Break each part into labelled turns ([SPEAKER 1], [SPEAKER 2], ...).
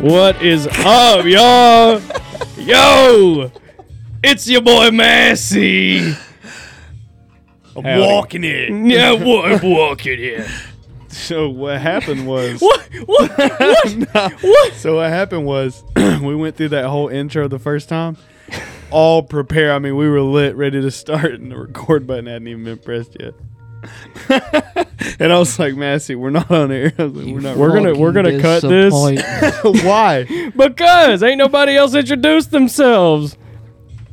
[SPEAKER 1] What is up, y'all? Yo, it's your boy Massey.
[SPEAKER 2] I'm
[SPEAKER 1] Howdy.
[SPEAKER 2] walking it.
[SPEAKER 1] Yeah, what I'm walking here.
[SPEAKER 3] So what happened was
[SPEAKER 1] What? What? What? What?
[SPEAKER 3] so what happened was we went through that whole intro the first time. All prepared. I mean, we were lit, ready to start, and the record button hadn't even been pressed yet. and I was like, Massey, we're not on air. I was like, we're not.
[SPEAKER 1] We're gonna- we're gonna cut this.
[SPEAKER 3] Why?
[SPEAKER 1] Because ain't nobody else introduced themselves.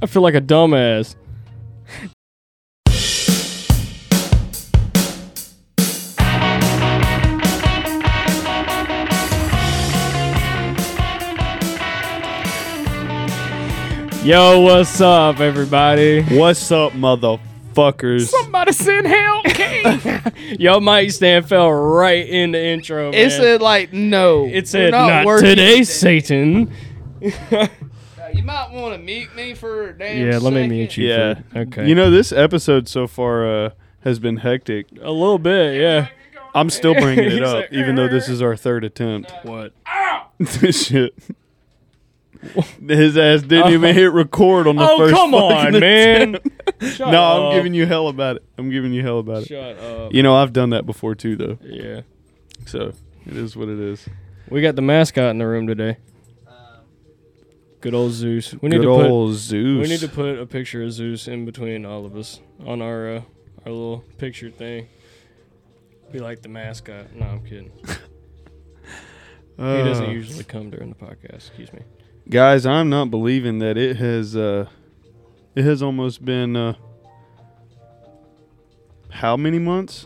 [SPEAKER 1] I feel like a dumbass. Yo, what's up, everybody?
[SPEAKER 3] What's up, motherfuckers?
[SPEAKER 1] Somebody send help, King. Yo, Mike Stan fell right in the intro. Man.
[SPEAKER 2] It said like no.
[SPEAKER 1] it
[SPEAKER 2] we're
[SPEAKER 1] said not,
[SPEAKER 2] working
[SPEAKER 1] today, Satan.
[SPEAKER 2] Uh, You might want to mute me for a damn
[SPEAKER 1] Yeah, let me
[SPEAKER 2] second.
[SPEAKER 1] mute you.
[SPEAKER 3] Yeah.
[SPEAKER 1] for- okay.
[SPEAKER 3] You know, this episode so far uh, has been hectic.
[SPEAKER 1] a little bit, yeah.
[SPEAKER 3] I'm still bringing
[SPEAKER 1] He's
[SPEAKER 3] it up,
[SPEAKER 1] like,
[SPEAKER 3] even though this is our third attempt.
[SPEAKER 1] What?
[SPEAKER 3] This shit. His ass didn't even hit record on the
[SPEAKER 1] Uh, Oh,
[SPEAKER 3] first.
[SPEAKER 1] come on,
[SPEAKER 3] fucking
[SPEAKER 1] man.
[SPEAKER 3] attempt.
[SPEAKER 1] Shut
[SPEAKER 3] no,
[SPEAKER 1] up.
[SPEAKER 3] I'm giving you hell about it. I'm giving you hell about it.
[SPEAKER 1] Shut up.
[SPEAKER 3] You know, I've done that before too, though.
[SPEAKER 1] Yeah.
[SPEAKER 3] So it is what it is.
[SPEAKER 1] We got the mascot in the room today. Good old Zeus. We need
[SPEAKER 3] Good
[SPEAKER 1] to put
[SPEAKER 3] old
[SPEAKER 1] we
[SPEAKER 3] Zeus.
[SPEAKER 1] need to put a picture of Zeus in between all of us on our uh, our little picture thing. Be like the mascot. No, I'm kidding. He doesn't
[SPEAKER 3] Uh,
[SPEAKER 1] usually come during the podcast. Excuse me.
[SPEAKER 3] guys, I'm not believing that it has. uh It has almost been. uh How many months?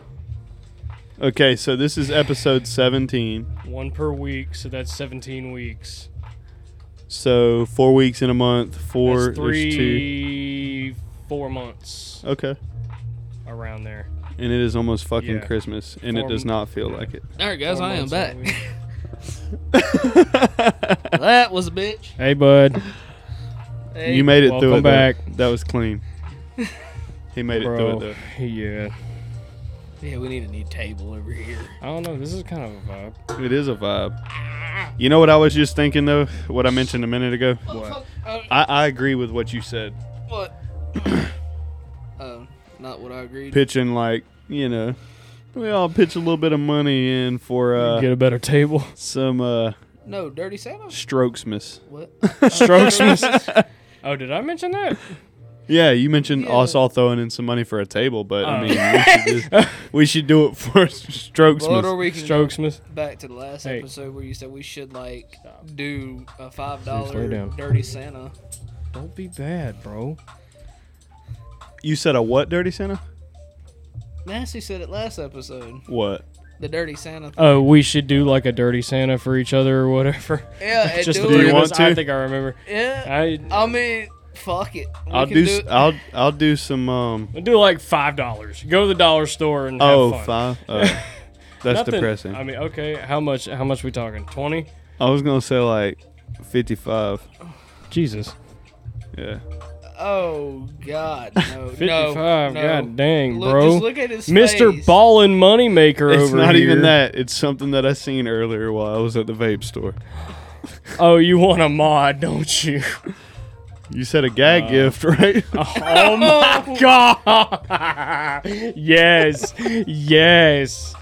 [SPEAKER 3] Okay, so this is episode 17.
[SPEAKER 1] One per week, so that's 17 weeks.
[SPEAKER 3] So four weeks in a month. Four
[SPEAKER 1] that's
[SPEAKER 3] is two.
[SPEAKER 1] three, four months
[SPEAKER 3] Okay.
[SPEAKER 1] around there.
[SPEAKER 3] And it is almost fucking
[SPEAKER 1] Yeah.
[SPEAKER 3] Christmas, and
[SPEAKER 1] Four
[SPEAKER 3] it does
[SPEAKER 1] m-
[SPEAKER 3] not feel like it.
[SPEAKER 2] All right, guys,
[SPEAKER 1] Four
[SPEAKER 2] I am
[SPEAKER 1] months
[SPEAKER 2] back.
[SPEAKER 1] in a week.
[SPEAKER 2] that was a bitch.
[SPEAKER 1] Hey, bud.
[SPEAKER 2] Hey,
[SPEAKER 3] You made it
[SPEAKER 1] welcome
[SPEAKER 3] through it. though.
[SPEAKER 1] back.
[SPEAKER 3] That was clean. He made it through it
[SPEAKER 1] Bro.
[SPEAKER 3] though.
[SPEAKER 1] Yeah.
[SPEAKER 2] yeah, we need a new table over here.
[SPEAKER 1] I don't know. This is kind of a vibe.
[SPEAKER 3] It is a vibe. You know what I was just thinking though? What I mentioned a minute ago?
[SPEAKER 2] What? Uh,
[SPEAKER 3] I, I agree with what you said.
[SPEAKER 2] what? Oh, not what I agreed.
[SPEAKER 3] Pitching like, you know, we all pitch a little bit of money in for uh,
[SPEAKER 1] Get a better table.
[SPEAKER 3] some uh
[SPEAKER 2] No, Dirty Santa.
[SPEAKER 3] strokesmas.
[SPEAKER 2] What?
[SPEAKER 1] Strokesmas. oh, did I mention that?
[SPEAKER 3] Yeah, you mentioned
[SPEAKER 2] Yeah.
[SPEAKER 3] us all throwing in some money for a table, but
[SPEAKER 1] Oh.
[SPEAKER 3] I mean we should, just, we should do it for
[SPEAKER 2] But or
[SPEAKER 3] strokesmas.
[SPEAKER 2] we can go
[SPEAKER 1] Strokesmas.
[SPEAKER 2] back to the last
[SPEAKER 1] Hey.
[SPEAKER 2] episode where you said we should like
[SPEAKER 1] Stop.
[SPEAKER 2] do a five
[SPEAKER 1] lay
[SPEAKER 2] dollar
[SPEAKER 1] down.
[SPEAKER 2] Dirty Santa.
[SPEAKER 1] Don't be bad, bro.
[SPEAKER 3] You said a what, Dirty Santa?
[SPEAKER 2] Nasty said it last episode.
[SPEAKER 3] What?
[SPEAKER 2] The Dirty Santa. Thing.
[SPEAKER 1] Oh, we should do like a dirty Santa for each other or whatever.
[SPEAKER 2] yeah, and
[SPEAKER 1] Just
[SPEAKER 2] do
[SPEAKER 1] the three
[SPEAKER 2] it.
[SPEAKER 1] of
[SPEAKER 3] want
[SPEAKER 1] us. I
[SPEAKER 3] to?
[SPEAKER 1] think I remember.
[SPEAKER 2] Yeah.
[SPEAKER 1] I
[SPEAKER 2] I mean, fuck it. We
[SPEAKER 3] I'll
[SPEAKER 2] can
[SPEAKER 3] do,
[SPEAKER 2] do
[SPEAKER 3] s
[SPEAKER 2] it.
[SPEAKER 3] will I'll do some um
[SPEAKER 1] I'll do like five dollars. Go to the dollar store and have
[SPEAKER 3] oh
[SPEAKER 1] fun.
[SPEAKER 3] five. Oh. that's
[SPEAKER 1] Nothing-
[SPEAKER 3] depressing.
[SPEAKER 1] I mean, okay, how much? How much we talking? Twenty?
[SPEAKER 3] I was gonna say like fifty-five.
[SPEAKER 1] Jesus,
[SPEAKER 3] Yeah.
[SPEAKER 2] Oh God, no,
[SPEAKER 1] fifty-five.
[SPEAKER 2] no, no.
[SPEAKER 1] God dang,
[SPEAKER 2] Look-
[SPEAKER 1] bro,
[SPEAKER 2] Just look at his
[SPEAKER 1] Mister
[SPEAKER 2] face.
[SPEAKER 1] Ballin Moneymaker
[SPEAKER 3] It's
[SPEAKER 1] over
[SPEAKER 3] not
[SPEAKER 1] here.
[SPEAKER 3] even that. It's something that I seen earlier while I was at the vape store.
[SPEAKER 1] Oh, you want a mod, don't you?
[SPEAKER 3] You said a gag gift, right?
[SPEAKER 1] Uh, Oh my god! yes, yes.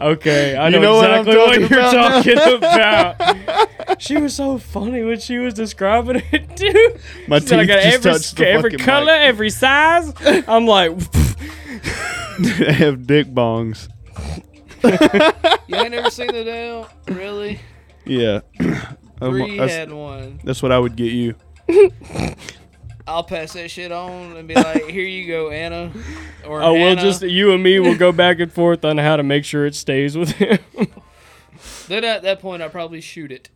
[SPEAKER 1] Okay, I know,
[SPEAKER 3] You know what I'm
[SPEAKER 1] exactly what,
[SPEAKER 3] talking
[SPEAKER 1] you're
[SPEAKER 3] about
[SPEAKER 1] talking about. she was so funny when she was describing it, dude.
[SPEAKER 3] My
[SPEAKER 1] She said, I
[SPEAKER 3] teeth
[SPEAKER 1] got
[SPEAKER 3] just
[SPEAKER 1] every,
[SPEAKER 3] touched the
[SPEAKER 1] every
[SPEAKER 3] fucking mic."
[SPEAKER 1] color, every size. I'm like,
[SPEAKER 3] I have dick bongs.
[SPEAKER 2] You ain't never seen the damn really.
[SPEAKER 3] Yeah. Um,
[SPEAKER 2] Bree
[SPEAKER 3] that's,
[SPEAKER 2] had one.
[SPEAKER 3] that's what I would get you.
[SPEAKER 2] I'll pass that shit on and be like, "Here you go, Anna." Or
[SPEAKER 1] oh, we'll
[SPEAKER 2] Hannah.
[SPEAKER 1] just you and me will go back and forth on how to make sure it stays with him.
[SPEAKER 2] Then at that point, I probably shoot it.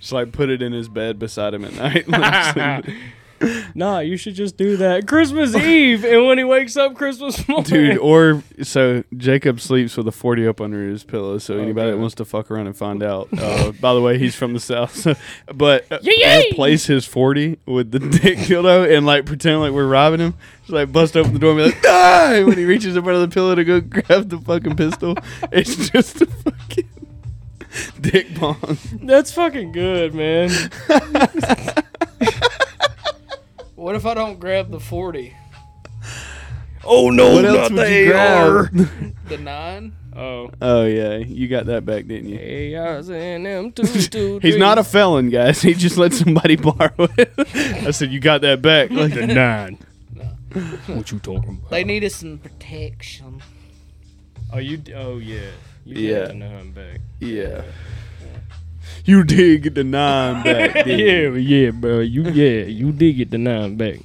[SPEAKER 3] Just like put it in his bed beside him at night. Like,
[SPEAKER 1] nah, you should just do that Christmas Eve, and when he wakes up Christmas morning,
[SPEAKER 3] Dude, or so Jacob sleeps with a 40 up under his pillow. So anybody that
[SPEAKER 1] God.
[SPEAKER 3] wants to fuck around and find out, uh, by the way, he's from the south. So, but uh,
[SPEAKER 1] Yee
[SPEAKER 3] I
[SPEAKER 1] yee!
[SPEAKER 3] place his 40 with the dick dildo and like pretend like we're robbing him. Just like bust open the door and be like, die when he reaches up under the pillow to go grab the fucking pistol. It's just a fucking. Dick Pong.
[SPEAKER 1] That's fucking good, man.
[SPEAKER 2] What if I don't grab the 40?
[SPEAKER 1] oh no,
[SPEAKER 3] what else would you grab?
[SPEAKER 2] The 9?
[SPEAKER 1] Oh,
[SPEAKER 3] Oh yeah, you got that back, didn't you?
[SPEAKER 1] hey, I was in them two, two,
[SPEAKER 3] He's
[SPEAKER 1] three.
[SPEAKER 3] not a felon, guys. He just let somebody borrow it. I said, "You got that back." Like the nine.
[SPEAKER 1] What you talking about?
[SPEAKER 2] They needed some protection.
[SPEAKER 1] oh, you. d- Oh yeah. You
[SPEAKER 3] Yeah.
[SPEAKER 1] Got the nine back.
[SPEAKER 3] Yeah. You did get the nine back. didn't you?
[SPEAKER 1] Yeah, yeah, bro. You yeah, you did get the nine back.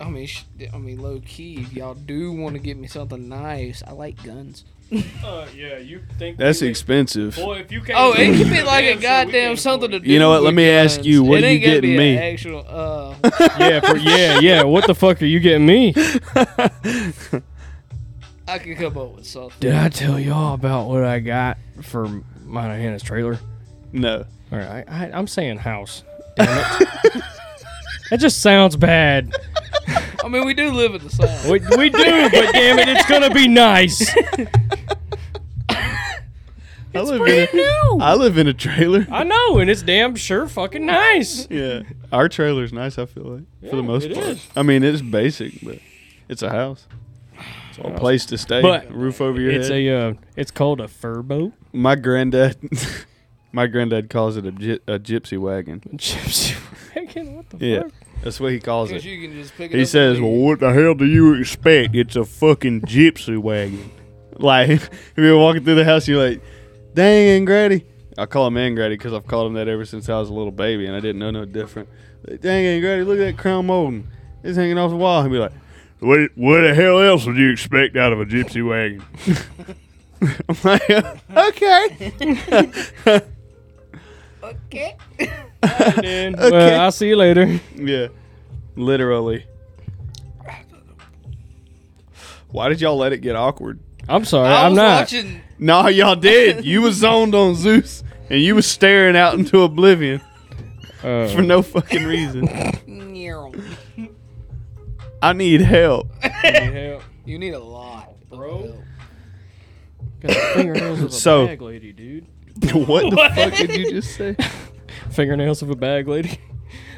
[SPEAKER 2] I mean, sh- I mean, low key, if y'all do want to get me something nice, I like guns.
[SPEAKER 1] Uh, yeah, you think
[SPEAKER 3] That's expensive.
[SPEAKER 1] Boy, if you can't.
[SPEAKER 2] Oh, it could be like a goddamn something to do.
[SPEAKER 3] You know what? Let
[SPEAKER 2] with
[SPEAKER 3] me ask
[SPEAKER 2] guns.
[SPEAKER 3] you, what
[SPEAKER 2] It
[SPEAKER 3] you
[SPEAKER 2] ain't gotta
[SPEAKER 3] getting
[SPEAKER 2] be
[SPEAKER 3] me?
[SPEAKER 2] an Actual, uh,
[SPEAKER 1] yeah, for, yeah, yeah. What the fuck are you getting me?
[SPEAKER 2] I could come up with something.
[SPEAKER 1] Did I tell y'all about what I got for Monahanna's trailer?
[SPEAKER 3] No.
[SPEAKER 1] All right, I, I, I'm saying house. Damn it. that just sounds bad.
[SPEAKER 2] I mean, we do live in the south.
[SPEAKER 1] We, we do, but damn it, it's gonna be nice.
[SPEAKER 3] I live in a, I live in a trailer.
[SPEAKER 1] I know, and it's damn sure fucking nice.
[SPEAKER 3] Yeah, our trailer's nice. I feel like for
[SPEAKER 1] Yeah,
[SPEAKER 3] the most
[SPEAKER 1] it
[SPEAKER 3] part.
[SPEAKER 1] is.
[SPEAKER 3] I mean, it's basic, but it's a house. It's a place to stay.
[SPEAKER 1] But
[SPEAKER 3] roof over your
[SPEAKER 1] It's
[SPEAKER 3] head.
[SPEAKER 1] a, uh, it's called a fur boat.
[SPEAKER 3] my granddad, my granddad calls it a, gy- a gypsy wagon.
[SPEAKER 1] Gypsy wagon, what the
[SPEAKER 3] Yeah,
[SPEAKER 1] fuck?
[SPEAKER 3] that's what he calls
[SPEAKER 2] Because
[SPEAKER 3] it.
[SPEAKER 2] you can just pick it
[SPEAKER 3] He
[SPEAKER 2] up
[SPEAKER 3] says,
[SPEAKER 2] and
[SPEAKER 3] "Well,
[SPEAKER 2] leave.
[SPEAKER 3] what the hell do you expect? It's a fucking gypsy wagon." Like if you're walking through the house, you're like, "Dang, Granny." I call him Angraddy because I've called him that ever since I was a little baby, and I didn't know no different. Like, Dang, Angraddy, look at that crown molding. It's hanging off the wall. He'd be like, "What? What the hell else would you expect out of a gypsy wagon?" I'm like, "Okay."
[SPEAKER 2] okay.
[SPEAKER 1] Then,
[SPEAKER 3] Okay.
[SPEAKER 1] Well, I'll see you later.
[SPEAKER 3] Yeah, literally. Why did y'all let it get awkward?
[SPEAKER 1] I'm sorry,
[SPEAKER 2] I
[SPEAKER 1] I'm
[SPEAKER 2] was
[SPEAKER 1] not.
[SPEAKER 2] watching.
[SPEAKER 3] No, y'all did. You was zoned on Zeus, and you was staring out into oblivion
[SPEAKER 1] Uh,
[SPEAKER 3] for no fucking reason.
[SPEAKER 2] You
[SPEAKER 3] I need help.
[SPEAKER 1] yeah.
[SPEAKER 2] need a lot,
[SPEAKER 1] Bro.
[SPEAKER 2] bro.
[SPEAKER 1] Got the fingernails of a
[SPEAKER 3] So-
[SPEAKER 1] bag lady, dude.
[SPEAKER 3] what the fuck did you just say?
[SPEAKER 1] Fingernails of a bag lady.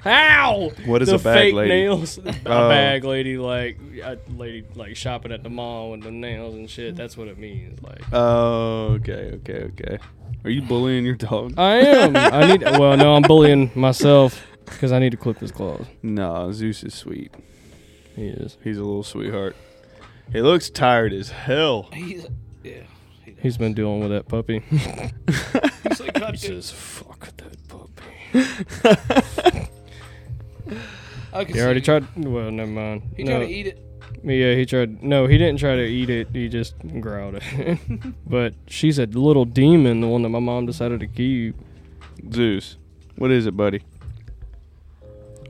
[SPEAKER 1] Ow!
[SPEAKER 3] What is
[SPEAKER 1] the
[SPEAKER 3] a bag
[SPEAKER 1] fake
[SPEAKER 3] lady?
[SPEAKER 1] nails. A
[SPEAKER 3] Oh.
[SPEAKER 1] bag lady, like a lady, like shopping at the mall with the nails and shit. That's what it means. Like
[SPEAKER 3] Oh, okay, okay, okay. Are you bullying your dog?
[SPEAKER 1] I am. I need. Well, no, I'm bullying myself because I need to clip his claws.
[SPEAKER 3] Nah, Zeus is sweet.
[SPEAKER 1] He is.
[SPEAKER 3] He's a little sweetheart. He looks tired as hell.
[SPEAKER 2] He's yeah. He does.
[SPEAKER 1] He's been dealing with that puppy.
[SPEAKER 2] He's like, "God
[SPEAKER 1] He
[SPEAKER 2] damn."
[SPEAKER 1] says, "Fuck that puppy."
[SPEAKER 2] I can
[SPEAKER 1] He
[SPEAKER 2] see
[SPEAKER 1] already
[SPEAKER 2] you.
[SPEAKER 1] tried. Well, never mind.
[SPEAKER 2] He
[SPEAKER 1] no,
[SPEAKER 2] tried to eat it.
[SPEAKER 1] Yeah, he tried. No, he didn't try to eat it. He just growled at it. but she's a little demon, the one that my mom decided to keep.
[SPEAKER 3] Zeus, what is it, buddy?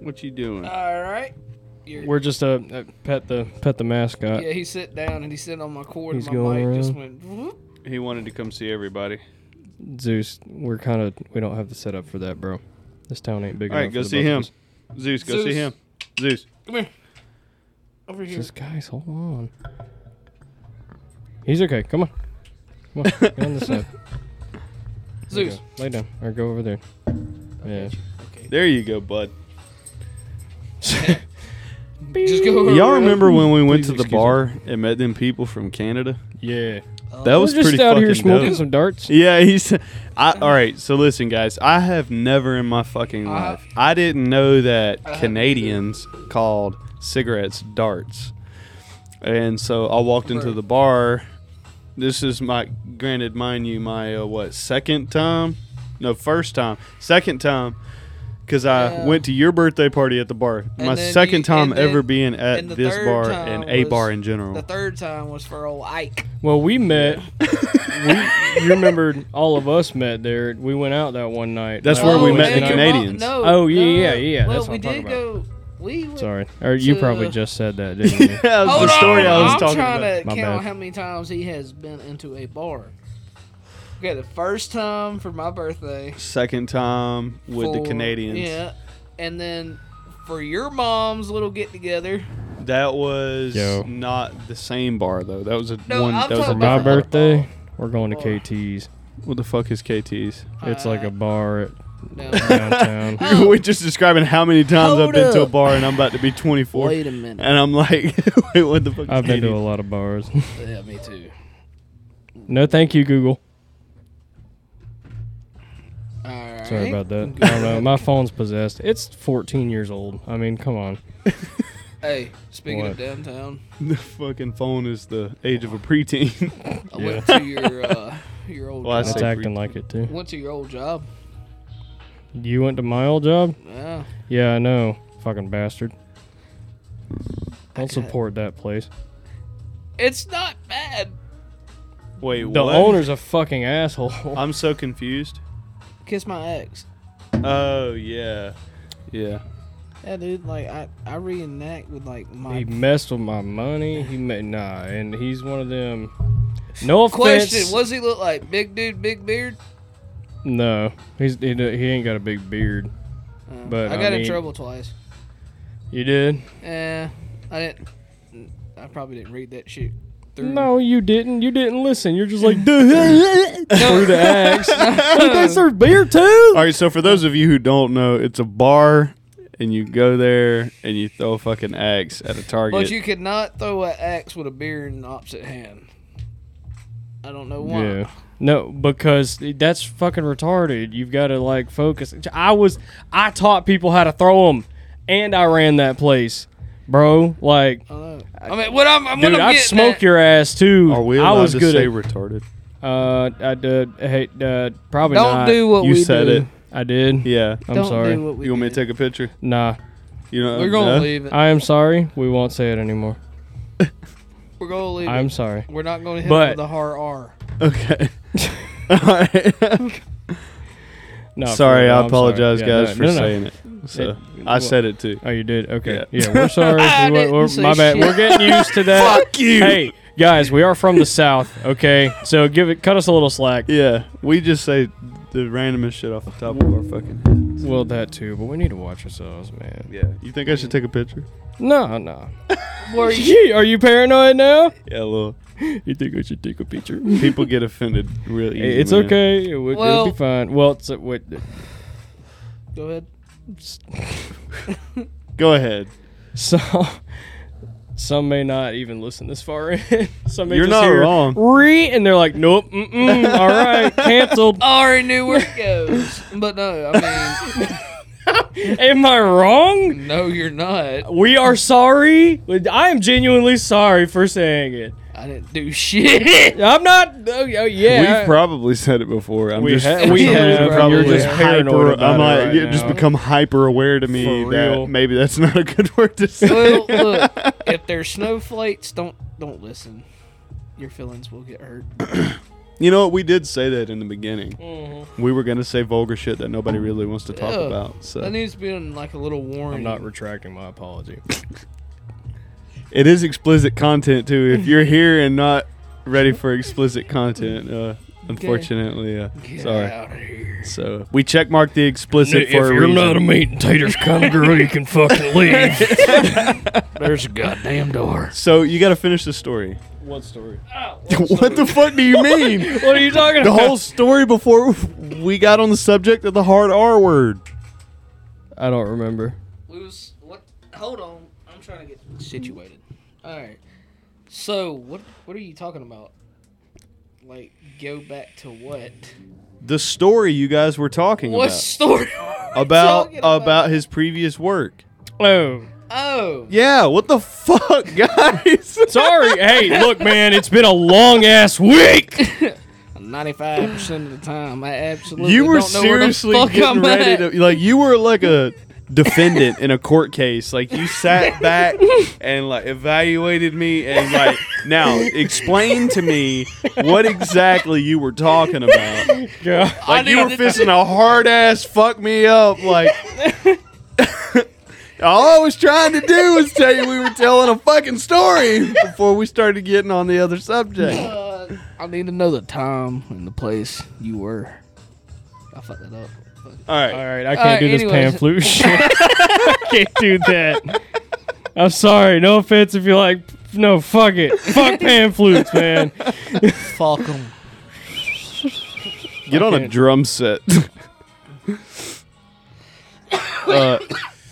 [SPEAKER 3] What you doing?
[SPEAKER 2] All right. You're,
[SPEAKER 1] We're just a uh, pet the pet the mascot.
[SPEAKER 2] yeah, he sat down and he sat on my cord
[SPEAKER 1] He's
[SPEAKER 2] and my mic
[SPEAKER 1] going
[SPEAKER 2] just
[SPEAKER 1] around.
[SPEAKER 2] went. whoop.
[SPEAKER 3] He wanted to come see everybody.
[SPEAKER 1] Zeus, we're kind of we don't have the setup for that, bro. This town ain't big
[SPEAKER 3] All
[SPEAKER 1] enough.
[SPEAKER 3] right, go
[SPEAKER 1] for the
[SPEAKER 3] see
[SPEAKER 1] both of
[SPEAKER 3] him.
[SPEAKER 1] us.
[SPEAKER 3] Zeus, go see
[SPEAKER 2] Zeus.
[SPEAKER 3] him. Zeus.
[SPEAKER 2] Come here. Over here.
[SPEAKER 1] Just guys, hold on. He's okay. Come on, come on. Get on this side. There you
[SPEAKER 2] Zeus.
[SPEAKER 1] go. lay down or go over there. Yeah.
[SPEAKER 3] There you go, bud.
[SPEAKER 2] Just go over
[SPEAKER 3] Y'all remember when we went
[SPEAKER 1] Please
[SPEAKER 3] to the
[SPEAKER 1] excuse me.
[SPEAKER 3] bar and met them people from Canada?
[SPEAKER 1] Yeah.
[SPEAKER 3] That was
[SPEAKER 1] Uh, we're just
[SPEAKER 3] pretty
[SPEAKER 1] out here
[SPEAKER 3] fucking
[SPEAKER 1] smoking
[SPEAKER 3] dope.
[SPEAKER 1] some darts.
[SPEAKER 3] Yeah, he's. I, all right, so listen, guys. I have never in my fucking
[SPEAKER 2] Uh-huh.
[SPEAKER 3] life. I didn't know that
[SPEAKER 2] Uh-huh.
[SPEAKER 3] Canadians called cigarettes darts. And so I walked into
[SPEAKER 2] Right.
[SPEAKER 3] the bar. This is my, granted, mind you, my uh, what second time? No, first time. Second time, because I
[SPEAKER 2] Yeah.
[SPEAKER 3] went to your birthday party at the bar.
[SPEAKER 2] And
[SPEAKER 3] my
[SPEAKER 2] then
[SPEAKER 3] second
[SPEAKER 2] you-
[SPEAKER 3] time
[SPEAKER 2] and then-
[SPEAKER 3] ever being at
[SPEAKER 2] and the
[SPEAKER 3] this
[SPEAKER 2] third
[SPEAKER 3] bar
[SPEAKER 2] time
[SPEAKER 3] and a
[SPEAKER 2] was
[SPEAKER 3] bar in general.
[SPEAKER 2] The third time was for old Ike.
[SPEAKER 1] Well, we met. we, you remember all of us met there. We went out that one night. Oh,
[SPEAKER 3] That's
[SPEAKER 1] That
[SPEAKER 3] where we
[SPEAKER 1] one
[SPEAKER 3] met the
[SPEAKER 2] and
[SPEAKER 1] night.
[SPEAKER 2] your
[SPEAKER 3] Canadian-
[SPEAKER 2] mom-
[SPEAKER 3] Canadians.
[SPEAKER 2] Oh, No,
[SPEAKER 1] Oh, yeah,
[SPEAKER 2] no,
[SPEAKER 1] yeah, yeah,
[SPEAKER 2] Well,
[SPEAKER 1] that's what
[SPEAKER 2] we
[SPEAKER 1] I'm talking
[SPEAKER 2] did go. We went.
[SPEAKER 1] Sorry, or you
[SPEAKER 2] to-
[SPEAKER 1] probably just said that, didn't you?
[SPEAKER 3] that was
[SPEAKER 2] Hold
[SPEAKER 3] the story
[SPEAKER 2] on,
[SPEAKER 3] I was
[SPEAKER 2] I'm
[SPEAKER 3] talking
[SPEAKER 2] trying
[SPEAKER 3] about.
[SPEAKER 2] to
[SPEAKER 1] My
[SPEAKER 2] count
[SPEAKER 1] bad.
[SPEAKER 2] how many times he has been into a bar. Okay, the first time for my birthday
[SPEAKER 3] second time with the
[SPEAKER 2] for-
[SPEAKER 3] Canadians.
[SPEAKER 2] Yeah, and then for your mom's little get together.
[SPEAKER 3] That was
[SPEAKER 1] Yo.
[SPEAKER 3] not the same bar though. That was a
[SPEAKER 2] No,
[SPEAKER 3] one.
[SPEAKER 2] I'm
[SPEAKER 3] that was a
[SPEAKER 1] For
[SPEAKER 2] talking
[SPEAKER 1] my
[SPEAKER 2] about-
[SPEAKER 3] different bar.
[SPEAKER 1] birthday, we're going to KT's.
[SPEAKER 3] What the fuck is KT's?
[SPEAKER 1] It's like
[SPEAKER 2] Uh,
[SPEAKER 1] a bar at
[SPEAKER 2] Down.
[SPEAKER 1] downtown.
[SPEAKER 2] Oh.
[SPEAKER 3] We're just describing how many times I've
[SPEAKER 2] Hold
[SPEAKER 3] been to a
[SPEAKER 2] up.
[SPEAKER 3] bar and I'm about to be 24,
[SPEAKER 2] Wait a minute.
[SPEAKER 3] and I'm like, wait, what the fuck?
[SPEAKER 1] I've
[SPEAKER 3] is
[SPEAKER 1] been to a
[SPEAKER 3] KT's?
[SPEAKER 1] lot of bars.
[SPEAKER 2] Yeah, me too.
[SPEAKER 1] no, thank you, Google.
[SPEAKER 2] All right.
[SPEAKER 1] Sorry about that. I don't know. My phone's possessed. It's 14 years old. I mean, come on.
[SPEAKER 2] Hey, speaking
[SPEAKER 1] What?
[SPEAKER 2] of downtown,
[SPEAKER 3] the fucking phone is the age of a preteen.
[SPEAKER 2] I went to your uh, your old
[SPEAKER 3] Well, I
[SPEAKER 1] It's
[SPEAKER 3] say
[SPEAKER 2] job.
[SPEAKER 1] acting like it too.
[SPEAKER 2] Went to your old job.
[SPEAKER 1] You went to my old job?
[SPEAKER 2] Yeah.
[SPEAKER 1] Yeah, I know. Fucking bastard. Don't
[SPEAKER 2] got-
[SPEAKER 1] support that place.
[SPEAKER 2] It's not bad.
[SPEAKER 3] wait,
[SPEAKER 1] The
[SPEAKER 3] what?
[SPEAKER 1] owner's a fucking
[SPEAKER 2] Oh
[SPEAKER 1] asshole.
[SPEAKER 3] I'm so confused.
[SPEAKER 2] Kiss my ex.
[SPEAKER 3] Oh yeah, yeah.
[SPEAKER 2] Yeah, dude. Like I, I reenact with like my
[SPEAKER 1] He messed with my money. He ma- nah, and he's one of them. No offense.
[SPEAKER 2] question. What does he look like? Big dude, big beard.
[SPEAKER 1] No, he's he, he ain't got a big beard.
[SPEAKER 2] Uh,
[SPEAKER 1] But,
[SPEAKER 2] I
[SPEAKER 1] I
[SPEAKER 2] got in
[SPEAKER 1] mean-
[SPEAKER 2] trouble twice.
[SPEAKER 1] You did?
[SPEAKER 2] Eh, I didn't. I probably didn't read that shit. Through.
[SPEAKER 1] No, you didn't. You didn't listen. You're just like through the axe. Don't they serve beer
[SPEAKER 3] All
[SPEAKER 1] too?
[SPEAKER 3] right, so for those of you who don't know, it's a bar, and you go there and you throw a fucking axe at a target.
[SPEAKER 2] But you could not throw an axe with a beer in the opposite hand. I don't know why.
[SPEAKER 1] Yeah. No, because that's fucking retarded. You've got to like focus. I was I taught people how to throw them, and I ran that place, bro. Like,
[SPEAKER 2] I, don't know. I mean, what I'm, I'm, what
[SPEAKER 1] dude,
[SPEAKER 2] I'm
[SPEAKER 1] I'd
[SPEAKER 2] getting
[SPEAKER 1] smoke
[SPEAKER 2] at-
[SPEAKER 1] your ass too.
[SPEAKER 3] Are we
[SPEAKER 1] I
[SPEAKER 3] allowed
[SPEAKER 1] was
[SPEAKER 3] to
[SPEAKER 1] good
[SPEAKER 3] say
[SPEAKER 1] at.
[SPEAKER 3] retarded?
[SPEAKER 1] Uh, I did. Hey, uh, probably
[SPEAKER 2] Don't
[SPEAKER 1] not.
[SPEAKER 2] do what
[SPEAKER 3] you
[SPEAKER 2] we
[SPEAKER 3] said
[SPEAKER 2] do.
[SPEAKER 3] it.
[SPEAKER 1] I did.
[SPEAKER 3] Yeah.
[SPEAKER 1] I'm
[SPEAKER 2] Don't
[SPEAKER 1] sorry.
[SPEAKER 2] do what we
[SPEAKER 3] you want me to
[SPEAKER 2] did.
[SPEAKER 3] take a picture?
[SPEAKER 1] Nah,
[SPEAKER 3] You know,
[SPEAKER 2] We're gonna
[SPEAKER 3] no?
[SPEAKER 2] leave it.
[SPEAKER 1] I am sorry. We won't say it anymore.
[SPEAKER 2] We're gonna leave
[SPEAKER 1] I'm
[SPEAKER 2] it.
[SPEAKER 1] sorry.
[SPEAKER 2] We're not gonna hit
[SPEAKER 1] But-
[SPEAKER 2] it with a hard R.
[SPEAKER 3] Okay. All right.
[SPEAKER 1] No, for
[SPEAKER 3] sorry,
[SPEAKER 1] real,
[SPEAKER 3] I
[SPEAKER 1] I'm
[SPEAKER 3] apologize,
[SPEAKER 1] Yeah,
[SPEAKER 3] guys,
[SPEAKER 1] no,
[SPEAKER 3] for
[SPEAKER 1] no, no.
[SPEAKER 3] saying it. So
[SPEAKER 1] It-
[SPEAKER 3] I
[SPEAKER 1] well-
[SPEAKER 3] said it too.
[SPEAKER 1] Oh, you did. Okay.
[SPEAKER 3] Yeah.
[SPEAKER 1] Yeah, we're sorry.
[SPEAKER 2] I
[SPEAKER 1] We-
[SPEAKER 2] didn't
[SPEAKER 1] we're-
[SPEAKER 2] say
[SPEAKER 1] my bad.
[SPEAKER 2] shit.
[SPEAKER 1] We're getting used to that.
[SPEAKER 3] Fuck you.
[SPEAKER 1] Hey, guys, we are from the south. Okay, so give it, cut us a little slack.
[SPEAKER 3] Yeah, we just say the randomest shit off the top of our fucking heads.
[SPEAKER 1] Well, that too, but we need to watch ourselves, man.
[SPEAKER 3] Yeah. You think I should take a picture?
[SPEAKER 1] No, no.
[SPEAKER 2] Were you?
[SPEAKER 1] Gee, are you paranoid now?
[SPEAKER 3] Yeah, little.
[SPEAKER 1] You think I should take a picture?
[SPEAKER 3] People get offended really easy.
[SPEAKER 1] it's
[SPEAKER 3] man.
[SPEAKER 1] okay. It would it'll
[SPEAKER 2] Well-
[SPEAKER 1] be fine. Well, it's uh, wait,
[SPEAKER 2] Go ahead.
[SPEAKER 3] Go ahead.
[SPEAKER 1] so some may not even listen this far in. Some may
[SPEAKER 3] You're
[SPEAKER 1] just
[SPEAKER 3] not
[SPEAKER 1] hear,
[SPEAKER 3] wrong.
[SPEAKER 1] Re, and they're like, nope. Mm-mm, all right, canceled.
[SPEAKER 2] I already knew where it goes. But no, I
[SPEAKER 1] Am I wrong?
[SPEAKER 2] mean, no, you're not.
[SPEAKER 1] We are sorry. I am genuinely sorry for saying it.
[SPEAKER 2] I didn't do shit.
[SPEAKER 1] I'm not. Oh, oh, yeah.
[SPEAKER 3] We've probably said it before. I'm
[SPEAKER 1] We
[SPEAKER 3] just
[SPEAKER 1] ha- we
[SPEAKER 3] for some
[SPEAKER 2] have.
[SPEAKER 3] reason probably
[SPEAKER 2] You're
[SPEAKER 3] just
[SPEAKER 2] just
[SPEAKER 1] paranoid
[SPEAKER 3] hyper.
[SPEAKER 1] about
[SPEAKER 3] I'm
[SPEAKER 1] it
[SPEAKER 3] like,
[SPEAKER 1] right
[SPEAKER 3] you just
[SPEAKER 1] now.
[SPEAKER 3] become hyper aware to me
[SPEAKER 1] For
[SPEAKER 3] that
[SPEAKER 1] real.
[SPEAKER 3] maybe that's not a good word to say.
[SPEAKER 2] well, look, if there's snowflakes, don't don't listen. Your feelings will get hurt.
[SPEAKER 3] You know what? We did say that in the beginning.
[SPEAKER 1] Mm-hmm.
[SPEAKER 3] We were gonna say vulgar shit that nobody really wants to talk
[SPEAKER 2] Yeah.
[SPEAKER 3] about. So
[SPEAKER 2] That needs to be in like a little warning.
[SPEAKER 1] I'm not retracting my apology.
[SPEAKER 3] it is explicit content too. If you're here and not ready for explicit content, uh, unfortunately, uh,
[SPEAKER 2] Get
[SPEAKER 3] sorry.
[SPEAKER 2] out of here.
[SPEAKER 3] So we check mark the explicit for a reason.
[SPEAKER 1] meat and taters kind of girl, you can fucking leave.
[SPEAKER 2] There's a goddamn door.
[SPEAKER 3] so you got to finish the story.
[SPEAKER 1] what story?
[SPEAKER 3] what the fuck do you mean?
[SPEAKER 1] What are you talking
[SPEAKER 3] the
[SPEAKER 1] about?
[SPEAKER 3] whole story before we got on the subject of the hard R word.
[SPEAKER 1] I don't remember.
[SPEAKER 2] We was what? Hold on, I'm trying to get situated. All right. So what? What are you talking about? Like, go back to what?
[SPEAKER 3] The story you guys were talking
[SPEAKER 2] What story? are we
[SPEAKER 3] about
[SPEAKER 2] talking
[SPEAKER 3] about about his previous work.
[SPEAKER 1] Oh,
[SPEAKER 2] Oh.
[SPEAKER 3] Yeah, what the fuck, guys?
[SPEAKER 1] sorry. hey, look, man, it's been a long ass week.
[SPEAKER 2] 95% of the time, I absolutely
[SPEAKER 3] you were
[SPEAKER 2] don't know where the
[SPEAKER 3] seriously
[SPEAKER 2] fuck
[SPEAKER 3] getting
[SPEAKER 2] I'm
[SPEAKER 3] ready
[SPEAKER 2] at.
[SPEAKER 3] to like you were like a defendant in a court case. Like you sat back and like evaluated me and like now explain to me what exactly you were talking about.
[SPEAKER 1] Yeah.
[SPEAKER 2] I
[SPEAKER 3] Like you were
[SPEAKER 2] needed to-
[SPEAKER 3] fisting a hard ass fuck me up. Like all I was trying to do was tell you we were telling a fucking story before we started getting on the other subject.
[SPEAKER 2] Uh, I need to know the time and the place you were. I fucked that up. Fuck.
[SPEAKER 3] All right.
[SPEAKER 1] All right, I
[SPEAKER 2] All right,
[SPEAKER 1] can't do this
[SPEAKER 2] anyways.
[SPEAKER 1] pamphlet shit. I can't do that. I'm sorry. No offense if you're like, no, fuck it. Fuck pan flutes, man.
[SPEAKER 2] Fuck 'em.
[SPEAKER 3] Get on a
[SPEAKER 1] can't.
[SPEAKER 3] drum set. uh,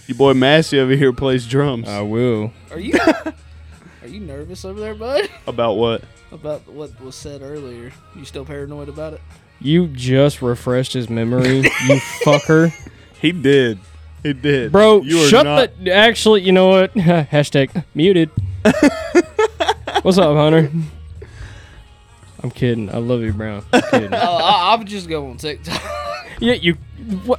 [SPEAKER 3] your boy Massey over here plays drums.
[SPEAKER 1] I will.
[SPEAKER 2] Are you are you nervous over there, bud?
[SPEAKER 3] About what?
[SPEAKER 2] About what was said earlier. You still paranoid about it?
[SPEAKER 1] You just refreshed his memory, you fucker.
[SPEAKER 3] He did. He did.
[SPEAKER 1] Bro,
[SPEAKER 3] you are
[SPEAKER 1] shut
[SPEAKER 3] not,
[SPEAKER 1] the. Actually, you know what? Hashtag muted. What's up, Hunter? I'm kidding. I love you, Brown. I'm kidding.
[SPEAKER 2] Oh, I, I'm just going on TikTok.
[SPEAKER 1] yeah, you. What?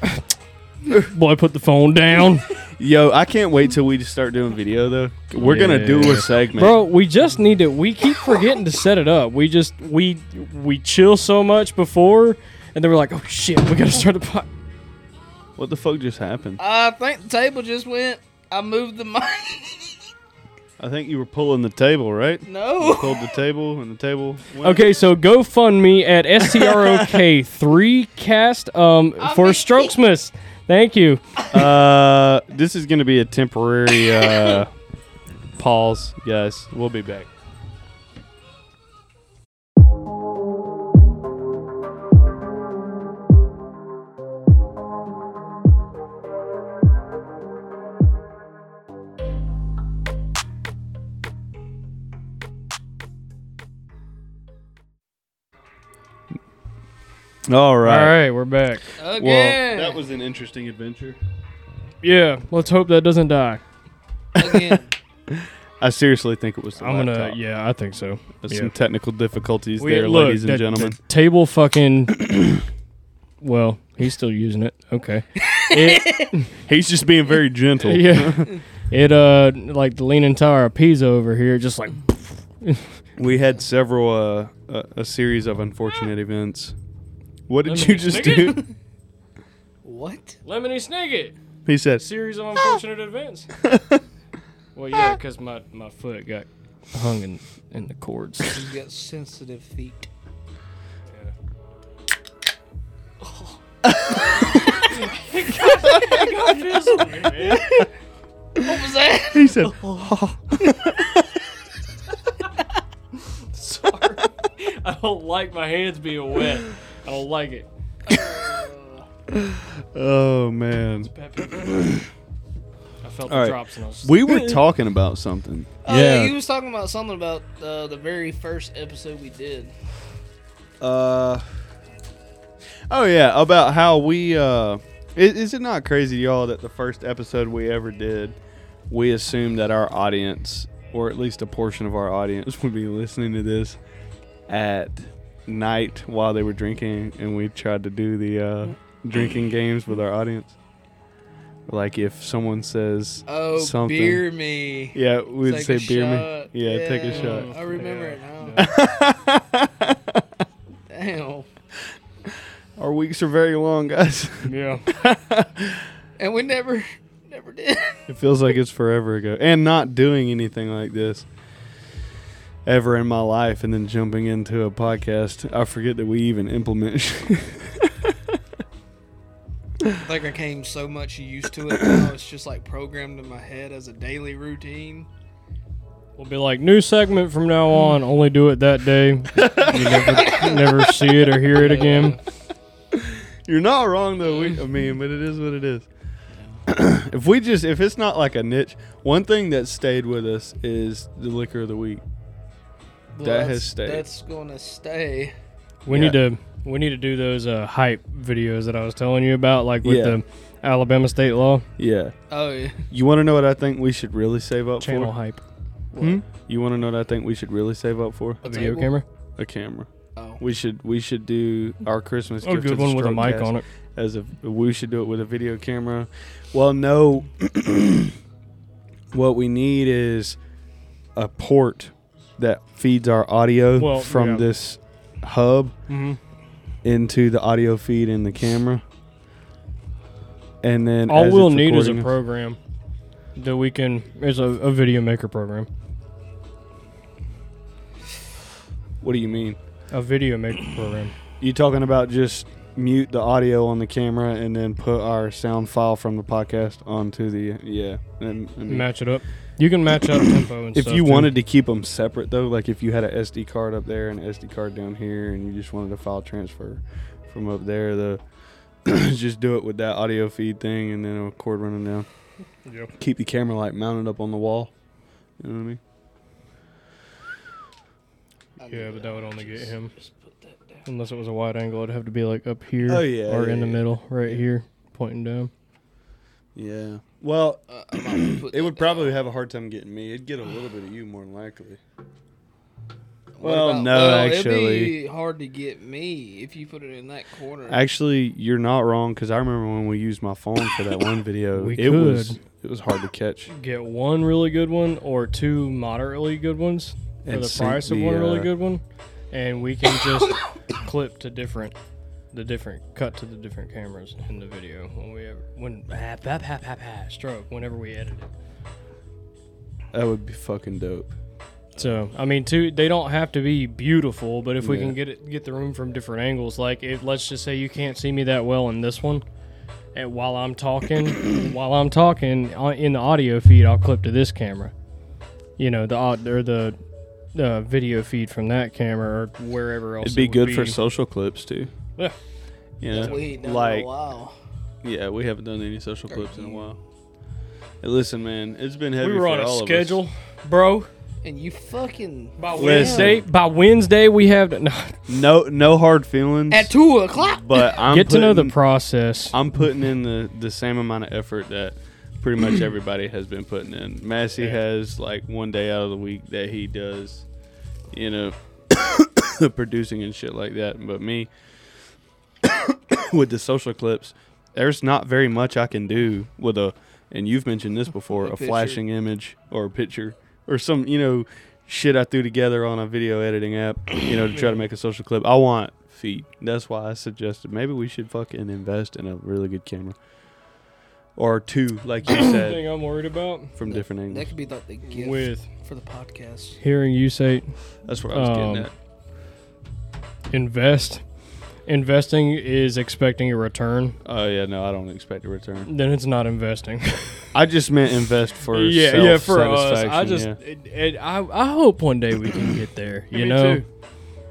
[SPEAKER 1] Boy, put the phone down.
[SPEAKER 3] Yo, I can't wait till we just start doing video though. We're gonna do
[SPEAKER 1] Yeah.
[SPEAKER 3] a segment.
[SPEAKER 1] Bro, we just need to. We keep forgetting to set it up. We just we we chill so much before, and then we're like, oh shit, we gotta start the pot.
[SPEAKER 3] What the fuck just happened?
[SPEAKER 2] I think the table just went. I moved the mic.
[SPEAKER 3] I think you were pulling the table, right?
[SPEAKER 2] no.
[SPEAKER 3] Pulled the table and the table. Went.
[SPEAKER 1] Okay, so GoFundMe at strok three cast um for
[SPEAKER 2] mean-
[SPEAKER 1] Strokesmas. Thank you.
[SPEAKER 3] Uh, this is gonna be a temporary uh, pause, guys. We'll be back. All right.
[SPEAKER 1] All right, we're back.
[SPEAKER 2] Again.
[SPEAKER 3] Well, that was an interesting adventure.
[SPEAKER 1] Yeah, let's hope that doesn't die.
[SPEAKER 2] Again.
[SPEAKER 3] I seriously think it was. The
[SPEAKER 1] I'm gonna.
[SPEAKER 3] laptop.
[SPEAKER 1] Yeah, I think so.
[SPEAKER 3] There's
[SPEAKER 1] yeah.
[SPEAKER 3] some technical difficulties
[SPEAKER 1] We-
[SPEAKER 3] there,
[SPEAKER 1] look,
[SPEAKER 3] ladies and
[SPEAKER 1] the-
[SPEAKER 3] gentlemen.
[SPEAKER 1] the table fucking. well, he's still using it. Okay. It,
[SPEAKER 3] He's just being very gentle.
[SPEAKER 1] yeah. It uh like the leaning tower of Pisa over here, just like
[SPEAKER 3] We had several uh, a, a series of unfortunate events. What did
[SPEAKER 1] Lemony
[SPEAKER 3] you just do?
[SPEAKER 1] Snicket?
[SPEAKER 2] what?
[SPEAKER 1] Lemony Snicket.
[SPEAKER 3] He said,
[SPEAKER 1] Series of unfortunate events. well, yeah, because my my foot got hung in in the cords.
[SPEAKER 2] He's got sensitive feet. What was that?
[SPEAKER 3] he said,
[SPEAKER 1] Sorry. I don't like my hands being wet. I don't like it.
[SPEAKER 3] "Oh man."
[SPEAKER 1] I felt
[SPEAKER 3] All right.
[SPEAKER 1] drops and I was
[SPEAKER 3] We were talking about something.
[SPEAKER 2] Oh, yeah.
[SPEAKER 1] Yeah.
[SPEAKER 2] you was talking about something about uh, the very first episode we did.
[SPEAKER 3] Uh, oh yeah, about how we. Uh, is, is it not crazy, y'all, that the first episode we ever did, we assumed that our audience, or at least a portion of our audience, would be listening to this at night while they were drinking, and we tried to do the uh, drinking games with our audience. Like if someone says
[SPEAKER 2] Oh,
[SPEAKER 3] something,
[SPEAKER 2] beer me.
[SPEAKER 3] yeah, we'd
[SPEAKER 2] Take
[SPEAKER 3] say
[SPEAKER 2] a
[SPEAKER 3] beer
[SPEAKER 2] shot.
[SPEAKER 3] me, yeah, take a
[SPEAKER 2] Yeah.
[SPEAKER 3] shot.
[SPEAKER 2] I
[SPEAKER 1] "Mm,
[SPEAKER 2] remember it
[SPEAKER 1] now.
[SPEAKER 2] Damn.
[SPEAKER 3] Our weeks are very long, guys.
[SPEAKER 1] Yeah.
[SPEAKER 2] And we never, never did.
[SPEAKER 3] It feels like it's forever ago. And not doing anything like this ever in my life and then jumping into a podcast. I forget that we even implement shit.
[SPEAKER 2] I think I came so much used to it now it's just like programmed in my head as a daily routine.
[SPEAKER 1] We'll be like new segment from now on. Only do it that day. You never, never see it or hear it again.
[SPEAKER 3] You're not wrong though. We, I mean, but it is what it is. if we just if it's not like a niche, one thing that stayed with us is the liquor of the week. That
[SPEAKER 2] Well, that's,
[SPEAKER 3] has stayed.
[SPEAKER 2] That's gonna stay.
[SPEAKER 1] We
[SPEAKER 3] Yeah.
[SPEAKER 1] need to we need to do those uh, hype videos that I was telling you about, like with
[SPEAKER 3] Yeah.
[SPEAKER 1] the Alabama state law
[SPEAKER 3] Yeah.
[SPEAKER 2] Oh yeah.
[SPEAKER 3] You want to know what I think we should really save up
[SPEAKER 1] channel
[SPEAKER 3] for?
[SPEAKER 1] hype,
[SPEAKER 3] Hmm? You want to know what I think we should really save up for?
[SPEAKER 1] the video
[SPEAKER 2] table?
[SPEAKER 1] camera.
[SPEAKER 3] A camera.
[SPEAKER 2] Oh.
[SPEAKER 3] We should we should do our Christmas
[SPEAKER 1] Oh,
[SPEAKER 3] gift to
[SPEAKER 1] good
[SPEAKER 3] the
[SPEAKER 1] one with a mic
[SPEAKER 3] Strokecast
[SPEAKER 1] on it.
[SPEAKER 3] as a we should do it with a video camera. Well, no. what we need is a port that feeds our audio
[SPEAKER 1] Well,
[SPEAKER 3] from
[SPEAKER 1] yeah.
[SPEAKER 3] this hub
[SPEAKER 1] Mm-hmm.
[SPEAKER 3] into the audio feed in the camera. And then
[SPEAKER 1] All
[SPEAKER 3] as
[SPEAKER 1] we'll
[SPEAKER 3] it's
[SPEAKER 1] need is a
[SPEAKER 3] recording-
[SPEAKER 1] program that we can. It's a, a video maker program.
[SPEAKER 3] What do you mean?
[SPEAKER 1] A video maker program.
[SPEAKER 3] You talking about just mute the audio on the camera and then put our sound file from the podcast onto the yeah. And, and
[SPEAKER 1] Match it up. You can match up tempo and
[SPEAKER 3] if
[SPEAKER 1] stuff.
[SPEAKER 3] you
[SPEAKER 1] too.
[SPEAKER 3] wanted to keep them separate though like if you had an sd card up there and an sd card down here and you just wanted a file transfer from up there. The just do it with that audio feed thing, and then a cord running down.
[SPEAKER 4] Yep.
[SPEAKER 3] Keep the camera like mounted up on the wall. You know what I mean?
[SPEAKER 2] I
[SPEAKER 4] Yeah,
[SPEAKER 2] knew
[SPEAKER 4] but that would only get
[SPEAKER 2] Just-
[SPEAKER 4] him.
[SPEAKER 2] just put that down.
[SPEAKER 1] Unless it was a wide angle, it'd have to be like up here.
[SPEAKER 3] Oh, yeah,
[SPEAKER 1] Or
[SPEAKER 3] yeah,
[SPEAKER 1] in the
[SPEAKER 3] yeah.
[SPEAKER 1] middle, right here, pointing down.
[SPEAKER 3] Yeah. Well,
[SPEAKER 2] Uh, I'm about to put
[SPEAKER 3] it
[SPEAKER 2] that
[SPEAKER 3] would
[SPEAKER 2] down.
[SPEAKER 3] probably have a hard time getting me. It'd get a little bit of you more than likely.
[SPEAKER 2] What
[SPEAKER 3] Well,
[SPEAKER 2] about-
[SPEAKER 3] no,
[SPEAKER 2] it'd
[SPEAKER 3] actually.
[SPEAKER 2] be hard to get me if you put it in that corner.
[SPEAKER 3] Actually, you're not wrong because I remember when we used my phone for that one video.
[SPEAKER 1] We
[SPEAKER 3] it was
[SPEAKER 1] could.
[SPEAKER 3] it was hard to catch.
[SPEAKER 1] Get one really good one or two moderately good ones for
[SPEAKER 3] And
[SPEAKER 1] the
[SPEAKER 3] sync
[SPEAKER 1] price of
[SPEAKER 3] the,
[SPEAKER 1] one really
[SPEAKER 3] uh,
[SPEAKER 1] good one, and we can just clip to different, the different cut to the different cameras in the video when we ever when hap hap hap hap hap stroke whenever we edit it.
[SPEAKER 3] That would be fucking dope.
[SPEAKER 1] So I mean, two they don't have to be beautiful, but if we
[SPEAKER 3] Yeah.
[SPEAKER 1] can get it get the room from different angles, like if let's just say you can't see me that well in this one, and while I'm talking, while I'm talking on- in the audio feed, I'll clip to this camera. You know the au- or the uh, video feed from that camera or wherever else.
[SPEAKER 3] It'd be
[SPEAKER 1] it would
[SPEAKER 3] good for social clips too.
[SPEAKER 1] Yeah.
[SPEAKER 3] You know,
[SPEAKER 2] we ain't done it in
[SPEAKER 3] like
[SPEAKER 2] a while.
[SPEAKER 3] yeah, we haven't done any social clips in a while. Hey, listen, man, it's been heavy.
[SPEAKER 1] We were
[SPEAKER 3] for
[SPEAKER 1] on a
[SPEAKER 3] all of us.
[SPEAKER 1] schedule, bro.
[SPEAKER 2] And you fucking
[SPEAKER 1] By
[SPEAKER 3] Listen.
[SPEAKER 1] Wednesday, by Wednesday we have to, no,
[SPEAKER 3] No, no hard feelings.
[SPEAKER 2] at two o'clock.
[SPEAKER 3] but I'm
[SPEAKER 1] get to know the
[SPEAKER 3] putting-
[SPEAKER 1] process.
[SPEAKER 3] I'm putting in the, the same amount of effort that pretty much everybody has been putting in. Massey
[SPEAKER 1] Yeah.
[SPEAKER 3] has like one day out of the week that he does, you know, producing and shit like that. But me, with the social clips, there's not very much I can do with a, and you've mentioned this before,
[SPEAKER 2] A
[SPEAKER 3] a,
[SPEAKER 2] picture.
[SPEAKER 3] flashing image or a picture or some, you know, shit I threw together on a video editing app, you know, to try to make a social clip. I want feet. That's why I suggested maybe we should fucking invest in a really good camera. Or two, like you said,
[SPEAKER 1] thing I'm worried about
[SPEAKER 3] from different
[SPEAKER 2] That
[SPEAKER 3] angles.
[SPEAKER 2] could be like the gift
[SPEAKER 1] with
[SPEAKER 2] for the podcast.
[SPEAKER 1] hearing you say
[SPEAKER 3] That's what I was
[SPEAKER 1] um,
[SPEAKER 3] getting at.
[SPEAKER 1] invest investing is expecting a return
[SPEAKER 3] Oh yeah, no, I don't expect a return.
[SPEAKER 1] then it's not investing
[SPEAKER 3] I just meant invest for
[SPEAKER 1] yeah yeah for us
[SPEAKER 3] self-satisfaction,
[SPEAKER 1] i just
[SPEAKER 3] yeah.
[SPEAKER 1] it, it, I, I hope one day we can get there you
[SPEAKER 3] Me
[SPEAKER 1] know
[SPEAKER 3] too. it's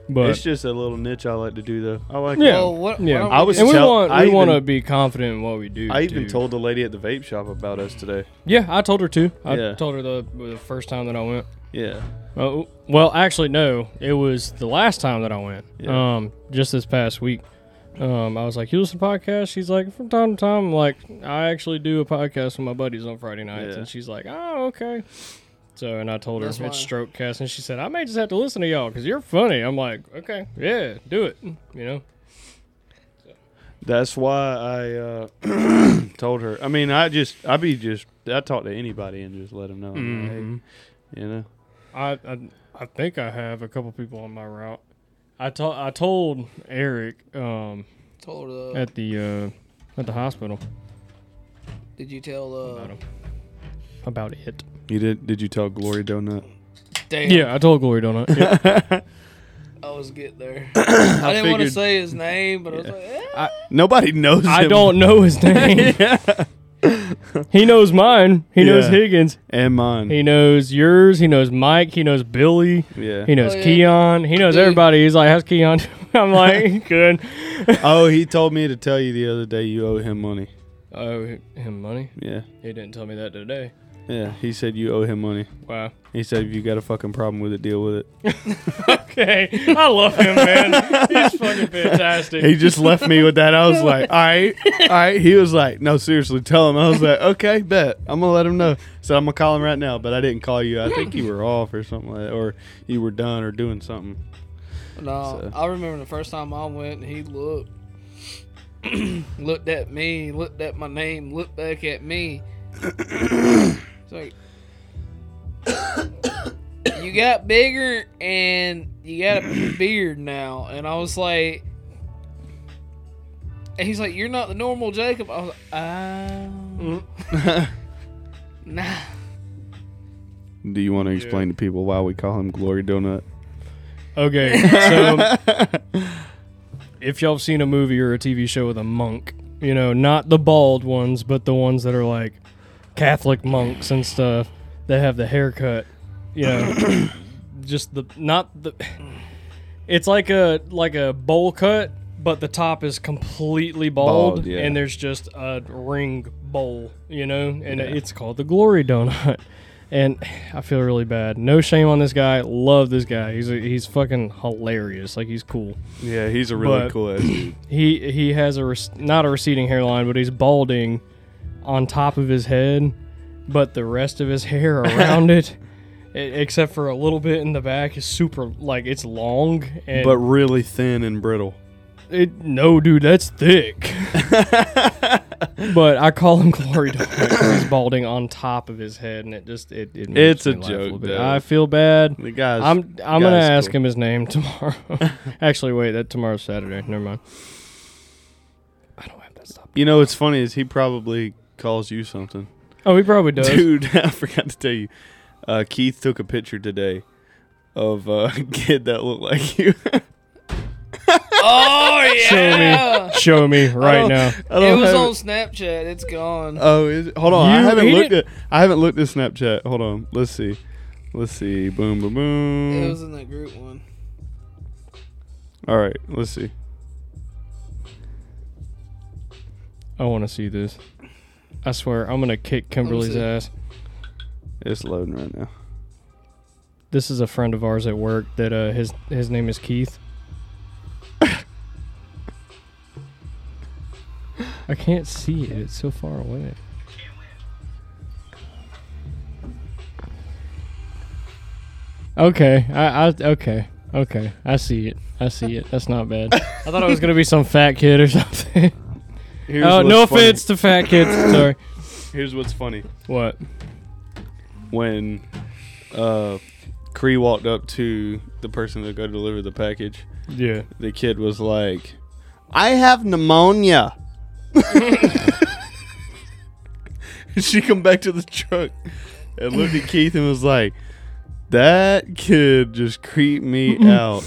[SPEAKER 1] but
[SPEAKER 3] just a little niche I like to do though. I like
[SPEAKER 1] Yeah.
[SPEAKER 3] it.
[SPEAKER 2] Well, Oh, what,
[SPEAKER 1] yeah
[SPEAKER 2] why don't
[SPEAKER 3] I
[SPEAKER 2] we
[SPEAKER 3] was
[SPEAKER 1] and
[SPEAKER 2] just-
[SPEAKER 1] we
[SPEAKER 3] tell-
[SPEAKER 1] want
[SPEAKER 3] I
[SPEAKER 1] we
[SPEAKER 3] even-
[SPEAKER 1] want to be confident in what we do
[SPEAKER 3] I even
[SPEAKER 1] too.
[SPEAKER 3] told the lady at the vape shop about us today.
[SPEAKER 1] yeah i told her too i
[SPEAKER 3] Yeah.
[SPEAKER 1] told her the, the first time that i went
[SPEAKER 3] Yeah.
[SPEAKER 1] Oh, well, actually, no. It was the last time that I went.
[SPEAKER 3] Yeah.
[SPEAKER 1] Um, just this past week. Um, I was like, "You listen to podcasts?" She's like, "From time to time." I'm like, "I actually do a podcast with my buddies on Friday nights,"
[SPEAKER 3] Yeah.
[SPEAKER 1] and she's like, "Oh, okay." So, and I told her
[SPEAKER 2] That's why-
[SPEAKER 1] it's stroke cast, and she said, "I may just have to listen to y'all because you're funny." I'm like, "Okay, yeah, do it." You know,
[SPEAKER 3] That's why I uh, told her. I mean, I just, I be just, I talk to anybody and just let them know. I'm
[SPEAKER 2] Mm-hmm.
[SPEAKER 3] like,
[SPEAKER 1] Mhm.
[SPEAKER 3] hey, you know,
[SPEAKER 1] I, I I think I have a couple people on my route. I told I told Eric um,
[SPEAKER 2] told, uh,
[SPEAKER 1] at the uh, at the hospital
[SPEAKER 2] did you tell? Uh,
[SPEAKER 1] about him about it.
[SPEAKER 3] you did. Did you tell Glory Donut?
[SPEAKER 2] damn,
[SPEAKER 1] Yeah, I told Glory Donut. Yeah.
[SPEAKER 2] I was getting there. I, didn't want to
[SPEAKER 3] figured-
[SPEAKER 2] say his name, but I was
[SPEAKER 3] Yeah.
[SPEAKER 2] like, eh.
[SPEAKER 3] I, nobody knows.
[SPEAKER 1] I
[SPEAKER 3] him.
[SPEAKER 1] don't know his name. He knows mine. He knows
[SPEAKER 3] Yeah.
[SPEAKER 1] Higgins.
[SPEAKER 3] And mine.
[SPEAKER 1] He knows yours. He knows Mike. He knows Billy.
[SPEAKER 3] yeah.
[SPEAKER 1] He knows
[SPEAKER 2] Oh, yeah.
[SPEAKER 1] Keon. He knows
[SPEAKER 2] Dude.
[SPEAKER 1] everybody. He's like, "How's Keon?" doing?" I'm like, "Good."
[SPEAKER 3] oh, he told me to tell you the other day you owe him money.
[SPEAKER 1] Oh, him money?
[SPEAKER 3] Yeah.
[SPEAKER 1] He didn't tell me that today.
[SPEAKER 3] Yeah. He said you owe him money.
[SPEAKER 1] Wow.
[SPEAKER 3] He said if you got a fucking problem with it, deal with it.
[SPEAKER 1] Okay, I love him, man. He's fucking fantastic.
[SPEAKER 3] He just left me with that. I was like, all right, all right. He was like, no, seriously, tell him. I was like, okay, bet. I'm gonna let him know. So I'm gonna call him right now, but I didn't call you. I think you were off or something like that, or you were done or doing something.
[SPEAKER 2] No,
[SPEAKER 3] So-
[SPEAKER 2] I remember the first time I went, he looked, looked at me, looked at my name, looked back at me. It's like, you got bigger and you got a beard now, and I was like, and he's like, you're not the normal Jacob. I was like,
[SPEAKER 1] Mm.
[SPEAKER 2] oh, nah.
[SPEAKER 3] Do you want to explain to people why we call him Glory Donut?
[SPEAKER 1] Okay, so if y'all have seen a movie or a TV show with a monk, you know, not the bald ones, but the ones that are like Catholic monks and stuff, they have the haircut, you know, just the not the. It's like a like a bowl cut, but the top is completely bald,
[SPEAKER 3] Bald, yeah.
[SPEAKER 1] and there's just a ring bowl, you know, and it's called the Glory Donut. And I feel really bad. No shame on this guy. Love this guy. He's a, he's fucking hilarious. Like he's cool.
[SPEAKER 3] Yeah, he's a really
[SPEAKER 1] But-
[SPEAKER 3] cool ass dude.
[SPEAKER 1] He he has a rec- not a receding hairline, but he's balding on top of his head, but the rest of his hair around it, e- except for a little bit in the back, is super like it's long and
[SPEAKER 3] But really thin and brittle.
[SPEAKER 1] It, no, dude, that's thick. but I call him Glory Dog. 'cause He's balding on top of his head, and it just it, it makes
[SPEAKER 3] It's a
[SPEAKER 1] me laugh
[SPEAKER 3] joke,
[SPEAKER 1] little bit.
[SPEAKER 3] though.
[SPEAKER 1] I feel bad.
[SPEAKER 3] The guy's
[SPEAKER 1] I'm I'm gonna
[SPEAKER 3] guy's
[SPEAKER 1] ask
[SPEAKER 3] cool.
[SPEAKER 1] him his name tomorrow. Actually, wait, that tomorrow's Saturday. Never mind. I don't have that stuff.
[SPEAKER 3] You know what's funny is he probably calls you something.
[SPEAKER 1] Oh, he probably does.
[SPEAKER 3] Dude, I forgot to tell you. Uh, Keith took a picture today of a kid that looked like you.
[SPEAKER 2] Oh
[SPEAKER 1] Show
[SPEAKER 2] yeah.
[SPEAKER 1] me, show me right now.
[SPEAKER 3] I
[SPEAKER 2] It
[SPEAKER 3] don't
[SPEAKER 2] was
[SPEAKER 3] have
[SPEAKER 2] on Snapchat. It's gone.
[SPEAKER 1] Uh,
[SPEAKER 3] Oh, is it? hold on. I
[SPEAKER 1] You-
[SPEAKER 3] haven't
[SPEAKER 1] he
[SPEAKER 3] looked at.
[SPEAKER 1] didn't-
[SPEAKER 3] I haven't looked at Snapchat. Hold on. Let's see. Let's see. Boom, boom, boom.
[SPEAKER 2] it was in that group one.
[SPEAKER 3] All right. Let's see.
[SPEAKER 1] I want to see this. I swear, I'm gonna kick Kimberly's
[SPEAKER 2] see.
[SPEAKER 1] ass.
[SPEAKER 3] It's loading right now.
[SPEAKER 1] This is a friend of ours at work that uh, his his name is Keith. I can't see it. It's so far away. Okay, I, I okay, okay. I see it. I see it. That's not bad. I thought it was gonna be some fat kid or something.
[SPEAKER 3] Here's
[SPEAKER 1] Oh,
[SPEAKER 3] what's
[SPEAKER 1] no
[SPEAKER 3] funny.
[SPEAKER 1] offense to fat kids. Sorry.
[SPEAKER 3] Here's what's funny.
[SPEAKER 1] What?
[SPEAKER 3] When uh, Cree walked up to the person that go deliver the package,
[SPEAKER 1] Yeah.
[SPEAKER 3] the kid was like, "I have pneumonia." she come back to the truck and looked at Keith and was like, "That kid just creeped me out."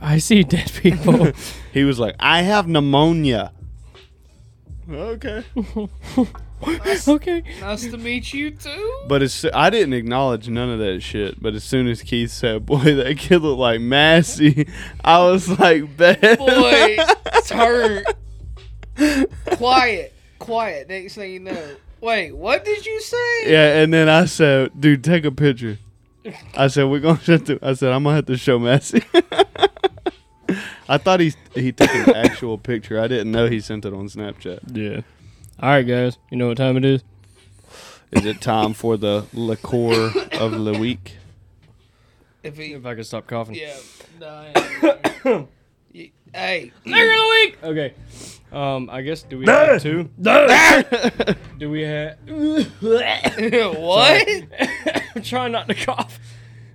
[SPEAKER 1] I see dead people.
[SPEAKER 3] He was like, I have pneumonia. Okay.
[SPEAKER 1] okay.
[SPEAKER 2] Nice to meet you too.
[SPEAKER 3] But it's, I didn't acknowledge none of that shit. But as soon as Keith said, boy, that kid looked like Massey, I was like, bet.
[SPEAKER 2] Boy, it's hurt. Quiet, quiet. Next thing you know, wait, what did you say?
[SPEAKER 3] Yeah, and then I said, dude, take a picture. I said, we're going to have to, I said, I'm going to have to show Massey. I thought he, he took an actual picture. I didn't know he sent it on Snapchat.
[SPEAKER 1] Yeah. All right, guys. You know what time it is?
[SPEAKER 3] Is it time for the liqueur of the week?
[SPEAKER 2] If he,
[SPEAKER 1] If I could stop coughing.
[SPEAKER 2] yeah, no, I ain't sorry. You- hey,
[SPEAKER 1] Okay. Um, I guess do we have two?
[SPEAKER 2] Ah!
[SPEAKER 1] do we have?
[SPEAKER 2] what?
[SPEAKER 1] I'm trying not to cough.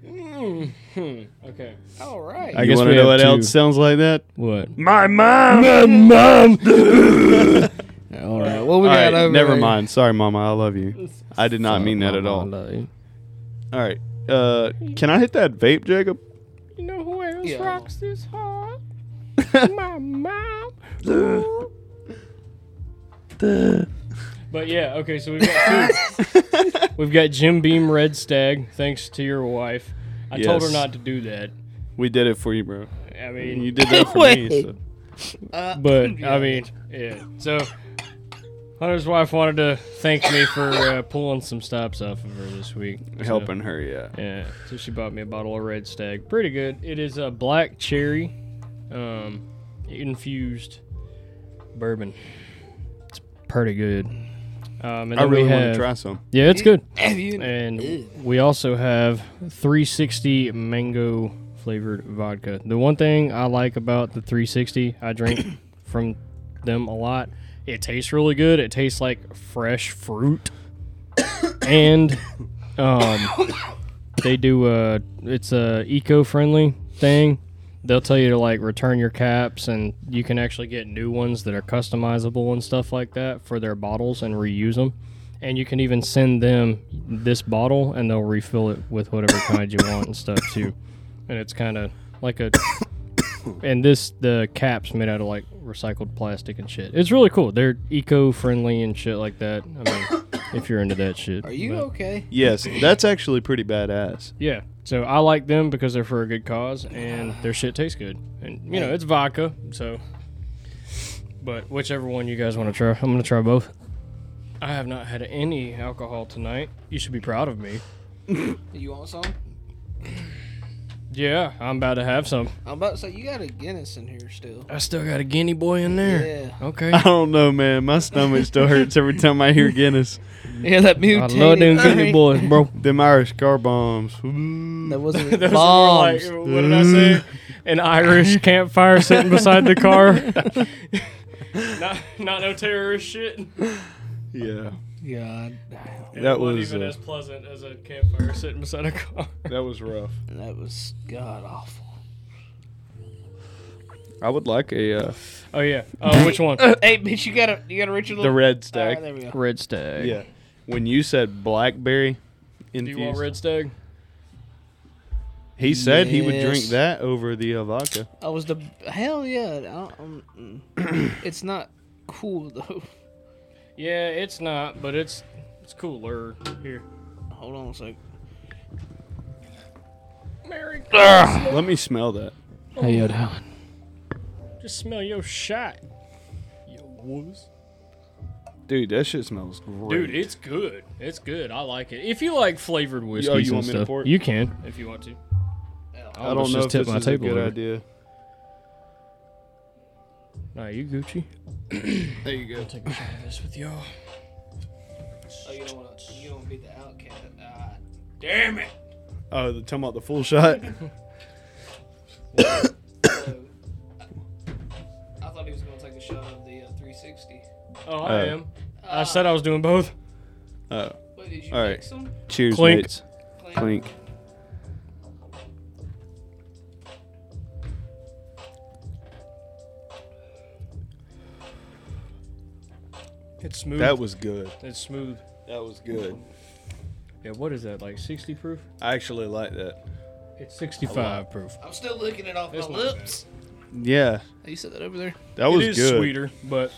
[SPEAKER 1] Mm, hmm, Okay.
[SPEAKER 2] All right.
[SPEAKER 1] I
[SPEAKER 3] you
[SPEAKER 1] guess
[SPEAKER 3] want
[SPEAKER 1] we
[SPEAKER 3] to know
[SPEAKER 1] have
[SPEAKER 3] what
[SPEAKER 1] two.
[SPEAKER 3] else sounds like that?
[SPEAKER 1] What?
[SPEAKER 3] My mom. My mom.
[SPEAKER 2] All right. What we
[SPEAKER 3] All
[SPEAKER 2] got
[SPEAKER 3] right,
[SPEAKER 2] over
[SPEAKER 3] never
[SPEAKER 2] there?
[SPEAKER 3] mind. Sorry, Mama. I love you. I did not mean that at all. All
[SPEAKER 1] You
[SPEAKER 3] right. Uh, can I hit that vape, Jacob?
[SPEAKER 1] know who else
[SPEAKER 2] Yeah. rocks
[SPEAKER 1] this hard? My mom. But yeah, okay, so we've got two. we've got Jim Beam Red Stag, thanks to your wife. I told her
[SPEAKER 3] Yes.
[SPEAKER 1] not to do that.
[SPEAKER 3] We did it for you, bro.
[SPEAKER 1] I mean,
[SPEAKER 3] You did that for me.
[SPEAKER 2] Wait.
[SPEAKER 3] So.
[SPEAKER 2] Uh,
[SPEAKER 1] but
[SPEAKER 2] yeah.
[SPEAKER 1] I mean, yeah. So Hunter's wife wanted to thank me for uh, pulling some stops off of her this week. So,
[SPEAKER 3] Helping her, yeah.
[SPEAKER 1] yeah. So she bought me a bottle of Red Stag. Pretty good. It is a black cherry, um, infused bourbon. It's pretty good. Um, and
[SPEAKER 3] I
[SPEAKER 1] then we
[SPEAKER 3] really want
[SPEAKER 1] have-
[SPEAKER 3] to try some.
[SPEAKER 1] Yeah, it's good.
[SPEAKER 2] Have you? Ew.
[SPEAKER 1] And we also have 360 mango flavored vodka. The one thing I like about the 360, I drink from them a lot. It tastes really good. It tastes like fresh fruit. and um, they do a it's a eco-friendly thing. They'll tell you to like return your caps and you can actually get new ones that are customizable and stuff like that for their bottles and reuse them and you can even send them this bottle and they'll refill it with whatever kind you want and stuff too and it's kind of like a and this the caps made out of like recycled plastic and shit it's really cool they're eco-friendly and shit like that i mean if you're into that shit
[SPEAKER 2] Are you
[SPEAKER 1] But-
[SPEAKER 2] okay?
[SPEAKER 3] Yes, that's actually pretty badass.
[SPEAKER 1] yeah So I like them because they're for a good cause and their shit tastes good. And you know, it's vodka, so but whichever one you guys want to try, I'm gonna try both. I have not had any alcohol tonight. You should be proud of me.
[SPEAKER 2] You want some?
[SPEAKER 1] Yeah, I'm about to have some.
[SPEAKER 2] I'm about to say you got a Guinness in here still.
[SPEAKER 1] I still got a guinea boy in there.
[SPEAKER 2] Yeah.
[SPEAKER 1] Okay.
[SPEAKER 3] I don't know, man. My stomach still hurts every time I hear Guinness.
[SPEAKER 2] Yeah, that
[SPEAKER 1] I love them guinea boys, bro.
[SPEAKER 3] Them Irish car bombs.
[SPEAKER 2] That
[SPEAKER 3] Ooh.
[SPEAKER 2] wasn't
[SPEAKER 1] Those were
[SPEAKER 2] bombs.
[SPEAKER 1] like- what did I say? An Irish campfire sitting beside the car. not, not no terrorist shit.
[SPEAKER 3] Yeah,
[SPEAKER 2] God,
[SPEAKER 1] It wasn't
[SPEAKER 3] that was
[SPEAKER 1] even
[SPEAKER 3] uh,
[SPEAKER 1] as pleasant as a campfire sitting beside a car.
[SPEAKER 3] that was rough.
[SPEAKER 2] that was god awful.
[SPEAKER 3] I would like a uh,
[SPEAKER 1] Oh yeah. Oh, which one?
[SPEAKER 2] hey, bitch, you gotta you gotta reach your
[SPEAKER 3] the
[SPEAKER 2] little.
[SPEAKER 3] red
[SPEAKER 2] All
[SPEAKER 3] stag.
[SPEAKER 2] right, there we go.
[SPEAKER 1] Red Stag.
[SPEAKER 3] Yeah. When you said blackberry
[SPEAKER 1] Do you want
[SPEAKER 3] infused,
[SPEAKER 1] Red Stag?
[SPEAKER 3] he said he would drink
[SPEAKER 2] Yes.
[SPEAKER 3] that over the uh, vodka.
[SPEAKER 2] I was the hell yeah. I don't, um, mm. it's not cool though.
[SPEAKER 1] Yeah, it's not, but it's it's cooler here.
[SPEAKER 2] Hold on a sec.
[SPEAKER 1] Merry
[SPEAKER 3] Let me smell that.
[SPEAKER 2] How you doing?
[SPEAKER 1] Just smell your shot. Yo, wuss.
[SPEAKER 3] Dude, that shit smells great.
[SPEAKER 1] Dude, it's good. It's good. I like it. If you like flavored whiskeys and
[SPEAKER 3] you want me to
[SPEAKER 1] stuff,
[SPEAKER 3] pour it?
[SPEAKER 1] you can if you want to.
[SPEAKER 2] Oh,
[SPEAKER 3] I don't know if this is a good idea.
[SPEAKER 1] Nah, you Gucci.
[SPEAKER 3] There you go.
[SPEAKER 1] Take a shot of this with y'all.
[SPEAKER 2] Oh, you don't want to. You don't be the outcast. Ah, damn it.
[SPEAKER 3] Oh, the talking about the full shot.
[SPEAKER 2] So, I, I thought he was gonna take a shot of the uh, 360.
[SPEAKER 1] Oh, I
[SPEAKER 3] Oh.
[SPEAKER 1] am. I said I was doing both.
[SPEAKER 3] Oh,
[SPEAKER 2] Wait, did you
[SPEAKER 3] All right.
[SPEAKER 2] mix them?
[SPEAKER 3] cheers,
[SPEAKER 1] Clink.
[SPEAKER 3] mates. Clink.
[SPEAKER 1] It's smooth.
[SPEAKER 3] That was good.
[SPEAKER 1] it's smooth.
[SPEAKER 3] That was good.
[SPEAKER 1] Yeah, what is that like? 60 proof?
[SPEAKER 3] I actually like that.
[SPEAKER 1] It's 65 proof.
[SPEAKER 2] I'm still looking it off
[SPEAKER 1] It's
[SPEAKER 2] my
[SPEAKER 1] not bad.
[SPEAKER 2] lips.
[SPEAKER 3] Yeah,
[SPEAKER 2] You said that over there.
[SPEAKER 3] that was
[SPEAKER 1] it is
[SPEAKER 3] good.
[SPEAKER 1] sweeter, but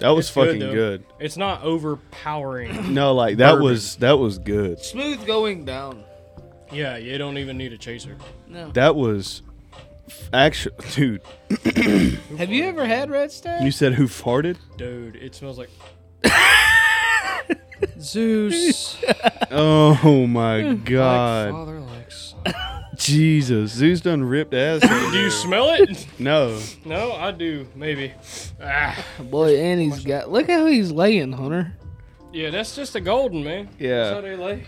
[SPEAKER 3] That was
[SPEAKER 1] It's good,
[SPEAKER 3] fucking
[SPEAKER 1] though.
[SPEAKER 3] good.
[SPEAKER 1] it's not overpowering.
[SPEAKER 3] No, like that
[SPEAKER 1] Bourbon.
[SPEAKER 3] was that was good.
[SPEAKER 2] Smooth going down.
[SPEAKER 1] yeah, you don't even need a chaser.
[SPEAKER 2] No.
[SPEAKER 3] That was actually, dude.
[SPEAKER 2] Have you ever had red stag?
[SPEAKER 3] You said who farted?
[SPEAKER 1] Dude, it smells like Zeus.
[SPEAKER 3] Oh my god.
[SPEAKER 1] Father likes.
[SPEAKER 3] Jesus, Zeus done ripped ass.
[SPEAKER 1] Do you smell it?
[SPEAKER 3] no,
[SPEAKER 1] No, I do. Maybe. Ah.
[SPEAKER 2] Boy, and he's got. Look how he's laying, Hunter.
[SPEAKER 1] Yeah, that's just a golden man. That's how
[SPEAKER 3] yeah,
[SPEAKER 1] they lay.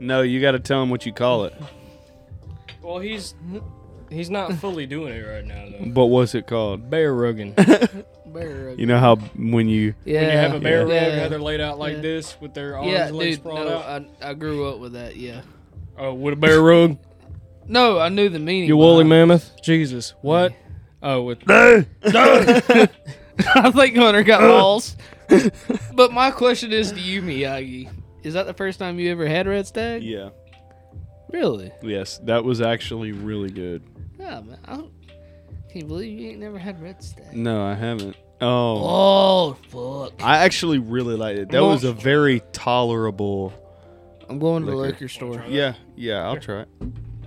[SPEAKER 3] no. You got to tell him what you call it.
[SPEAKER 1] Well, he's he's not fully doing it right now though.
[SPEAKER 3] But what's it called?
[SPEAKER 1] Bear rugging.
[SPEAKER 2] Bear rug.
[SPEAKER 3] You know how when you
[SPEAKER 2] yeah.
[SPEAKER 1] When you have a bear
[SPEAKER 2] yeah.
[SPEAKER 1] rug, how they're laid out like
[SPEAKER 2] Yeah.
[SPEAKER 1] this with their arms
[SPEAKER 2] Yeah,
[SPEAKER 1] and legs
[SPEAKER 2] dude.
[SPEAKER 1] sprawled
[SPEAKER 2] No,
[SPEAKER 1] out.
[SPEAKER 2] I, I grew up with that. Yeah.
[SPEAKER 1] Oh, with a bear rug.
[SPEAKER 2] No, I knew the meaning.
[SPEAKER 1] You woolly
[SPEAKER 2] behind
[SPEAKER 1] mammoth. Jesus, what? Oh, with
[SPEAKER 2] it. I think Hunter got lost. but my question is to you, Miyagi. Is that the first time you ever had red stag?
[SPEAKER 3] yeah
[SPEAKER 2] Really?
[SPEAKER 3] yes that was actually really good.
[SPEAKER 2] Yeah, man. I don't, can you believe you ain't never had red stag?
[SPEAKER 3] No, I haven't. Oh,
[SPEAKER 2] Oh fuck!
[SPEAKER 3] I actually really liked it. That was a very tolerable.
[SPEAKER 2] I'm going to the
[SPEAKER 3] Liquor.
[SPEAKER 2] liquor store.
[SPEAKER 3] Yeah, yeah. I'll try it.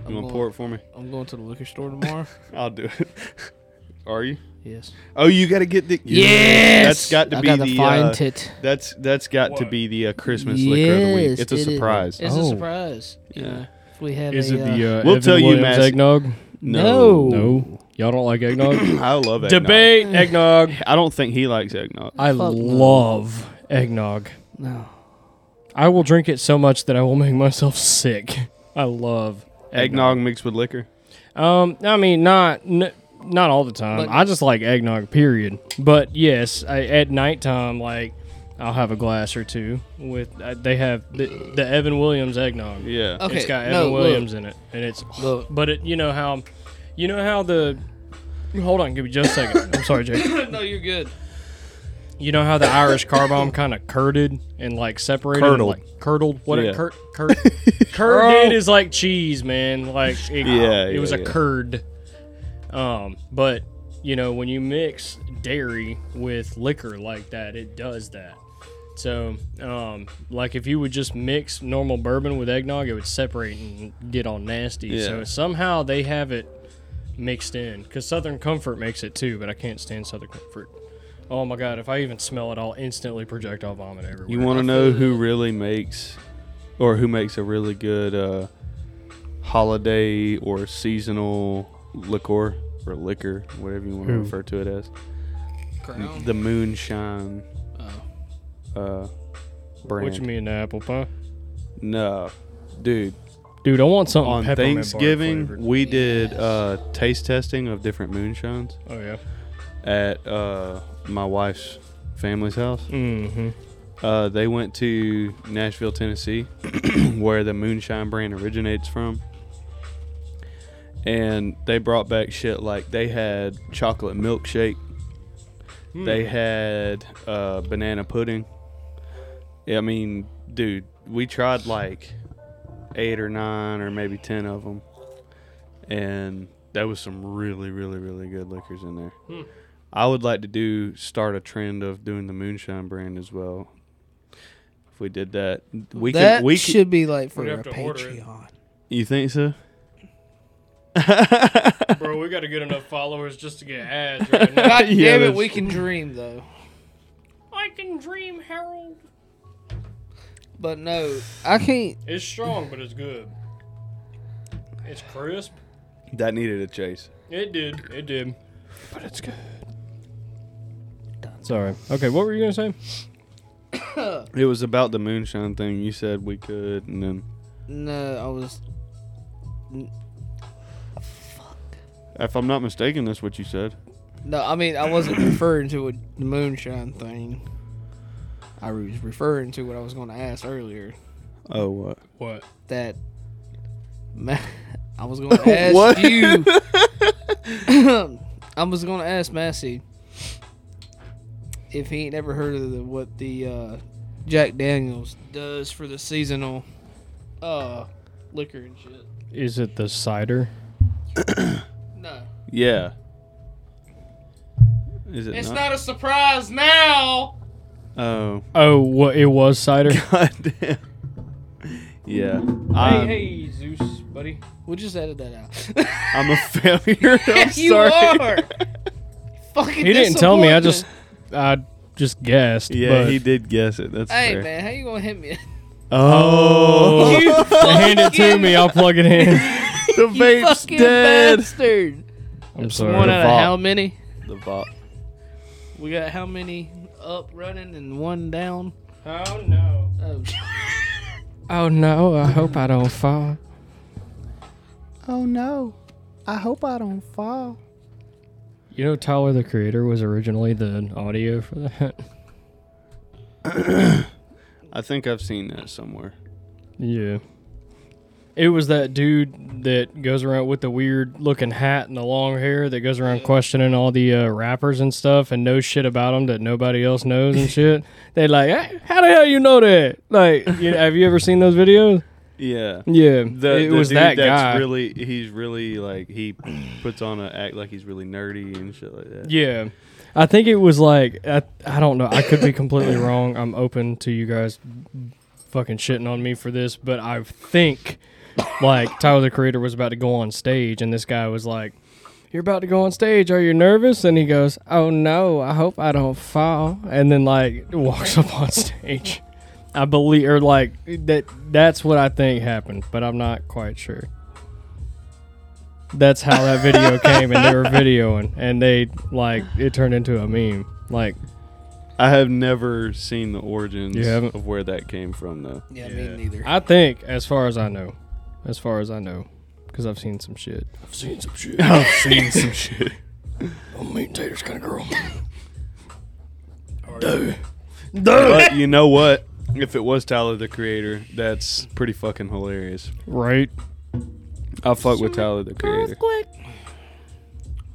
[SPEAKER 3] You want to pour it for me?
[SPEAKER 2] I'm going to the liquor store tomorrow.
[SPEAKER 3] I'll do it. Are you?
[SPEAKER 2] yes.
[SPEAKER 3] Oh, you got to get the
[SPEAKER 2] Yes.
[SPEAKER 3] That's got to
[SPEAKER 2] I
[SPEAKER 3] be
[SPEAKER 2] gotta
[SPEAKER 3] the,
[SPEAKER 2] find
[SPEAKER 3] uh,
[SPEAKER 2] it.
[SPEAKER 3] That's that's got to
[SPEAKER 1] What?
[SPEAKER 3] be the uh, Christmas liquor of the week.
[SPEAKER 2] Yes,
[SPEAKER 3] It's a
[SPEAKER 2] it is.
[SPEAKER 3] surprise.
[SPEAKER 2] It's
[SPEAKER 1] Oh.
[SPEAKER 2] a surprise. You
[SPEAKER 3] Yeah.
[SPEAKER 2] know, if we have
[SPEAKER 1] Is
[SPEAKER 2] a,
[SPEAKER 1] it the uh,
[SPEAKER 3] We'll
[SPEAKER 1] Evan
[SPEAKER 3] tell you,
[SPEAKER 1] Williams
[SPEAKER 3] Mass-
[SPEAKER 1] eggnog?
[SPEAKER 2] no.
[SPEAKER 1] No, y'all don't like eggnog.
[SPEAKER 3] I love eggnog.
[SPEAKER 1] Debate eggnog.
[SPEAKER 3] I don't think he likes eggnog.
[SPEAKER 1] I
[SPEAKER 2] Fuck no.
[SPEAKER 1] love eggnog.
[SPEAKER 2] no.
[SPEAKER 1] I will drink it so much that I will make myself sick. I love
[SPEAKER 3] Eggnog mixed with liquor.
[SPEAKER 1] Um, I mean, not n- not all the time.
[SPEAKER 2] But-
[SPEAKER 1] I just like eggnog, period. But yes, I, at nighttime, like I'll have a glass or two with. Uh, they have the, the Evan Williams eggnog.
[SPEAKER 3] Yeah.
[SPEAKER 2] Okay.
[SPEAKER 1] it's got Evan
[SPEAKER 2] no, look.
[SPEAKER 1] Williams in it, and it's.
[SPEAKER 2] Look.
[SPEAKER 1] But it, you know how, you know how the. Hold on, give me just a second. I'm sorry, Jake.
[SPEAKER 2] no, you're good.
[SPEAKER 1] You know how the Irish car bomb kind of curded and like separated,
[SPEAKER 3] Curdled.
[SPEAKER 1] and, like curdled. What
[SPEAKER 3] Yeah.
[SPEAKER 1] a cur cur curded is like cheese, man. Like it,
[SPEAKER 3] Yeah,
[SPEAKER 1] it was
[SPEAKER 3] yeah,
[SPEAKER 1] a
[SPEAKER 3] yeah.
[SPEAKER 1] curd. Um, but you know when you mix dairy with liquor like that, it does that. So, um, like if you would just mix normal bourbon with eggnog, it would separate and get all nasty.
[SPEAKER 3] Yeah.
[SPEAKER 1] So somehow they have it mixed in because Southern Comfort makes it too, but I can't stand Southern Comfort. Oh my god! If I even smell it, I'll instantly projectile vomit everywhere.
[SPEAKER 3] You want to know who really makes, or who makes a really good uh, holiday or seasonal liqueur or liquor, whatever you want to
[SPEAKER 1] Who?
[SPEAKER 3] refer to it as?
[SPEAKER 2] Crown.
[SPEAKER 3] The Moonshine
[SPEAKER 2] oh.
[SPEAKER 3] uh, brand.
[SPEAKER 1] what you mean, the apple pie?
[SPEAKER 3] No, dude.
[SPEAKER 1] Dude, I want something
[SPEAKER 3] On
[SPEAKER 1] Oh, peppermint bark
[SPEAKER 3] Thanksgiving,
[SPEAKER 1] flavored.
[SPEAKER 3] we did
[SPEAKER 2] Yes.
[SPEAKER 3] uh, taste testing of different moonshines
[SPEAKER 1] Oh yeah.
[SPEAKER 3] at uh, my wife's family's house.
[SPEAKER 1] Mm-hmm.
[SPEAKER 3] Uh, they went to Nashville, Tennessee, where the moonshine brand originates from. And they brought back shit like they had chocolate milkshake,
[SPEAKER 1] Hmm.
[SPEAKER 3] they had uh, banana pudding. Yeah, I mean, dude, we tried like eight or nine or maybe 10 of them. And there was some really, really, really good liquors in there.
[SPEAKER 1] Hmm.
[SPEAKER 3] I would like to do start a trend of doing the moonshine brand as well. If we did that, we
[SPEAKER 2] that
[SPEAKER 3] could. We could,
[SPEAKER 2] should be like for
[SPEAKER 1] We'd
[SPEAKER 2] a
[SPEAKER 1] have to order it.
[SPEAKER 2] Patreon.
[SPEAKER 3] you think so?
[SPEAKER 1] Mm. Bro, we got to get enough followers just to get ads right now.
[SPEAKER 2] God
[SPEAKER 3] Yeah,
[SPEAKER 2] damn it,
[SPEAKER 3] that's-
[SPEAKER 2] we can dream though.
[SPEAKER 1] I can dream, Harold.
[SPEAKER 2] But no, I can't.
[SPEAKER 1] It's strong, but it's good. It's crisp.
[SPEAKER 3] That needed a chase.
[SPEAKER 1] It did. It did.
[SPEAKER 3] But it's good.
[SPEAKER 1] Sorry. Okay, what were you gonna say?
[SPEAKER 3] It was about the moonshine thing. You said we could, and then
[SPEAKER 2] No, I was.
[SPEAKER 3] if I'm not mistaken, that's what you said.
[SPEAKER 2] No, I mean I wasn't referring to a moonshine thing. I was referring to what I was going to ask earlier.
[SPEAKER 3] Oh, what?
[SPEAKER 1] What?
[SPEAKER 2] That ma- I was going to ask
[SPEAKER 3] What?
[SPEAKER 2] you. I was going to ask Massey if he ain't ever heard of the, what the uh, Jack Daniels does for the seasonal uh, liquor and shit.
[SPEAKER 1] Is it the cider?
[SPEAKER 2] No,
[SPEAKER 3] Yeah. Is it
[SPEAKER 2] it's
[SPEAKER 3] not?
[SPEAKER 2] not a surprise now.
[SPEAKER 3] oh,
[SPEAKER 1] Oh, what? It was cider.
[SPEAKER 3] god damn. Yeah.
[SPEAKER 1] hey,
[SPEAKER 3] I'm,
[SPEAKER 1] hey, Zeus, buddy.
[SPEAKER 2] We just edit that out.
[SPEAKER 3] I'm a failure. I'm
[SPEAKER 2] Yeah, you
[SPEAKER 3] sorry.
[SPEAKER 2] are. Fucking.
[SPEAKER 1] He didn't tell me. I
[SPEAKER 2] disappointment.
[SPEAKER 1] just, I just guessed.
[SPEAKER 3] Yeah,
[SPEAKER 1] but-
[SPEAKER 3] he did guess it. That's
[SPEAKER 2] Hey
[SPEAKER 3] fair.
[SPEAKER 2] man, how you gonna hit me?
[SPEAKER 3] Oh,
[SPEAKER 1] Oh. hand it to me. I'll plug it in.
[SPEAKER 3] the
[SPEAKER 2] You
[SPEAKER 3] vape's
[SPEAKER 2] fucking
[SPEAKER 3] dead.
[SPEAKER 2] bastard.
[SPEAKER 1] I'm
[SPEAKER 2] One
[SPEAKER 1] sorry.
[SPEAKER 2] out of
[SPEAKER 3] vault.
[SPEAKER 2] how many?
[SPEAKER 3] The vape.
[SPEAKER 2] We got how many up running and one down?
[SPEAKER 1] Oh no.
[SPEAKER 2] Oh,
[SPEAKER 1] Oh no. I hope I don't fall.
[SPEAKER 3] Oh no. I hope I don't fall.
[SPEAKER 1] You know, Tyler the Creator was originally the audio for that.
[SPEAKER 3] I think I've seen that somewhere.
[SPEAKER 1] Yeah. It was that dude that goes around with the weird looking hat and the long hair that goes around questioning all the uh, rappers and stuff and knows shit about them that nobody else knows and shit. They like, hey, how the hell you know that? Like, you have you ever seen those videos?
[SPEAKER 3] Yeah.
[SPEAKER 1] Yeah,
[SPEAKER 3] The,
[SPEAKER 1] it
[SPEAKER 3] the
[SPEAKER 1] was
[SPEAKER 3] dude
[SPEAKER 1] that
[SPEAKER 3] that's
[SPEAKER 1] guy.
[SPEAKER 3] really he's really like he puts on a act like he's really nerdy and shit like that.
[SPEAKER 1] yeah, I think it was like I, I don't know. I could be completely wrong. I'm open to you guys fucking shitting on me for this, but I think like Tyler the Creator was about to go on stage, and this guy was like, "You're about to go on stage. Are you nervous?" And he goes, "Oh no, I hope I don't fall." And then like walks up on stage. I believe, or like that. That's what I think happened, but I'm not quite sure. That's how that video came, and they were videoing, and they like it turned into a meme. Like,
[SPEAKER 3] I have never seen the origins
[SPEAKER 1] You haven't?
[SPEAKER 3] of where that came from though.
[SPEAKER 2] yeah, me neither.
[SPEAKER 1] I think, as far as I know, as far as I know, because I've seen some shit. Oh. I've seen some shit.
[SPEAKER 3] I've seen some shit.
[SPEAKER 1] I'm meat and taters kind of girl.
[SPEAKER 3] But you know what? If it was Tyler the Creator, that's pretty fucking hilarious.
[SPEAKER 1] Right.
[SPEAKER 3] I fuck with Tyler the Creator.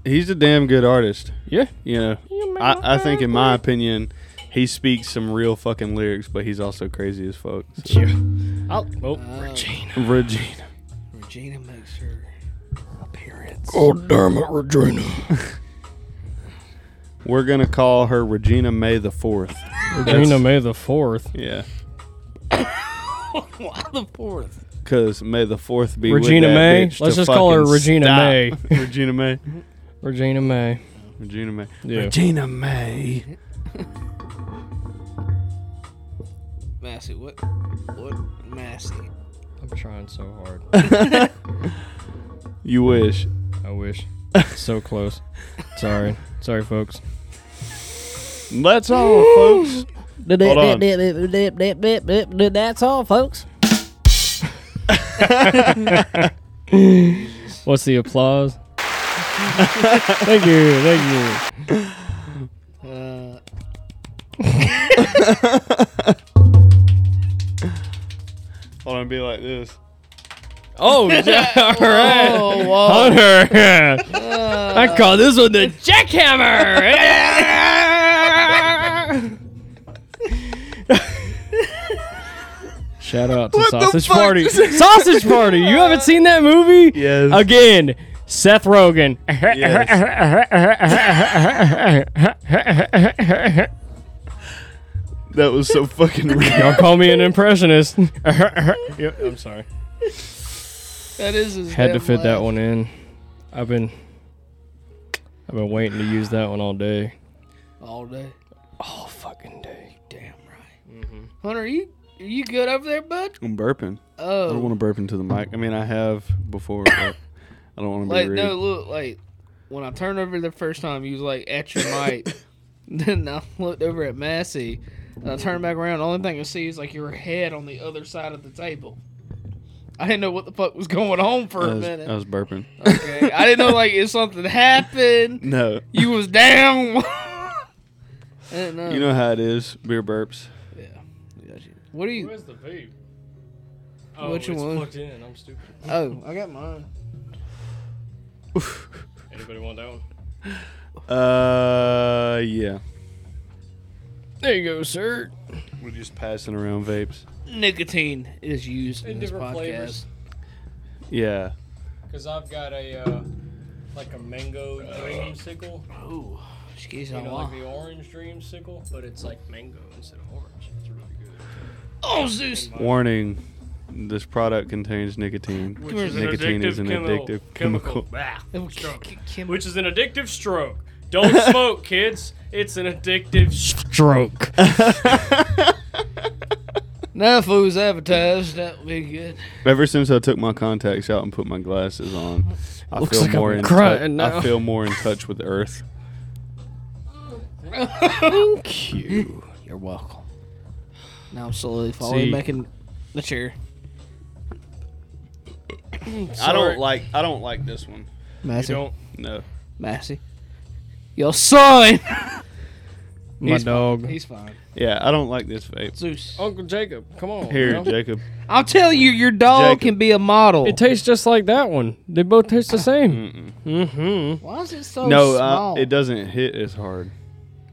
[SPEAKER 3] He's a damn good artist.
[SPEAKER 1] Yeah.
[SPEAKER 3] You know, I, I think in my opinion, he speaks some real fucking lyrics, but he's also crazy as fuck. so.
[SPEAKER 1] Yeah. I'll, oh,
[SPEAKER 2] Uh,
[SPEAKER 1] Regina.
[SPEAKER 3] Regina.
[SPEAKER 2] Regina makes her appearance.
[SPEAKER 1] Oh, damn it, Regina.
[SPEAKER 3] We're gonna call her Regina May the Fourth.
[SPEAKER 1] Regina May the fourth.
[SPEAKER 3] Yeah,
[SPEAKER 2] Why the fourth?
[SPEAKER 3] because May the Fourth be with
[SPEAKER 1] Regina
[SPEAKER 3] that
[SPEAKER 1] May.
[SPEAKER 3] bitch
[SPEAKER 1] Let's
[SPEAKER 3] to
[SPEAKER 1] just call her
[SPEAKER 3] fucking
[SPEAKER 1] Regina
[SPEAKER 3] stop.
[SPEAKER 1] May.
[SPEAKER 3] Regina May.
[SPEAKER 1] Regina May.
[SPEAKER 3] Regina May.
[SPEAKER 1] Yeah.
[SPEAKER 3] Regina May.
[SPEAKER 2] Massey, what? What Massey?
[SPEAKER 1] I'm trying so hard.
[SPEAKER 3] You wish.
[SPEAKER 1] I wish. so close. Sorry. Sorry, folks.
[SPEAKER 3] That's all, folks. Hold on.
[SPEAKER 2] That's all, folks.
[SPEAKER 1] What's the applause? thank you. Thank you.
[SPEAKER 2] Uh,
[SPEAKER 3] Hold on, be like this.
[SPEAKER 1] Oh, ja- all right.
[SPEAKER 2] oh, whoa.
[SPEAKER 1] Hunter. I call this one the jackhammer. Shout out to
[SPEAKER 3] the
[SPEAKER 1] Sausage
[SPEAKER 3] fuck?
[SPEAKER 1] Party. Sausage Party. You haven't seen that movie?
[SPEAKER 3] Yes.
[SPEAKER 1] Again, Seth Rogen.
[SPEAKER 3] That was so fucking real.
[SPEAKER 1] Y'all call me an impressionist. Yep, I'm sorry.
[SPEAKER 2] That is his
[SPEAKER 1] Had to
[SPEAKER 2] damn
[SPEAKER 1] fit that
[SPEAKER 2] laugh.
[SPEAKER 1] one in. I've been I've been waiting to use that one all day.
[SPEAKER 2] all day.
[SPEAKER 1] All fucking day.
[SPEAKER 2] Damn right.
[SPEAKER 1] Mm-hmm.
[SPEAKER 2] Hunter, are you are you good over there, bud?
[SPEAKER 3] I'm burping. I
[SPEAKER 2] Oh,
[SPEAKER 3] don't want to burp into the mic. I mean, I have before, but I don't want to be
[SPEAKER 2] like
[SPEAKER 3] rude.
[SPEAKER 2] no, look, like when I turned over the first time, you was like at your mic. then I looked over at Massey, and I turned back around. The only thing I see is like your head on the other side of the table. I didn't know what the fuck was going on for
[SPEAKER 3] I,
[SPEAKER 2] a
[SPEAKER 3] was,
[SPEAKER 2] minute.
[SPEAKER 3] I was burping.
[SPEAKER 2] okay, I didn't know like if something happened.
[SPEAKER 3] No.
[SPEAKER 2] You was down. I didn't know.
[SPEAKER 3] You know how it is. Beer burps.
[SPEAKER 2] yeah. What are you?
[SPEAKER 1] Where's the vape?
[SPEAKER 2] Oh, Which it's one? plugged
[SPEAKER 1] in. I'm stupid.
[SPEAKER 2] Oh, I got mine.
[SPEAKER 1] Anybody want that one?
[SPEAKER 3] Uh, yeah.
[SPEAKER 1] There you go, sir.
[SPEAKER 3] We're just passing around vapes.
[SPEAKER 2] Nicotine is used in,
[SPEAKER 1] In
[SPEAKER 2] this
[SPEAKER 1] different
[SPEAKER 2] podcast.
[SPEAKER 1] flavors.
[SPEAKER 3] Yeah.
[SPEAKER 1] Cause I've got a uh, like a mango dream sickle,
[SPEAKER 2] Ooh, excuse
[SPEAKER 1] you
[SPEAKER 2] me.
[SPEAKER 1] know, like the orange dream sickle, but it's like mango instead of orange. It's really good.
[SPEAKER 2] Oh, Zeus.
[SPEAKER 3] Warning: This product contains nicotine.
[SPEAKER 2] Which is an
[SPEAKER 3] nicotine is an addictive chemical.
[SPEAKER 1] stroke.
[SPEAKER 2] K- Kim-
[SPEAKER 1] Which is an addictive stroke. Don't smoke, kids. It's an addictive stroke.
[SPEAKER 2] Now, if it was advertised, that would be good.
[SPEAKER 3] Ever since I took my contacts out and put my glasses on, I
[SPEAKER 1] Looks
[SPEAKER 3] feel
[SPEAKER 1] like
[SPEAKER 3] more
[SPEAKER 1] I'm
[SPEAKER 3] in
[SPEAKER 1] crying
[SPEAKER 3] tou-
[SPEAKER 1] now.
[SPEAKER 3] I feel more in touch with Earth.
[SPEAKER 2] Thank you. You're welcome. Now I'm slowly falling
[SPEAKER 1] See.
[SPEAKER 2] back in the chair.
[SPEAKER 3] I
[SPEAKER 1] Sorry.
[SPEAKER 3] don't like. I don't like this one.
[SPEAKER 1] You
[SPEAKER 2] Massey.
[SPEAKER 1] don't.
[SPEAKER 3] No.
[SPEAKER 2] Massey. Your son.
[SPEAKER 1] My
[SPEAKER 2] He's fine.
[SPEAKER 1] dog,
[SPEAKER 2] He's fine.
[SPEAKER 3] Yeah, I don't like this vape.
[SPEAKER 2] Zeus.
[SPEAKER 1] Uncle Jacob. Come on.
[SPEAKER 3] Here,
[SPEAKER 1] now.
[SPEAKER 3] Jacob.
[SPEAKER 2] Oh. I'll tell you, your dog
[SPEAKER 3] Jacob.
[SPEAKER 2] can be a model.
[SPEAKER 1] It tastes just like that one. They both taste the same.
[SPEAKER 3] Mm-mm.
[SPEAKER 1] Mm-hmm.
[SPEAKER 2] Why is it so
[SPEAKER 3] no,
[SPEAKER 2] small?
[SPEAKER 3] I, it doesn't hit as hard.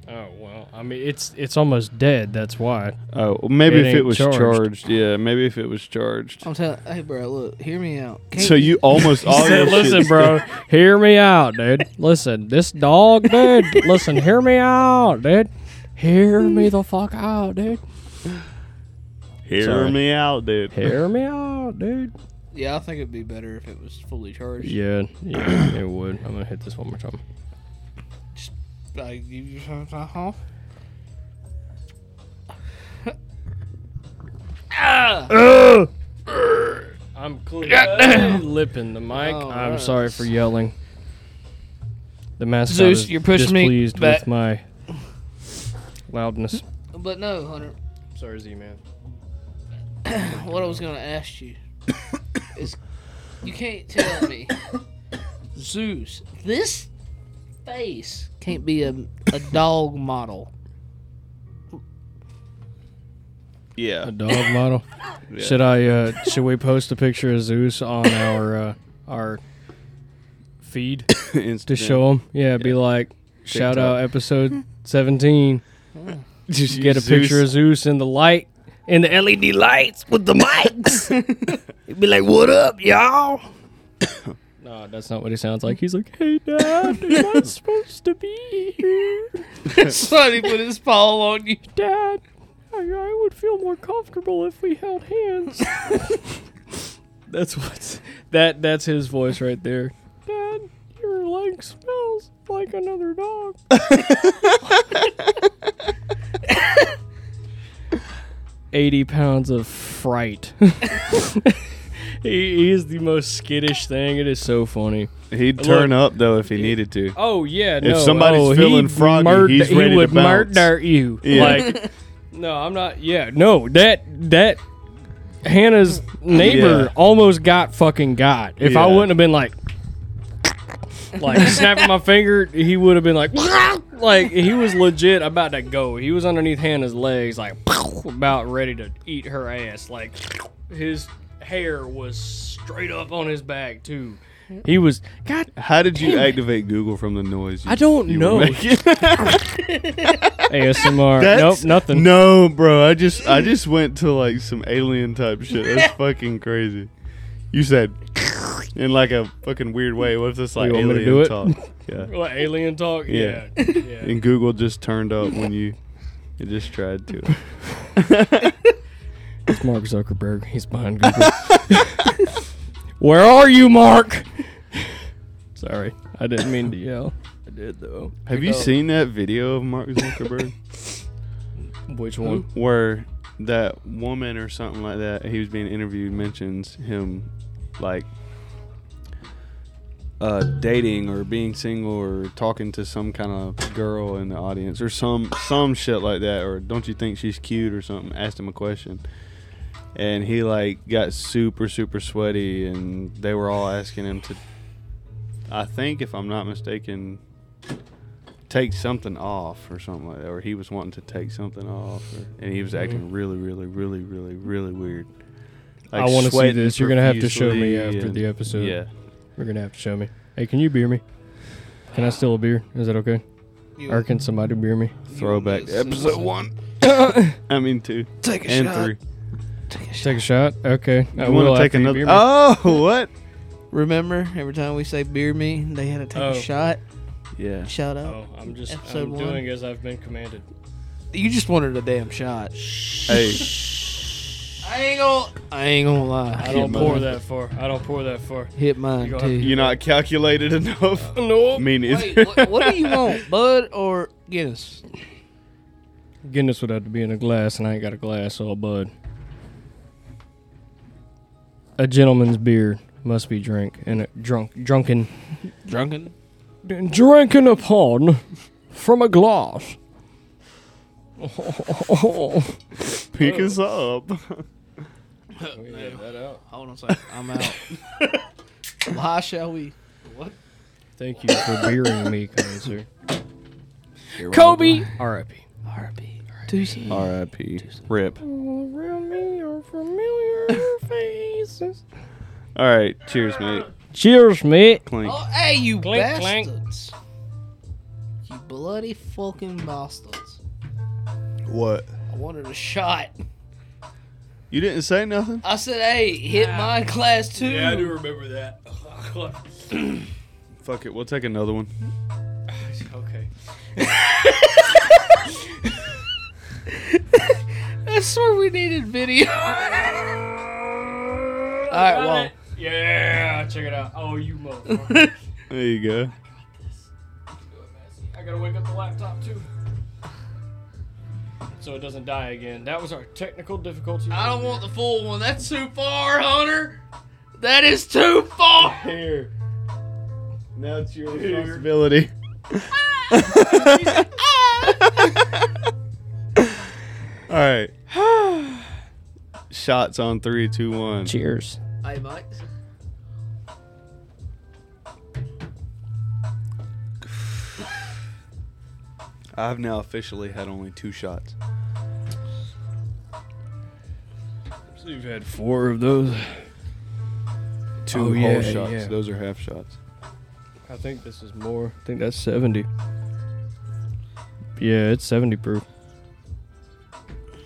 [SPEAKER 1] Oh well, I mean it's it's almost dead. That's why.
[SPEAKER 3] Oh, well, maybe
[SPEAKER 1] It
[SPEAKER 3] if it
[SPEAKER 1] ain't
[SPEAKER 3] was charged.
[SPEAKER 1] charged. Oh,
[SPEAKER 3] Yeah, maybe if it was charged.
[SPEAKER 2] I'm telling. Hey, bro, look. Hear me out. Can't
[SPEAKER 3] So you almost all
[SPEAKER 1] Said,
[SPEAKER 3] your
[SPEAKER 1] listen,
[SPEAKER 3] shit's
[SPEAKER 1] bro, hear me out, dude. Listen, this dog, dude. Listen, hear me out, dude. Hear me the fuck out, dude.
[SPEAKER 3] Hear
[SPEAKER 1] Sorry.
[SPEAKER 3] me out, dude.
[SPEAKER 1] Hear me out, dude.
[SPEAKER 2] Yeah, I think it'd be better if it was fully charged.
[SPEAKER 1] Yeah, yeah, it would. I'm gonna hit this one more time.
[SPEAKER 2] Like, you just have to- huh? Ah!
[SPEAKER 1] I'm Oh, clearly lipping the mic.
[SPEAKER 2] All
[SPEAKER 1] I'm
[SPEAKER 2] right.
[SPEAKER 1] sorry for yelling. The mascot
[SPEAKER 2] Zeus,
[SPEAKER 1] is
[SPEAKER 2] you're pushing me
[SPEAKER 1] displeased
[SPEAKER 2] back.
[SPEAKER 1] with my loudness.
[SPEAKER 2] But no, Hunter.
[SPEAKER 1] Sorry, Z man.
[SPEAKER 2] What I was gonna ask you is, you can't tell me, Zeus. This face can't be a a dog model.
[SPEAKER 1] A
[SPEAKER 3] Yeah.
[SPEAKER 1] dog model.
[SPEAKER 3] yeah.
[SPEAKER 1] Should I? Uh, should we post a picture of Zeus on our uh, our feed to
[SPEAKER 3] Instagram.
[SPEAKER 1] show him? Yeah, be like, shout out episode seventeen.
[SPEAKER 3] Just
[SPEAKER 1] Get a
[SPEAKER 3] use
[SPEAKER 1] picture of Zeus in the light, in the E LED lights with the mics. He'd be like, "What up, y'all?" No, that's not what he sounds like. He's like, "Hey, Dad, you're not supposed to be here,
[SPEAKER 2] Sonny put his paw on you.
[SPEAKER 1] Dad. I, I would feel more comfortable if we held hands." that's what's that. That's his voice right there. Dad, your leg smells like another dog. Eighty pounds of fright. he, he is the most skittish thing. It is so funny.
[SPEAKER 3] He'd turn up though if he needed to.
[SPEAKER 1] Oh yeah, Oh,
[SPEAKER 3] If somebody's feeling froggy, he's ready
[SPEAKER 1] he
[SPEAKER 3] to
[SPEAKER 1] would
[SPEAKER 3] bounce.
[SPEAKER 1] murder you.
[SPEAKER 3] Yeah.
[SPEAKER 1] Like, no, I'm not. Yeah, no, that that Hannah's neighbor
[SPEAKER 3] Yeah.
[SPEAKER 1] almost got fucking got. If I
[SPEAKER 3] Yeah.
[SPEAKER 1] wouldn't have been like, like snapping my finger, he would have been like, like he was legit about to go. He was underneath Hannah's legs, like about ready to eat her ass. Like his hair was straight up on his back too. He was God.
[SPEAKER 3] How did you activate Google from the noise? You,
[SPEAKER 1] I don't
[SPEAKER 3] you were
[SPEAKER 1] know.
[SPEAKER 3] making?
[SPEAKER 1] ASMR.
[SPEAKER 3] That's-
[SPEAKER 1] nope, nothing.
[SPEAKER 3] No, bro. I just I just went to like some alien type shit. That's fucking crazy. You said in like a fucking weird way. What if this like
[SPEAKER 1] You want
[SPEAKER 3] alien
[SPEAKER 1] me to do it?
[SPEAKER 3] talk? Yeah.
[SPEAKER 1] What, alien talk?
[SPEAKER 3] Yeah.
[SPEAKER 1] Yeah. yeah.
[SPEAKER 3] And Google just turned up when you it just tried to.
[SPEAKER 1] It's Mark Zuckerberg. He's behind Google. Where are you, Mark? Sorry. I didn't mean to yell. I did, though.
[SPEAKER 3] Have you seen that video of Mark Zuckerberg
[SPEAKER 1] Which one?
[SPEAKER 3] where that woman or something like that he was being interviewed mentions him like uh, dating or being single or talking to some kind of girl in the audience or some some shit like that or don't you think she's cute or something asked him a question and he like got super super sweaty and they were all asking him to i think if i'm not mistaken take something off or something like that or he was wanting to take something off or, and he was acting really really really really really weird
[SPEAKER 1] Mm-hmm. I wanna see
[SPEAKER 3] sweating
[SPEAKER 1] this. You're gonna have to show me
[SPEAKER 3] profusely
[SPEAKER 1] after
[SPEAKER 3] and-
[SPEAKER 1] the episode.
[SPEAKER 3] yeah
[SPEAKER 1] You're going to have to show me. Hey, can you beer me? Can I steal a beer? Is that okay?
[SPEAKER 2] You-
[SPEAKER 1] Or can somebody beer me?
[SPEAKER 3] Throwback
[SPEAKER 2] Yes.
[SPEAKER 3] episode one. I mean two
[SPEAKER 2] Take a
[SPEAKER 3] and
[SPEAKER 2] shot.
[SPEAKER 3] three.
[SPEAKER 1] Take a shot? Okay. I
[SPEAKER 3] You want
[SPEAKER 1] will
[SPEAKER 3] to take
[SPEAKER 1] after you
[SPEAKER 3] another?
[SPEAKER 1] beer me.
[SPEAKER 3] Oh, what?
[SPEAKER 2] Remember, every time we say beer me, they had to take
[SPEAKER 1] Oh.
[SPEAKER 2] a shot.
[SPEAKER 3] Yeah.
[SPEAKER 2] Shout out.
[SPEAKER 1] Oh, I'm just
[SPEAKER 2] Episode
[SPEAKER 1] I'm
[SPEAKER 2] one.
[SPEAKER 1] doing as I've been commanded.
[SPEAKER 2] You just wanted a damn shot.
[SPEAKER 3] Hey,
[SPEAKER 2] I ain't gonna. I ain't gonna lie.
[SPEAKER 1] I
[SPEAKER 2] Hit
[SPEAKER 1] don't
[SPEAKER 2] mine.
[SPEAKER 1] pour that far. I don't pour that far.
[SPEAKER 2] Hit
[SPEAKER 1] You
[SPEAKER 2] mine
[SPEAKER 1] gonna
[SPEAKER 2] too.
[SPEAKER 1] have
[SPEAKER 3] you not calculated enough.
[SPEAKER 1] No.
[SPEAKER 3] Me
[SPEAKER 2] Wait,
[SPEAKER 3] neither.
[SPEAKER 2] what, what do you want, Bud or Guinness?
[SPEAKER 1] Guinness would have to be in a glass, and I ain't got a glass, so bud. A gentleman's beer must be drink and a drunk drunken
[SPEAKER 2] Drunken.
[SPEAKER 1] drinking upon from a glass.
[SPEAKER 3] Pick us up.
[SPEAKER 2] Hold on a second. I'm out. Why shall we?
[SPEAKER 1] Thank you for beering me, Kaiser. Kobe, R.I.P.
[SPEAKER 2] R.B. Deuces.
[SPEAKER 3] R.I.P. Rip. All
[SPEAKER 1] All around me are familiar faces.
[SPEAKER 3] right. Cheers, mate.
[SPEAKER 1] Cheers, mate.
[SPEAKER 3] Clink.
[SPEAKER 2] Oh, hey, you
[SPEAKER 1] Clink, clank.
[SPEAKER 2] bastards! You bloody fucking bastards!
[SPEAKER 3] What?
[SPEAKER 2] I wanted a shot.
[SPEAKER 3] You didn't say nothing.
[SPEAKER 2] I said, hey, hit my class too.
[SPEAKER 1] remember that.
[SPEAKER 3] Fuck it. We'll take another one.
[SPEAKER 1] okay.
[SPEAKER 2] That's where we needed video. All right, well,
[SPEAKER 1] Yeah, check it out. Oh, you motherfucker.
[SPEAKER 3] There you go.
[SPEAKER 1] I gotta wake up the laptop too. So it doesn't die again. That was our technical difficulty.
[SPEAKER 2] I don't want the full one. That's too far, Hunter. That is too far.
[SPEAKER 1] Here.
[SPEAKER 3] Now it's your responsibility. All right. Shots on three, two, one.
[SPEAKER 1] Cheers.
[SPEAKER 2] Hey, Mike.
[SPEAKER 3] I've now officially had only two shots.
[SPEAKER 1] So you've had four of those.
[SPEAKER 3] Two
[SPEAKER 1] Oh,
[SPEAKER 3] whole
[SPEAKER 1] yeah,
[SPEAKER 3] shots.
[SPEAKER 1] yeah.
[SPEAKER 3] Those are half shots.
[SPEAKER 1] I think this is more. I think that's 70. Yeah, it's 70 proof.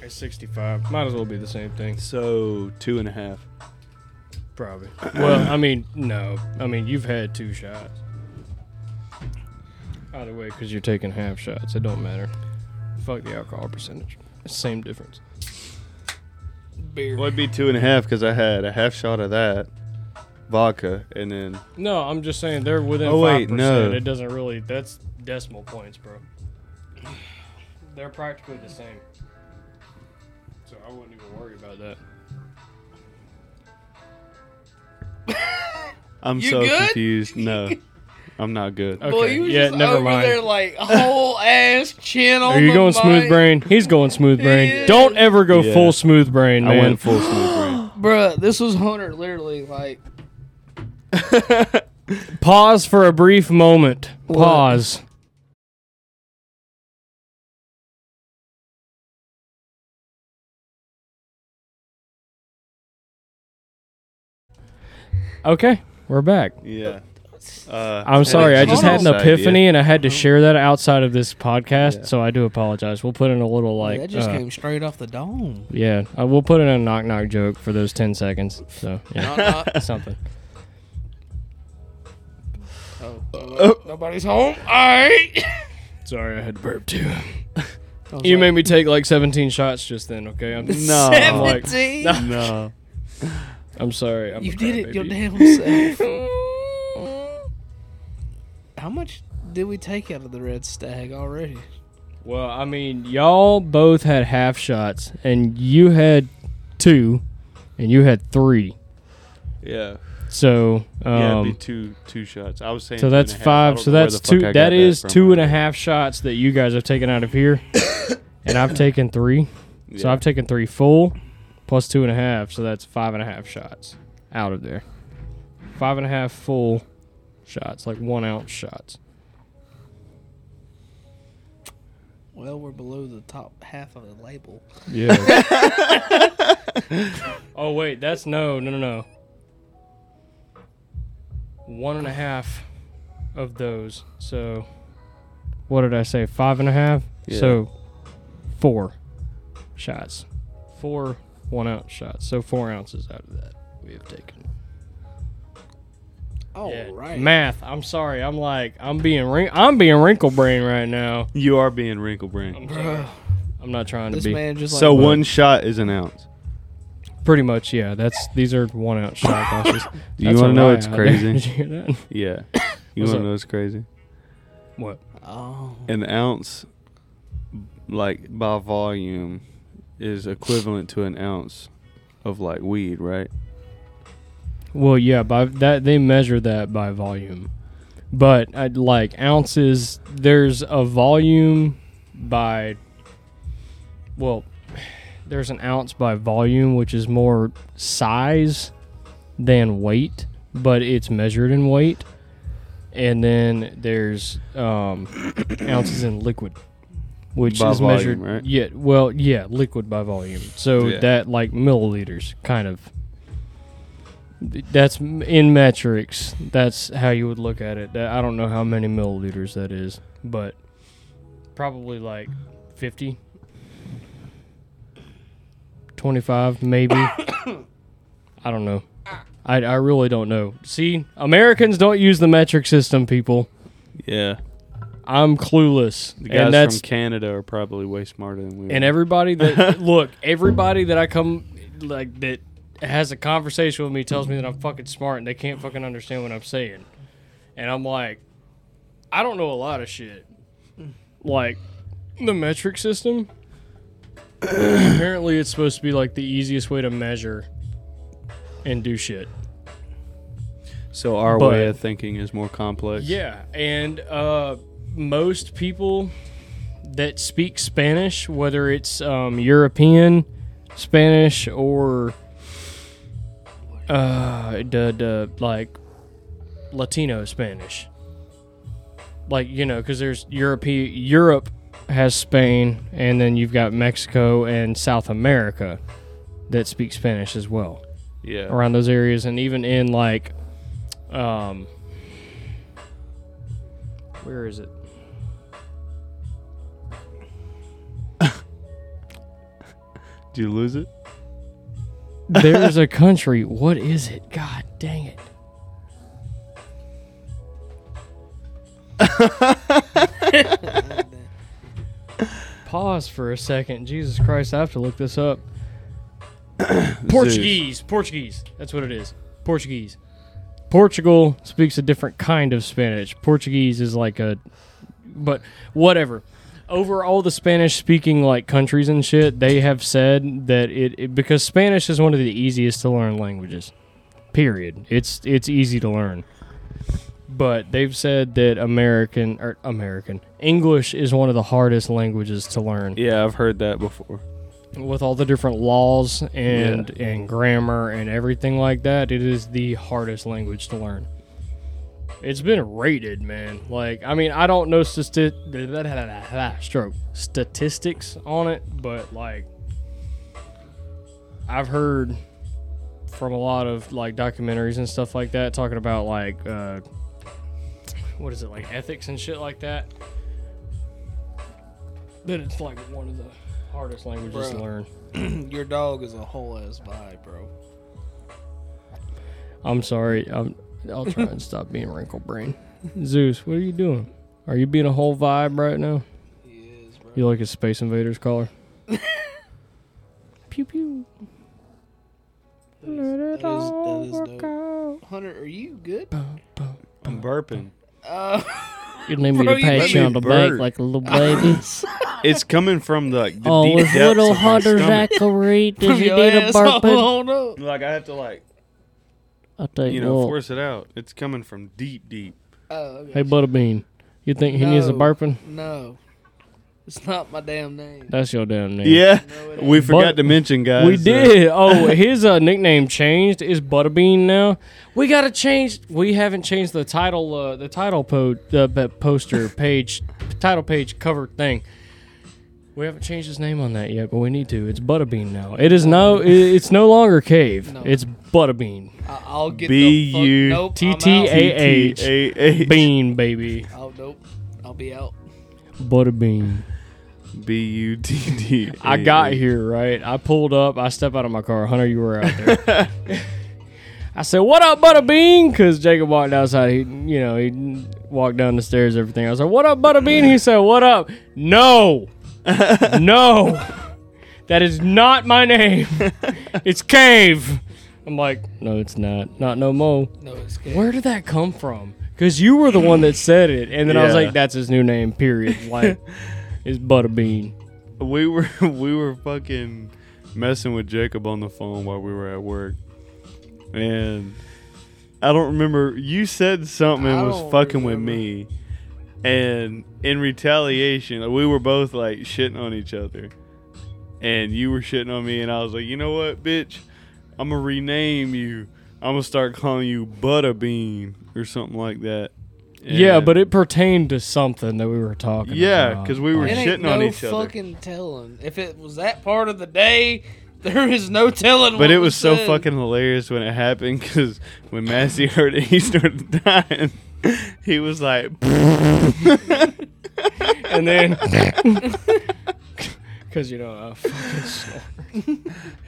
[SPEAKER 1] It's 65. Might as well be the same thing.
[SPEAKER 3] So two and a half.
[SPEAKER 1] Probably. Well, I mean, no. I mean, you've had two shots. Either way, because you're taking half shots, it don't matter. Fuck the alcohol percentage. Same difference.
[SPEAKER 2] Beer.
[SPEAKER 3] Well, it'd be two and a half because I had a half shot of that vodka, and then
[SPEAKER 1] No, I'm just saying they're within
[SPEAKER 3] Oh,
[SPEAKER 1] five
[SPEAKER 3] wait, no.
[SPEAKER 1] percent. It doesn't really. That's decimal points, bro. They're practically the same. So I wouldn't even worry about that.
[SPEAKER 3] I'm
[SPEAKER 2] You
[SPEAKER 3] so
[SPEAKER 2] good?
[SPEAKER 3] confused. No, I'm not good.
[SPEAKER 1] Okay.
[SPEAKER 2] Boy, you was
[SPEAKER 1] yeah,
[SPEAKER 2] just
[SPEAKER 1] never
[SPEAKER 2] over
[SPEAKER 1] mind.
[SPEAKER 2] there like whole ass chin on
[SPEAKER 1] Are you
[SPEAKER 2] the
[SPEAKER 1] going smooth
[SPEAKER 2] mic.
[SPEAKER 1] brain? He's going smooth brain.
[SPEAKER 2] is.
[SPEAKER 1] Don't ever go
[SPEAKER 3] Yeah.
[SPEAKER 1] full smooth brain, man.
[SPEAKER 3] I went full smooth
[SPEAKER 2] Bruh, this was Hunter literally like
[SPEAKER 3] brain.
[SPEAKER 1] Pause for a brief moment. Pause. Okay, we're back.
[SPEAKER 3] yeah. Uh,
[SPEAKER 1] I'm sorry, I
[SPEAKER 2] it's
[SPEAKER 1] just
[SPEAKER 2] on
[SPEAKER 1] had an
[SPEAKER 2] outside,
[SPEAKER 1] epiphany and I had to
[SPEAKER 2] Uh-huh.
[SPEAKER 1] share that outside of this podcast,
[SPEAKER 3] Yeah.
[SPEAKER 1] so I do apologize. We'll put in a little like
[SPEAKER 2] that just
[SPEAKER 1] uh,
[SPEAKER 2] came straight off the dome.
[SPEAKER 1] yeah, uh, we'll put in a knock knock joke for those ten seconds. So yeah,
[SPEAKER 2] Knock, knock.
[SPEAKER 1] something.
[SPEAKER 2] Oh, well, nobody's home. All right.
[SPEAKER 1] Sorry, I had to burp too. You made me take like 17 shots just then. Okay, I'm
[SPEAKER 3] No.
[SPEAKER 1] I'm like,
[SPEAKER 2] seventeen.
[SPEAKER 3] Yeah. No.
[SPEAKER 1] I'm sorry. I'm
[SPEAKER 2] you
[SPEAKER 1] a
[SPEAKER 2] did it your
[SPEAKER 1] crybaby.
[SPEAKER 2] damn self. How much did we take out of the red stag already?
[SPEAKER 1] Well, I mean, y'all both had half shots, and you had two, and you had three.
[SPEAKER 3] Yeah.
[SPEAKER 1] So,
[SPEAKER 3] yeah,
[SPEAKER 1] um,
[SPEAKER 3] it'd be two two shots. I was saying.
[SPEAKER 1] so that's five. So that's two. That is two and a half shots that you guys have taken out of here, and I've taken three. So I've taken three full, plus two and a half. So that's five and a half shots out of there. Five and a half full shots, like one ounce shots.
[SPEAKER 2] Well, we're below the top half of the label.
[SPEAKER 1] Yeah. oh wait, that's no, no, no, no. One and a half of those. So, what did I say? Five and a half.
[SPEAKER 3] Yeah.
[SPEAKER 1] So, four shots. Four one ounce shots. So four ounces out of that we have taken.
[SPEAKER 2] All
[SPEAKER 1] Yeah.
[SPEAKER 2] right.
[SPEAKER 1] Math. I'm sorry. I'm like I'm being wrin- I'm being wrinkle brain right now.
[SPEAKER 3] You are being wrinkle brain.
[SPEAKER 1] I'm, sorry.
[SPEAKER 2] Bruh,
[SPEAKER 1] I'm not trying to
[SPEAKER 2] this
[SPEAKER 1] be.
[SPEAKER 2] man just like
[SPEAKER 3] So one shot is an ounce.
[SPEAKER 1] Pretty much, yeah. That's these are one ounce shot glasses.
[SPEAKER 3] You
[SPEAKER 1] That's
[SPEAKER 3] wanna
[SPEAKER 1] a
[SPEAKER 3] know
[SPEAKER 1] lie
[SPEAKER 3] it's
[SPEAKER 1] out there.
[SPEAKER 3] crazy?
[SPEAKER 1] Did you hear that?
[SPEAKER 3] Yeah. You
[SPEAKER 1] What's
[SPEAKER 3] want to
[SPEAKER 1] up?
[SPEAKER 3] know what's crazy?
[SPEAKER 1] What?
[SPEAKER 2] Oh,
[SPEAKER 3] An ounce, like by volume, is equivalent to an ounce of like weed, right?
[SPEAKER 1] Well, yeah, by that they measure that by volume, but i like ounces, there's a volume by. Well, there's an ounce by volume, which is more size than weight, but it's measured in weight. And then there's um, ounces in liquid, which
[SPEAKER 3] By
[SPEAKER 1] is
[SPEAKER 3] volume,
[SPEAKER 1] measured.
[SPEAKER 3] right?
[SPEAKER 1] Yeah, well, yeah, liquid by volume. So
[SPEAKER 3] Yeah.
[SPEAKER 1] that like milliliters, kind of. That's m- in metrics. That's how you would look at it. That, I don't know how many milliliters that is, but probably like 50, 25, maybe. I don't know. I, I really don't know. See, Americans don't use the metric system, people.
[SPEAKER 3] Yeah.
[SPEAKER 1] I'm clueless.
[SPEAKER 3] The guys
[SPEAKER 1] And that's
[SPEAKER 3] from Canada are probably way smarter than we.
[SPEAKER 1] and
[SPEAKER 3] are.
[SPEAKER 1] everybody that look, everybody that I come like that has a conversation with me tells me that I'm fucking smart and they can't fucking understand what I'm saying. And I'm like, I don't know a lot of shit. Like the metric system. apparently, it's supposed to be like the easiest way to measure and do shit.
[SPEAKER 3] so our
[SPEAKER 1] but-
[SPEAKER 3] way of thinking is more complex.
[SPEAKER 1] Yeah, and uh, most people that speak Spanish, whether it's um, European Spanish or uh, duh, duh, like Latino Spanish, like you know, because there's Europe. Europe has Spain, and then you've got Mexico and South America that speak Spanish as well
[SPEAKER 3] Yeah.
[SPEAKER 1] around those areas and even in like um where is it
[SPEAKER 3] Do you lose it?
[SPEAKER 1] There's a country. What is it? God dang it. Pause for a second. Jesus Christ, I have to look this up. Portuguese. Portuguese. That's what it is. Portuguese. Portugal speaks a different kind of Spanish. Portuguese is like a but whatever. Over all the Spanish speaking like countries and shit, they have said that it, it because Spanish is one of the easiest to learn languages. Period. It's it's easy to learn. But they've said that American or American English is one of the hardest languages to learn
[SPEAKER 3] Yeah, I've heard that before.
[SPEAKER 1] with all the different laws and and grammar and everything like that, it is the hardest language to learn. It's been rated, man. Like, I mean, I don't know stati- stroke statistics on it, but like, I've heard from a lot of like documentaries and stuff like that talking about like uh, what is it like ethics and shit like that. That it's like one of the hardest languages to
[SPEAKER 2] Bruh.
[SPEAKER 1] learn.
[SPEAKER 2] Your dog is a whole ass vibe, bro.
[SPEAKER 1] I'm sorry. I'm, I'll try and stop being wrinkle brain. Zeus, what are you doing? Are you being a whole vibe right now?
[SPEAKER 2] He is, bro.
[SPEAKER 1] You like a Space Invaders collar? pew pew. Let it
[SPEAKER 2] that is-
[SPEAKER 1] all
[SPEAKER 2] that is
[SPEAKER 1] work
[SPEAKER 2] dope.
[SPEAKER 1] out.
[SPEAKER 2] Hunter, are you good?
[SPEAKER 1] Bum, bum.
[SPEAKER 3] I'm burping.
[SPEAKER 2] Uh,
[SPEAKER 1] You need me
[SPEAKER 2] Bro,
[SPEAKER 1] to
[SPEAKER 2] you
[SPEAKER 1] pat
[SPEAKER 2] let
[SPEAKER 1] you
[SPEAKER 3] me
[SPEAKER 1] on the back
[SPEAKER 3] burp.
[SPEAKER 1] like a little baby.
[SPEAKER 3] It's coming from the, the
[SPEAKER 1] oh,
[SPEAKER 3] deep
[SPEAKER 1] with
[SPEAKER 3] depths
[SPEAKER 1] little
[SPEAKER 3] of my
[SPEAKER 1] Hunter
[SPEAKER 3] stomach.
[SPEAKER 1] Zachary, did
[SPEAKER 2] from
[SPEAKER 1] you
[SPEAKER 2] your
[SPEAKER 1] need a
[SPEAKER 2] asshole
[SPEAKER 1] burping?
[SPEAKER 2] on up.
[SPEAKER 3] Like I have to like
[SPEAKER 1] I tell
[SPEAKER 3] you
[SPEAKER 1] you
[SPEAKER 3] know
[SPEAKER 1] what.
[SPEAKER 3] force it out. It's coming from deep, deep.
[SPEAKER 2] Oh, okay.
[SPEAKER 1] Hey, Butterbean, you think he needs a
[SPEAKER 2] No.
[SPEAKER 1] burping?
[SPEAKER 2] No, it's not my damn name.
[SPEAKER 1] That's your damn name.
[SPEAKER 3] Yeah,
[SPEAKER 2] No, it
[SPEAKER 3] we forgot
[SPEAKER 1] But-
[SPEAKER 3] to mention, guys.
[SPEAKER 1] We
[SPEAKER 3] uh,
[SPEAKER 1] did. Oh, his uh, nickname changed is Butterbean now. We gotta change. We haven't changed the title. Uh, the title po- uh, the poster page, title page cover thing. We haven't changed his name on that yet, but we need to. It's Butterbean now. It is no. i- It's no longer Cave.
[SPEAKER 2] No.
[SPEAKER 1] It's Butterbean.
[SPEAKER 2] I- I'll get
[SPEAKER 3] B
[SPEAKER 2] the fuck.
[SPEAKER 3] U
[SPEAKER 2] Nope, I'm
[SPEAKER 1] T T
[SPEAKER 2] out.
[SPEAKER 3] E
[SPEAKER 1] A-
[SPEAKER 3] T-T-A-H.
[SPEAKER 1] Bean baby.
[SPEAKER 2] Oh nope, I'll be out.
[SPEAKER 1] Butterbean.
[SPEAKER 3] B U T T.
[SPEAKER 1] I got here, right? I pulled up. I step out of my car. Hunter, you were out there. I said, What up, Butterbean? Because Jacob walked outside. He, you know, he walked down the stairs, everything. I was like, What up, Butterbean? He said, What up? No. no. That is not my name. It's Cave. I'm like, No, it's not. Not no mo.
[SPEAKER 2] No, it's good.
[SPEAKER 1] Where did that come from? Because you were the one that said it. And then I was
[SPEAKER 3] Yeah.
[SPEAKER 1] like, That's his new name, period. Like, it's Butterbean.
[SPEAKER 3] We were we were fucking messing with Jacob on the phone while we were at work, and I don't remember. You said something
[SPEAKER 2] I
[SPEAKER 3] and
[SPEAKER 2] don't
[SPEAKER 3] was fucking
[SPEAKER 2] remember.
[SPEAKER 3] with me, and in retaliation, we were both like shitting on each other, and you were shitting on me, and I was like, you know what, bitch, I'm gonna rename you. I'm gonna start calling you Butterbean or something like that.
[SPEAKER 1] Yeah,
[SPEAKER 3] And-
[SPEAKER 1] but it pertained to something that we were talking
[SPEAKER 3] Yeah,
[SPEAKER 1] about.
[SPEAKER 3] 'cause we were
[SPEAKER 2] it
[SPEAKER 1] Like,
[SPEAKER 3] sh-
[SPEAKER 2] ain't
[SPEAKER 3] shitting on
[SPEAKER 2] no
[SPEAKER 3] each other.
[SPEAKER 2] fucking telling. If it was that part of the day, there is no telling.
[SPEAKER 3] But
[SPEAKER 2] what
[SPEAKER 1] Oh,
[SPEAKER 3] it was so
[SPEAKER 2] said.
[SPEAKER 3] fucking hilarious when it happened because when Massey heard it, he started dying. He was like,
[SPEAKER 1] and then. Because, you know, uh, I fucking snore.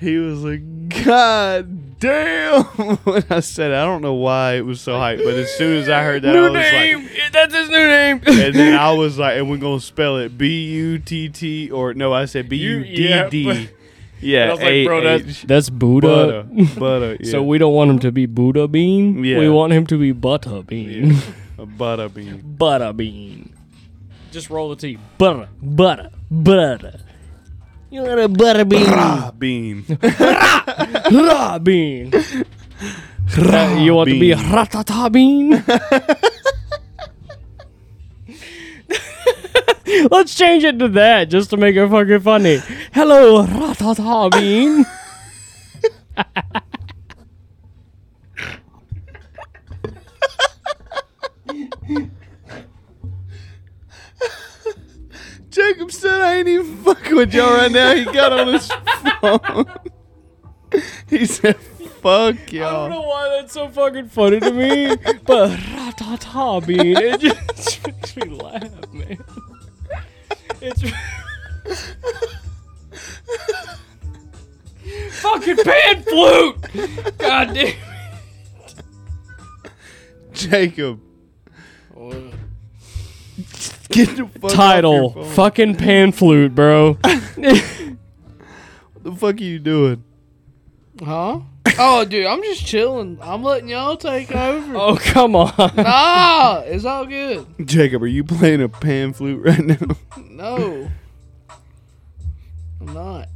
[SPEAKER 3] he was like, God damn! When I said, it, I don't know why it was so hype, but as soon as I heard that, I was like,
[SPEAKER 1] That's his new name!
[SPEAKER 3] and then I was like, and we're gonna spell it B U T T or no, I said B U D D. Yeah,
[SPEAKER 1] I was like, bro, that's, that's
[SPEAKER 3] butter,
[SPEAKER 1] Buddha.
[SPEAKER 3] butter. Yeah.
[SPEAKER 1] So we don't want him to be Buddha Bean.
[SPEAKER 3] Yeah.
[SPEAKER 1] We want him to be Butter Bean.
[SPEAKER 3] Yeah. a butter bean.
[SPEAKER 1] Butter Bean. Just roll the T. Butter, butter, butter. You want a butter bean?
[SPEAKER 3] Ah, bean.
[SPEAKER 1] Ra bean. Ra- you want to be a
[SPEAKER 3] bean.
[SPEAKER 1] ratata bean? Let's change it to that just to make it fucking funny. Hello, ratata bean.
[SPEAKER 3] Jacob said I ain't even fucking with y'all right now. He got on his phone. he said, "Fuck
[SPEAKER 1] I don't know
[SPEAKER 3] y'all."
[SPEAKER 1] why that's so fucking funny to me, but ratata bean. It just makes me laugh, man. It's.
[SPEAKER 2] fucking pan flute. God damn. it.
[SPEAKER 3] Jacob,
[SPEAKER 2] Oh,
[SPEAKER 3] get the fuck off your
[SPEAKER 1] Title
[SPEAKER 3] phone.
[SPEAKER 1] fucking pan flute, bro.
[SPEAKER 3] What the fuck are you doing?
[SPEAKER 2] Huh? Oh, dude, I'm just chilling. I'm letting y'all take over.
[SPEAKER 1] oh come on.
[SPEAKER 2] Nah, it's all good.
[SPEAKER 3] Jacob, are you playing a pan flute right now?
[SPEAKER 2] No, I'm not.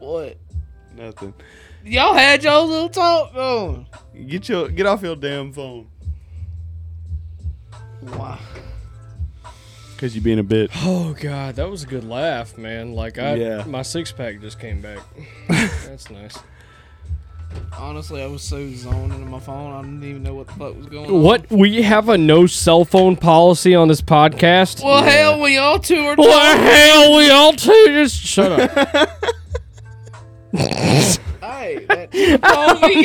[SPEAKER 2] What?
[SPEAKER 3] Nothing.
[SPEAKER 2] Y'all had y'all little talk going.
[SPEAKER 3] Get your get off your damn phone.
[SPEAKER 2] Wow.
[SPEAKER 3] Cause you being a bitch.
[SPEAKER 1] Oh god, that was a good laugh, man. Like I,
[SPEAKER 3] Yeah.
[SPEAKER 1] my six pack just came back. That's nice.
[SPEAKER 2] Honestly, I was so zoned into my phone, I didn't even know what the fuck was going on.
[SPEAKER 1] What? We have a no cell phone policy on this podcast.
[SPEAKER 2] Well, hell, when y'all two are talking,
[SPEAKER 1] What the hell? We all two just shut up.
[SPEAKER 2] hey, that phone be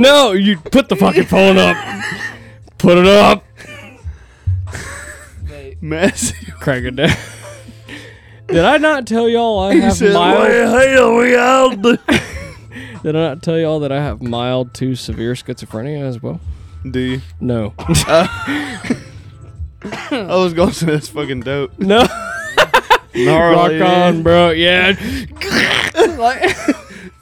[SPEAKER 1] no, you put the fucking phone up. Put it up.
[SPEAKER 2] They-
[SPEAKER 3] Massey.
[SPEAKER 1] Crack it down. Did I not tell y'all I
[SPEAKER 3] He
[SPEAKER 1] have
[SPEAKER 3] said,
[SPEAKER 1] mild?
[SPEAKER 3] "Well, hell, we all do."
[SPEAKER 1] Did I not tell y'all that I have mild to severe schizophrenia as well?
[SPEAKER 3] do you?
[SPEAKER 1] No,
[SPEAKER 3] I was going to say that's fucking dope.
[SPEAKER 1] no. Rock
[SPEAKER 3] Gnarly.
[SPEAKER 1] on,
[SPEAKER 3] dude.
[SPEAKER 1] bro. Yeah, like,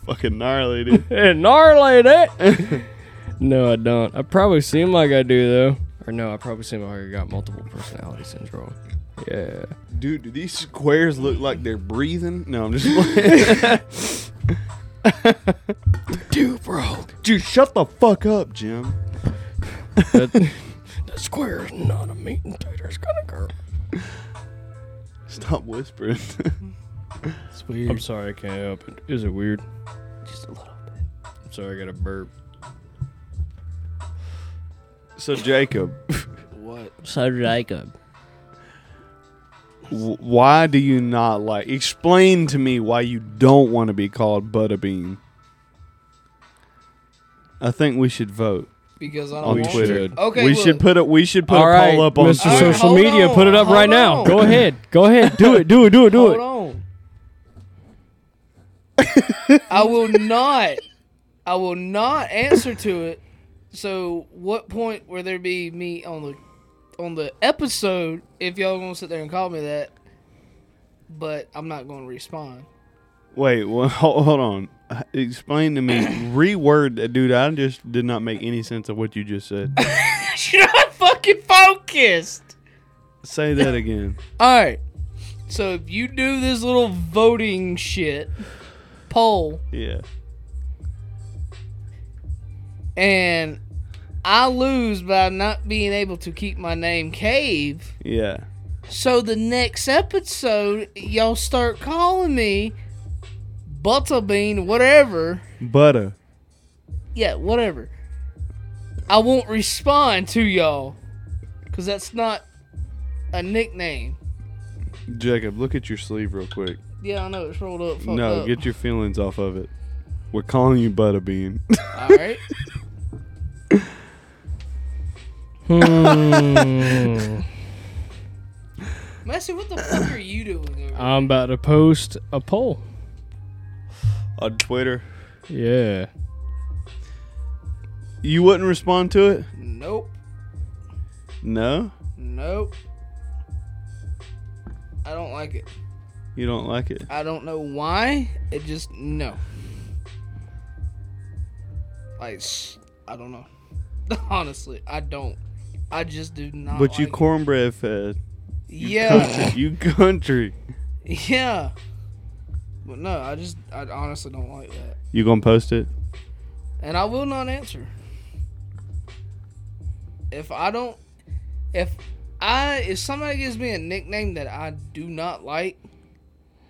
[SPEAKER 3] Fucking gnarly, dude.
[SPEAKER 1] gnarly that. no, I don't. I probably seem like I do though. Or no, I probably seem like I got multiple personality syndrome. Yeah.
[SPEAKER 3] Dude, do these squares look like they're breathing? No, I'm just playing.
[SPEAKER 1] Dude, bro.
[SPEAKER 3] Dude, shut the fuck up, Jim.
[SPEAKER 1] That, that square is not a meat and taters kind of girl.
[SPEAKER 3] Stop whispering.
[SPEAKER 2] It's weird.
[SPEAKER 1] I'm sorry, I can't help it. Is it weird?
[SPEAKER 2] just a little.
[SPEAKER 1] I'm sorry, I got a burp.
[SPEAKER 3] so, Jacob,
[SPEAKER 2] What?
[SPEAKER 1] So Jacob.
[SPEAKER 3] w- why do you not like? Explain to me why you don't want to be called Butterbean. I think we should vote
[SPEAKER 2] Because
[SPEAKER 1] Oh,
[SPEAKER 2] I don't
[SPEAKER 3] on
[SPEAKER 2] want
[SPEAKER 3] Twitter.
[SPEAKER 2] to. Okay,
[SPEAKER 3] we
[SPEAKER 2] look.
[SPEAKER 3] should put a we should put
[SPEAKER 1] All
[SPEAKER 3] a
[SPEAKER 1] right,
[SPEAKER 3] poll up on
[SPEAKER 1] Mr.
[SPEAKER 2] All right,
[SPEAKER 3] Twitter.
[SPEAKER 1] Social
[SPEAKER 2] hold
[SPEAKER 1] Media,
[SPEAKER 2] on,
[SPEAKER 1] put it up
[SPEAKER 2] hold
[SPEAKER 1] right now.
[SPEAKER 2] on.
[SPEAKER 1] Go ahead, go ahead, do it, do it, do it, do it.
[SPEAKER 2] Hold on. I will not. I will not answer to it. So, what point will there be me on the on the episode if y'all gonna sit there and call me that? But I'm not gonna respond.
[SPEAKER 3] Wait, well, hold, hold on. Uh, Explain to me. reword that, dude. I just did not make any sense of what you just said.
[SPEAKER 2] Should I fucking focused?
[SPEAKER 3] Say that again.
[SPEAKER 2] All right. So if you do this little voting shit poll
[SPEAKER 3] Yeah.
[SPEAKER 2] and I lose by not being able to keep my name cave.
[SPEAKER 3] Yeah.
[SPEAKER 2] So the next episode, y'all start calling me Butterbean, whatever.
[SPEAKER 3] Butter.
[SPEAKER 2] Yeah, whatever. I won't respond to y'all because that's not a nickname.
[SPEAKER 3] Jacob, look at your sleeve real quick.
[SPEAKER 2] Yeah, I know it's rolled up. Fucked
[SPEAKER 3] no,
[SPEAKER 2] up.
[SPEAKER 3] get your feelings off of it. We're calling you Butterbean.
[SPEAKER 2] all right.
[SPEAKER 1] Hmm.
[SPEAKER 2] Messi, what the fuck are you doing? Over
[SPEAKER 3] Uh,
[SPEAKER 2] there?
[SPEAKER 1] I'm about to post a poll.
[SPEAKER 3] On Twitter.
[SPEAKER 1] Yeah.
[SPEAKER 3] You wouldn't respond to it?
[SPEAKER 2] Nope.
[SPEAKER 3] No?
[SPEAKER 2] Nope. I don't like it.
[SPEAKER 3] You don't like it?
[SPEAKER 2] I don't know why. It just no. Like s- I don't know. Honestly, I don't. I just do not.
[SPEAKER 3] but you
[SPEAKER 2] like it.
[SPEAKER 3] cornbread fed. You
[SPEAKER 2] Yeah,
[SPEAKER 3] Country, you country.
[SPEAKER 2] yeah. But no, I just I honestly don't like that,
[SPEAKER 3] You gonna post it?
[SPEAKER 2] and I will not answer. If I don't, if I if somebody gives me a nickname that I do not like,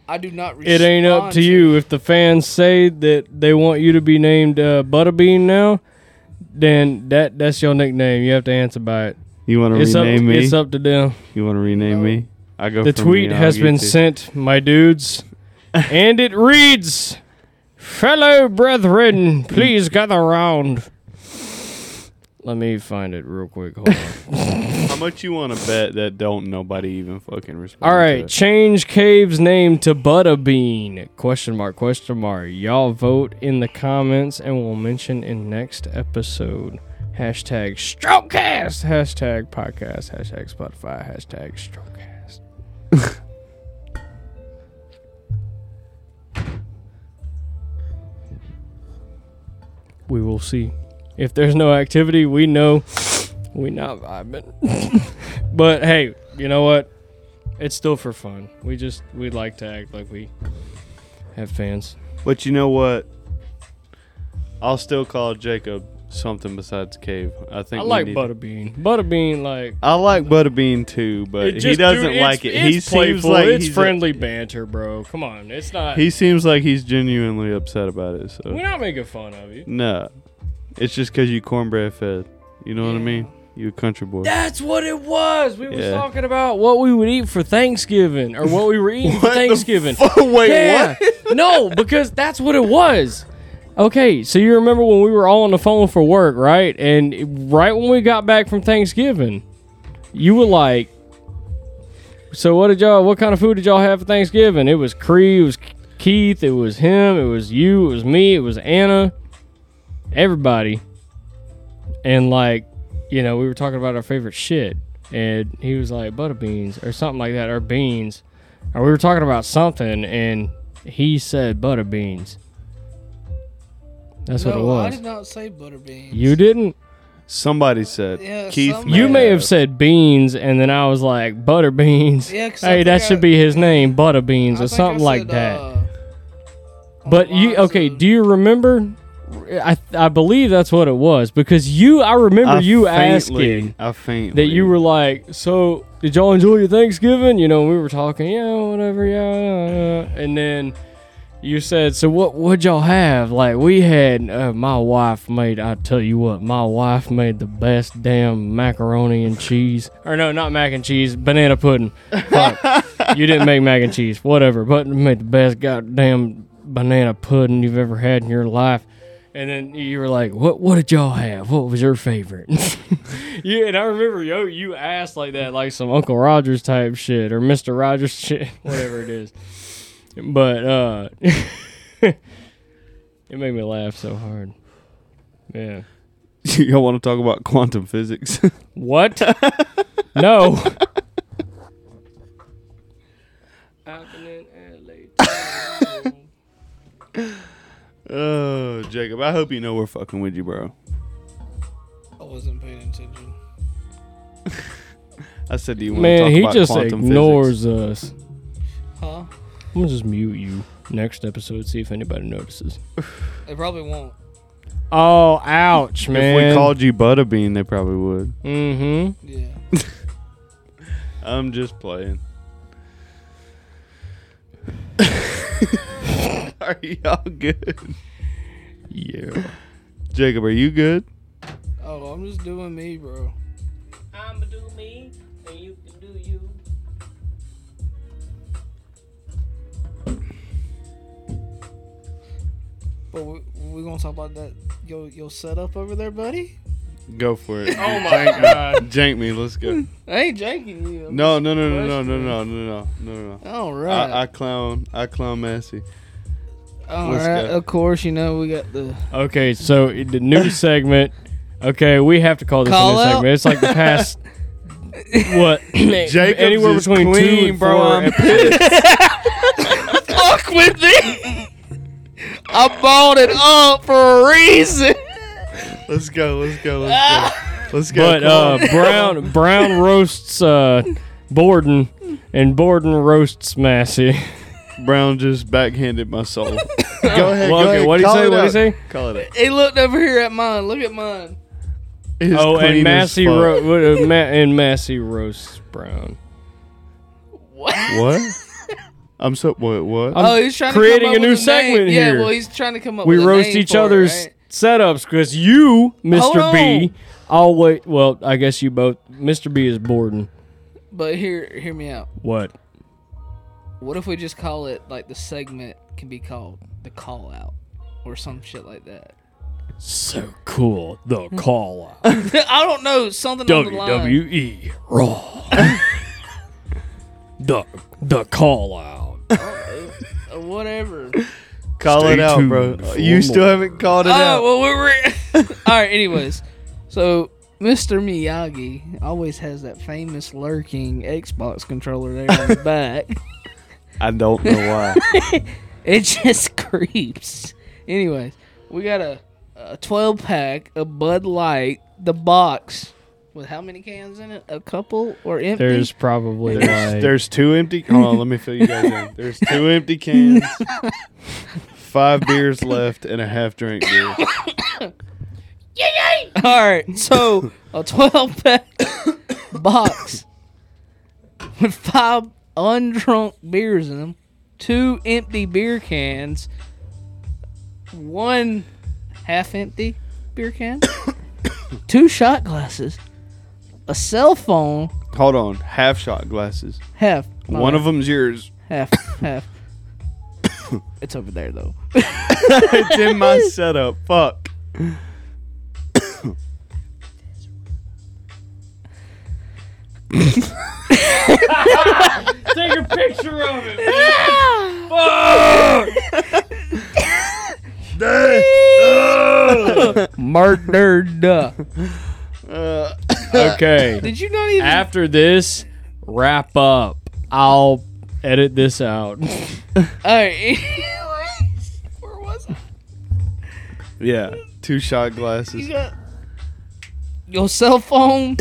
[SPEAKER 2] I do not.
[SPEAKER 1] It ain't up
[SPEAKER 2] respond
[SPEAKER 1] to you. If the fans say that they want you to be named uh, Butterbean now, then that that's your nickname. You have to answer by it.
[SPEAKER 3] You wanna
[SPEAKER 1] It's up,
[SPEAKER 3] rename me?
[SPEAKER 1] it's up to them.
[SPEAKER 3] You wanna rename
[SPEAKER 2] No.
[SPEAKER 3] me? I go
[SPEAKER 1] The
[SPEAKER 3] for
[SPEAKER 1] tweet
[SPEAKER 3] me,
[SPEAKER 1] has
[SPEAKER 3] I'll get
[SPEAKER 1] been
[SPEAKER 3] to-
[SPEAKER 1] sent, my dudes, and it reads, "Fellow brethren, please gather round." Let me find it real quick. Hold on.
[SPEAKER 3] I'm much you want to bet that don't nobody even fucking respond?
[SPEAKER 1] All
[SPEAKER 3] to
[SPEAKER 1] right,
[SPEAKER 3] it?
[SPEAKER 1] change Cave's name to Butta Bean. Question mark, question mark. Y'all vote in the comments and we'll mention in next episode. Hashtag Strokecast, hashtag podcast, hashtag Spotify, hashtag Strokecast. we will see. If there's no activity, we know we not vibing. but hey, you know what? It's still for fun. We just we like to act like we have fans.
[SPEAKER 3] But you know what? I'll still call Jacob something besides Cave. I
[SPEAKER 1] I,
[SPEAKER 3] think we
[SPEAKER 1] like
[SPEAKER 3] need-
[SPEAKER 1] Butterbean. Butterbean like
[SPEAKER 3] I like Butterbean too, but
[SPEAKER 1] it
[SPEAKER 3] he
[SPEAKER 1] just-
[SPEAKER 3] doesn't
[SPEAKER 1] dude, it's-
[SPEAKER 3] like it.
[SPEAKER 1] It's
[SPEAKER 3] He seems
[SPEAKER 1] playful.
[SPEAKER 3] like
[SPEAKER 1] it's
[SPEAKER 3] he's
[SPEAKER 1] friendly banter, bro. Come on, it's not.
[SPEAKER 3] he seems like he's genuinely upset about it. So
[SPEAKER 1] we're not making fun of you.
[SPEAKER 3] no, it's just because you cornbread fed. You know what I mean? You a country boy.
[SPEAKER 1] That's what it was. We were
[SPEAKER 3] Yeah.
[SPEAKER 1] talking about what we would eat for Thanksgiving or what we were eating for
[SPEAKER 3] What the
[SPEAKER 1] Thanksgiving.
[SPEAKER 3] fu- Wait,
[SPEAKER 1] yeah.
[SPEAKER 3] what?
[SPEAKER 1] no, because that's what it was. Okay, so you remember when we were all on the phone for work, right? And right when we got back from Thanksgiving, you were like, "So what did y'all? What kind of food did y'all have for Thanksgiving?" It was Cree, it was Keith, it was him, it was you, it was me, it was Anna, everybody. And like, you know, we were talking about our favorite shit, and he was like butter beans or something like that, or beans, or we were talking about something, and he said butter beans. That's what it
[SPEAKER 2] No, I
[SPEAKER 1] was.
[SPEAKER 2] did not say butterbean.
[SPEAKER 1] you didn't.
[SPEAKER 3] Somebody said
[SPEAKER 2] Yeah,
[SPEAKER 3] Keith.
[SPEAKER 2] some-
[SPEAKER 1] You
[SPEAKER 3] may
[SPEAKER 1] may have said beans, and then I was like butter beans.
[SPEAKER 2] Yeah, 'cause I
[SPEAKER 1] hey, that
[SPEAKER 2] think I-
[SPEAKER 1] should be his name, butter beans,
[SPEAKER 2] I
[SPEAKER 1] or
[SPEAKER 2] think I
[SPEAKER 1] something like
[SPEAKER 2] said,
[SPEAKER 1] that.
[SPEAKER 2] uh,
[SPEAKER 1] But you
[SPEAKER 2] Alonzo.
[SPEAKER 1] okay? Do you remember? I I believe that's what it was because you. I remember
[SPEAKER 3] I
[SPEAKER 1] you
[SPEAKER 3] faintly-
[SPEAKER 1] asking
[SPEAKER 3] I faintly.
[SPEAKER 1] that you were like, "So did y'all enjoy your Thanksgiving?" You know, we were talking, yeah, whatever, yeah, yeah, yeah." and then you said, "So what would y'all have?" Like we had, uh, my wife made. I tell you what, my wife made the best damn macaroni and cheese, or no, not mac and cheese, banana pudding. Fuck. you didn't make mac and cheese, whatever, but you made the best goddamn banana pudding you've ever had in your life. And then you were like, "What? What did y'all have? What was your favorite?" yeah, and I remember yo, you asked like that, like some Uncle Rogers type shit or Mister Rogers shit, whatever it is. But uh it made me laugh so hard. Yeah.
[SPEAKER 3] Y'all want to talk about quantum physics?
[SPEAKER 1] What? no.
[SPEAKER 3] oh, Jacob, I hope you know we're fucking with you, bro.
[SPEAKER 2] I wasn't paying attention.
[SPEAKER 3] I said, do you want to
[SPEAKER 1] Man,
[SPEAKER 3] talk
[SPEAKER 1] he
[SPEAKER 3] about
[SPEAKER 1] just
[SPEAKER 3] quantum physics?
[SPEAKER 1] ignores us.
[SPEAKER 2] Huh?
[SPEAKER 1] I'm gonna just mute you next episode, see if anybody notices.
[SPEAKER 2] They probably won't.
[SPEAKER 1] Oh, ouch, man.
[SPEAKER 3] If we called you Butterbean, they probably would.
[SPEAKER 1] mm-hmm.
[SPEAKER 2] Yeah.
[SPEAKER 3] I'm just playing. are y'all good?
[SPEAKER 1] Yeah.
[SPEAKER 3] Jacob, are you good?
[SPEAKER 2] Oh, I'm just doing me, bro.
[SPEAKER 4] I'ma do me, and you can do you.
[SPEAKER 2] But we we gonna talk about that yo yo setup over there, buddy.
[SPEAKER 3] Go for it.
[SPEAKER 1] Oh my god.
[SPEAKER 3] Jank me, let's go.
[SPEAKER 2] I ain't janking you. I'm
[SPEAKER 3] No, no, no, no, no, no,
[SPEAKER 2] Question.
[SPEAKER 3] no, no, no, no, no.
[SPEAKER 2] All
[SPEAKER 3] I, I
[SPEAKER 2] right.
[SPEAKER 3] clown, I clown Massey.
[SPEAKER 2] All
[SPEAKER 3] let's
[SPEAKER 2] right.
[SPEAKER 3] go.
[SPEAKER 2] Of course, you know we got the
[SPEAKER 1] Okay, so the new segment. Okay, we have to call this
[SPEAKER 2] Call
[SPEAKER 1] a new
[SPEAKER 2] out.
[SPEAKER 1] segment. It's like the past what
[SPEAKER 3] Jacob's
[SPEAKER 1] anywhere
[SPEAKER 3] is
[SPEAKER 1] between two
[SPEAKER 3] clean,
[SPEAKER 1] and
[SPEAKER 3] bro.
[SPEAKER 1] four.
[SPEAKER 3] I'm
[SPEAKER 2] fuck with me. I bought it up for a reason.
[SPEAKER 3] Let's go, let's go, let's go. Let's go.
[SPEAKER 1] but
[SPEAKER 3] come
[SPEAKER 1] uh,
[SPEAKER 3] on.
[SPEAKER 1] Brown Brown roasts uh, Borden, and Borden roasts Massey.
[SPEAKER 3] Brown just backhanded my soul. go
[SPEAKER 1] Well,
[SPEAKER 3] ahead. go
[SPEAKER 1] okay,
[SPEAKER 3] ahead.
[SPEAKER 1] what'd he
[SPEAKER 3] Call
[SPEAKER 1] say?
[SPEAKER 3] it
[SPEAKER 1] What'd he
[SPEAKER 3] out.
[SPEAKER 1] say?
[SPEAKER 3] Call it.
[SPEAKER 2] He looked over here at mine. Look at mine.
[SPEAKER 3] It is
[SPEAKER 1] oh, and
[SPEAKER 3] clean as
[SPEAKER 1] Massey
[SPEAKER 3] fuck.
[SPEAKER 1] ro- what, uh, Ma- and Massey roasts Brown.
[SPEAKER 2] What?
[SPEAKER 3] What? I'm so what? What?
[SPEAKER 1] I'm
[SPEAKER 2] oh, he's trying
[SPEAKER 1] creating
[SPEAKER 2] to come up
[SPEAKER 1] a new
[SPEAKER 2] with name.
[SPEAKER 1] segment
[SPEAKER 2] yeah,
[SPEAKER 1] here.
[SPEAKER 2] well, he's trying to come up.
[SPEAKER 1] we
[SPEAKER 2] with a
[SPEAKER 1] roast
[SPEAKER 2] name
[SPEAKER 1] each
[SPEAKER 2] for it,
[SPEAKER 1] other's
[SPEAKER 2] right?
[SPEAKER 1] setups because you, Mr.
[SPEAKER 2] Hold
[SPEAKER 1] B,
[SPEAKER 2] on.
[SPEAKER 1] always. Well, I guess you both. Mr. B is Borden.
[SPEAKER 2] But here, hear me out.
[SPEAKER 1] What?
[SPEAKER 2] What if we just call it like the segment can be called the call out or some shit like that?
[SPEAKER 1] So cool, the call E
[SPEAKER 2] I don't know something on the line.
[SPEAKER 1] WWE Raw. E. the the call out.
[SPEAKER 2] or whatever.
[SPEAKER 3] Call
[SPEAKER 1] Stay
[SPEAKER 3] it out, bro.
[SPEAKER 1] tuned for
[SPEAKER 3] You still
[SPEAKER 1] more.
[SPEAKER 3] haven't called it out.
[SPEAKER 2] Oh well, we're, we're all right. Anyways, so Mr. Miyagi always has that famous lurking Xbox controller there on the back.
[SPEAKER 3] I don't know why.
[SPEAKER 2] It just creeps. Anyways, we got a, a 12 pack of Bud Light, the box with how many cans in it? A couple or empty?
[SPEAKER 1] There's probably
[SPEAKER 3] There's,
[SPEAKER 1] like
[SPEAKER 3] there's two empty. Hold on, let me fill you guys in. There's two empty cans, five beers left, and a half drink beer.
[SPEAKER 2] All right, so a 12 pack box with five undrunk beers in them, two empty beer cans, one half empty beer can, two shot glasses, a cell phone,
[SPEAKER 3] Hold on, half shot glasses.
[SPEAKER 2] half. my
[SPEAKER 3] One
[SPEAKER 2] bad.
[SPEAKER 3] of them's yours.
[SPEAKER 2] half, half. it's over there though.
[SPEAKER 3] it's in my setup. Fuck.
[SPEAKER 1] take a picture of it.
[SPEAKER 2] Murdered.
[SPEAKER 1] uh.
[SPEAKER 2] Uh,
[SPEAKER 1] Okay.
[SPEAKER 2] Did you not even?
[SPEAKER 1] After this, wrap up. I'll edit this out.
[SPEAKER 2] All right. Where was I?
[SPEAKER 3] Yeah, two shot
[SPEAKER 2] You
[SPEAKER 3] glasses.
[SPEAKER 2] got your cell phone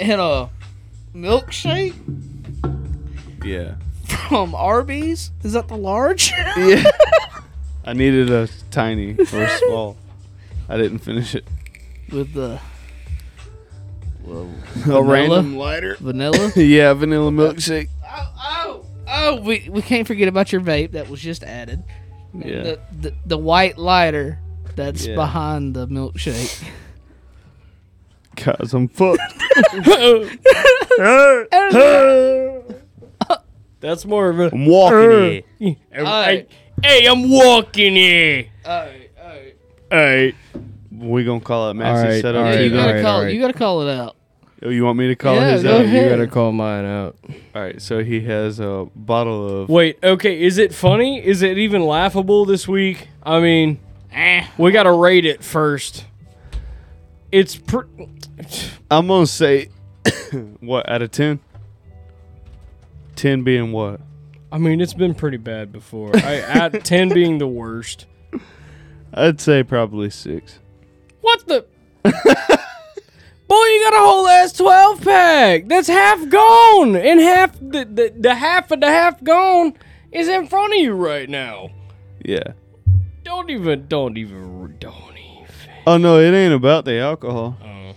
[SPEAKER 2] and a milkshake
[SPEAKER 3] Yeah.
[SPEAKER 2] from Arby's. Is that the large?
[SPEAKER 3] Yeah. I needed a tiny or a small. I didn't finish it.
[SPEAKER 2] With the
[SPEAKER 3] A random lighter.
[SPEAKER 2] vanilla.
[SPEAKER 3] yeah, vanilla milkshake.
[SPEAKER 2] oh, oh, oh! We we can't forget about your vape that was just added.
[SPEAKER 3] Yeah.
[SPEAKER 2] The, the the white lighter that's
[SPEAKER 3] Yeah.
[SPEAKER 2] behind the milkshake.
[SPEAKER 3] Cause I'm fucked.
[SPEAKER 1] That's more of a.
[SPEAKER 3] I'm walking
[SPEAKER 1] Hey, hey, I'm walking here.
[SPEAKER 2] Alright, alright.
[SPEAKER 3] Hey, we gonna call it Massey
[SPEAKER 1] All right,
[SPEAKER 3] setup.
[SPEAKER 1] all
[SPEAKER 2] Yeah, you
[SPEAKER 1] right,
[SPEAKER 3] too,
[SPEAKER 2] gotta
[SPEAKER 1] alright,
[SPEAKER 2] call
[SPEAKER 1] alright.
[SPEAKER 2] you gotta call it out.
[SPEAKER 3] though? Oh, you want me to call
[SPEAKER 2] Yeah,
[SPEAKER 3] his
[SPEAKER 2] go
[SPEAKER 3] out?
[SPEAKER 2] ahead.
[SPEAKER 1] Oh, You gotta call mine out.
[SPEAKER 3] All right, so he has a bottle of.
[SPEAKER 1] Wait, okay, is it funny? Is it even laughable this week? I mean,
[SPEAKER 2] Eh.
[SPEAKER 1] we gotta rate it first. It's pr-
[SPEAKER 3] I'm gonna say, what out of ten? Ten being what?
[SPEAKER 1] I mean, it's been pretty bad before. I, at ten being the worst.
[SPEAKER 3] I'd say probably six.
[SPEAKER 1] What the? Boy, you got a whole ass twelve pack. That's half gone, and half the, the the half of the half gone is in front of you right now.
[SPEAKER 3] Yeah.
[SPEAKER 1] Don't even, don't even, don't even.
[SPEAKER 3] Oh no, it ain't about the alcohol.
[SPEAKER 1] Oh,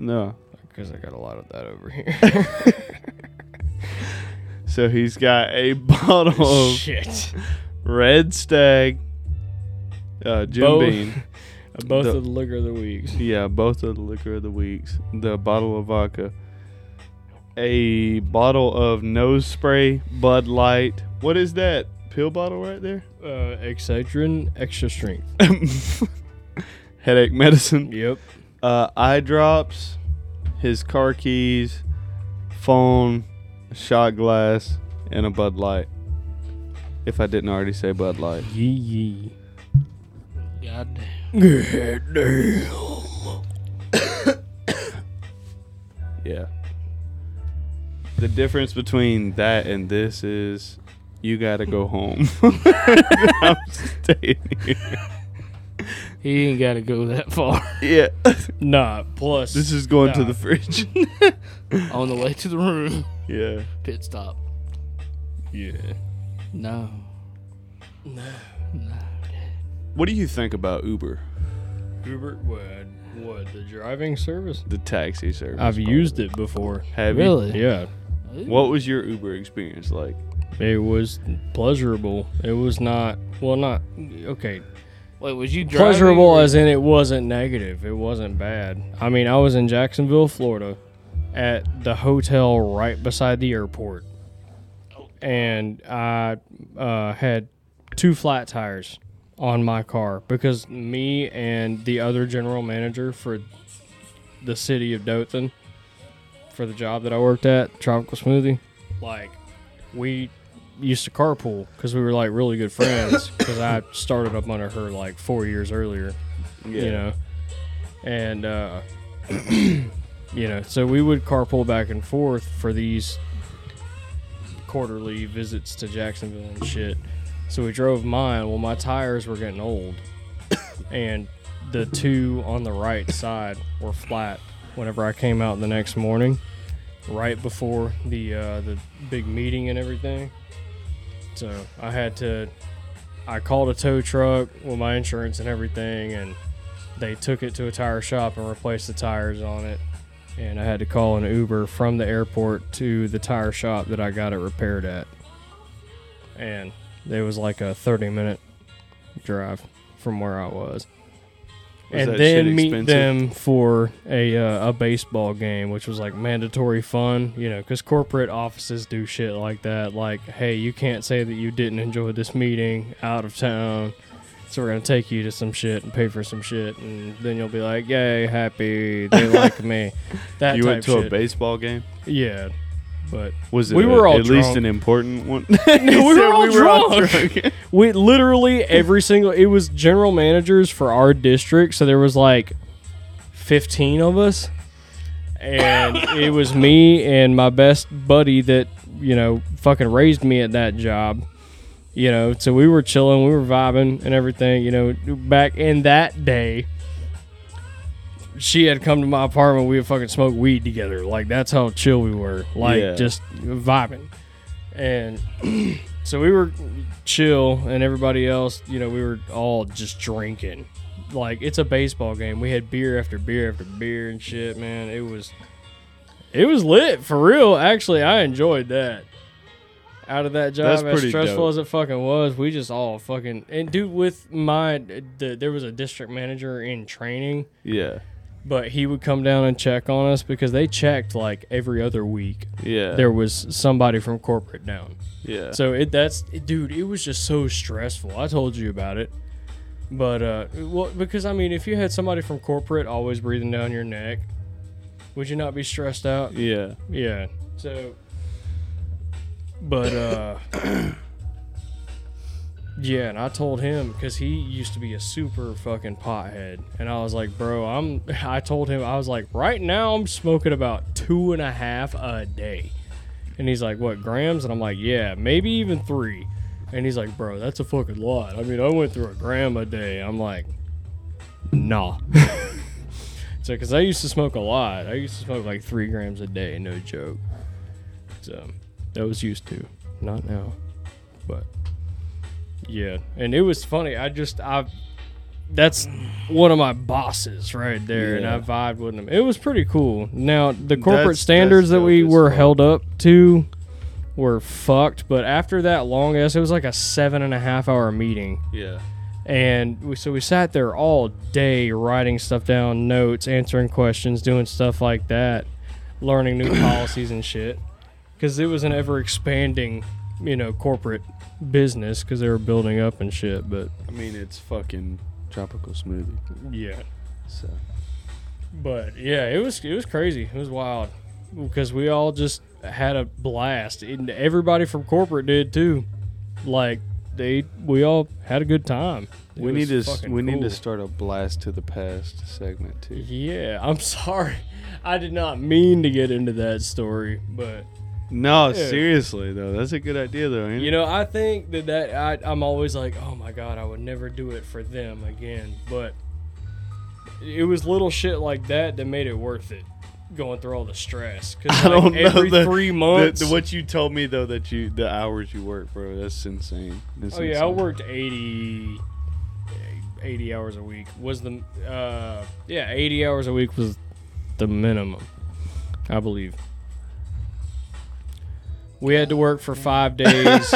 [SPEAKER 3] No.
[SPEAKER 1] because I got a lot of that over here.
[SPEAKER 3] So he's got a bottle of
[SPEAKER 1] Shit.
[SPEAKER 3] Red Stag, uh, Jim
[SPEAKER 1] Both-
[SPEAKER 3] Beam.
[SPEAKER 1] Both
[SPEAKER 3] The-
[SPEAKER 1] of the liquor of the weeks.
[SPEAKER 3] Yeah, both of the liquor of the weeks, the bottle of vodka, a bottle of nose spray, Bud Light. What is that pill bottle right there?
[SPEAKER 1] Uh, Excedrin, extra strength.
[SPEAKER 3] Headache medicine.
[SPEAKER 1] Yep.
[SPEAKER 3] Uh, eye drops, his car keys, phone, shot glass, and a Bud Light. If I didn't already say Bud Light,
[SPEAKER 1] Yee yee.
[SPEAKER 2] God damn.
[SPEAKER 3] yeah. The difference between that and this is you gotta go home. I'm staying here.
[SPEAKER 2] He ain't gotta go that far
[SPEAKER 3] Yeah.
[SPEAKER 1] Nah. Plus,
[SPEAKER 3] This is going to
[SPEAKER 1] Nah.
[SPEAKER 3] the fridge.
[SPEAKER 2] on the way to the room.
[SPEAKER 3] yeah.
[SPEAKER 2] Pit stop.
[SPEAKER 1] yeah.
[SPEAKER 2] No.
[SPEAKER 3] What do you think about Uber,
[SPEAKER 1] Uber, what? What the driving service?
[SPEAKER 3] the taxi service?
[SPEAKER 1] I've used it before.
[SPEAKER 3] Have you?
[SPEAKER 2] Really?
[SPEAKER 1] Yeah.
[SPEAKER 3] What was your Uber experience like?
[SPEAKER 1] It was pleasurable. It was not. Well, not okay.
[SPEAKER 2] Wait, was you driving?
[SPEAKER 1] Pleasurable
[SPEAKER 2] or-
[SPEAKER 1] as in it wasn't negative. It wasn't bad. I mean, I was in Jacksonville, Florida, at the hotel right beside the airport, and I uh, had two flat tires on my car because me and the other general manager for the city of Dothan for the job that I worked at, Tropical Smoothie, like we used to carpool because we were like really good friends because I started up under her like four years earlier, you know, and uh, you know, so we would carpool back and forth for these quarterly visits to Jacksonville and shit. So we drove mine. Well, my tires were getting old, and the two on the right side were flat. Whenever I came out the next morning, right before the uh, the big meeting and everything, so I had to. I called a tow truck with my insurance and everything, and they took it to a tire shop and replaced the tires on it. And I had to call an Uber from the airport to the tire shop that I got it repaired at. And it was like a 30 minute drive from where I was.
[SPEAKER 3] Was that
[SPEAKER 1] and
[SPEAKER 3] shit
[SPEAKER 1] then meet
[SPEAKER 3] expensive?
[SPEAKER 1] them for a uh, a baseball game, which was like mandatory fun, you know, because corporate offices do shit like that. Like, hey, you can't say that you didn't enjoy this meeting out of town. So we're gonna take you to some shit and pay for some shit, and then you'll be like, "Yay, happy! They like me." That
[SPEAKER 3] You went
[SPEAKER 1] type
[SPEAKER 3] to a
[SPEAKER 1] shit.
[SPEAKER 3] baseball game.
[SPEAKER 1] yeah, but
[SPEAKER 3] Was it
[SPEAKER 1] We
[SPEAKER 3] a-
[SPEAKER 1] were all
[SPEAKER 3] at least
[SPEAKER 1] drunk.
[SPEAKER 3] an important one?
[SPEAKER 1] we were all
[SPEAKER 3] drunk.
[SPEAKER 1] we literally every single it was general managers for our district, so there was like fifteen of us, and it was me and my best buddy that you know fucking raised me at that job. You know, so we were chilling, we were vibing and everything. You know, back in that day, she had come to my apartment. We would fucking smoke weed together. Like that's how chill we were. Like
[SPEAKER 3] Yeah.
[SPEAKER 1] just vibing, and so we were chill, and everybody else, you know, we were all just drinking. Like it's a baseball game. We had beer after beer after beer and shit, man. It was, it was lit for real. Actually, I enjoyed that. Out of that
[SPEAKER 3] That's
[SPEAKER 1] job, as
[SPEAKER 3] pretty
[SPEAKER 1] stressful
[SPEAKER 3] dope.
[SPEAKER 1] as it fucking was, we just all fucking and dude with my the, there was a district manager in training
[SPEAKER 3] yeah,
[SPEAKER 1] but he would come down and check on us because they checked like every other week.
[SPEAKER 3] yeah,
[SPEAKER 1] There was somebody from corporate down.
[SPEAKER 3] yeah.
[SPEAKER 1] So it that's dude, it was just so stressful. I told you about it. But uh well because I mean if you had somebody from corporate always breathing down your neck, would you not be stressed out?
[SPEAKER 3] yeah.
[SPEAKER 1] Yeah. So but uh Yeah, and I told him cuz he used to be a super fucking pothead and I was like, "Bro, I'm I told him I was like, "Right now I'm smoking about two and a half a day." And he's like, "What, grams?" And I'm like, "Yeah, maybe even 3." And he's like, "Bro, that's a fucking lot. I mean, I went through a gram a day." I'm like, "Nah." So, because I used to smoke a lot. I used to smoke like three grams a day, no joke. So, that was used to. Not now. But, yeah. And it was funny. I just, I, that's one of my bosses right there. And I vibed with him. It was pretty cool. Now, the corporate
[SPEAKER 3] That's-
[SPEAKER 1] standards
[SPEAKER 3] that's
[SPEAKER 1] that we
[SPEAKER 3] dope as
[SPEAKER 1] were
[SPEAKER 3] fuck.
[SPEAKER 1] held up to were fucked. But after that long ass, it was like a seven and a half hour meeting
[SPEAKER 3] Yeah.
[SPEAKER 1] and we, so we sat there all day writing stuff down notes answering questions doing stuff like that learning new policies and shit because it was an ever expanding you know corporate business because they were building up and shit but
[SPEAKER 3] I mean, it's fucking tropical smoothie.
[SPEAKER 1] yeah
[SPEAKER 3] So
[SPEAKER 1] but yeah it was it was crazy it was wild because we all just had a blast and everybody from corporate did too like they we all had a good time It
[SPEAKER 3] we
[SPEAKER 1] was
[SPEAKER 3] need to s-
[SPEAKER 1] fucking
[SPEAKER 3] we need to
[SPEAKER 1] cool.
[SPEAKER 3] start a blast to the past segment too.
[SPEAKER 1] Yeah, I'm sorry. I did not mean to get into that story, but
[SPEAKER 3] No,
[SPEAKER 1] Yeah.
[SPEAKER 3] seriously though, that's a good idea though. Ain't
[SPEAKER 1] you
[SPEAKER 3] it?
[SPEAKER 1] know, I think that that I, I'm always like, oh my god, I would never do it for them again. But it was little shit like that that made it worth it, going through all the stress. Because
[SPEAKER 3] I don't know
[SPEAKER 1] every
[SPEAKER 3] the-
[SPEAKER 1] three
[SPEAKER 3] The-
[SPEAKER 1] months.
[SPEAKER 3] the- what you told me though that you the hours you work, bro, that's insane. That's
[SPEAKER 1] oh yeah, I
[SPEAKER 3] insane.
[SPEAKER 1] worked 80, 80 hours a week was the uh, yeah 80 hours a week was the minimum, I believe. We had to work for five days.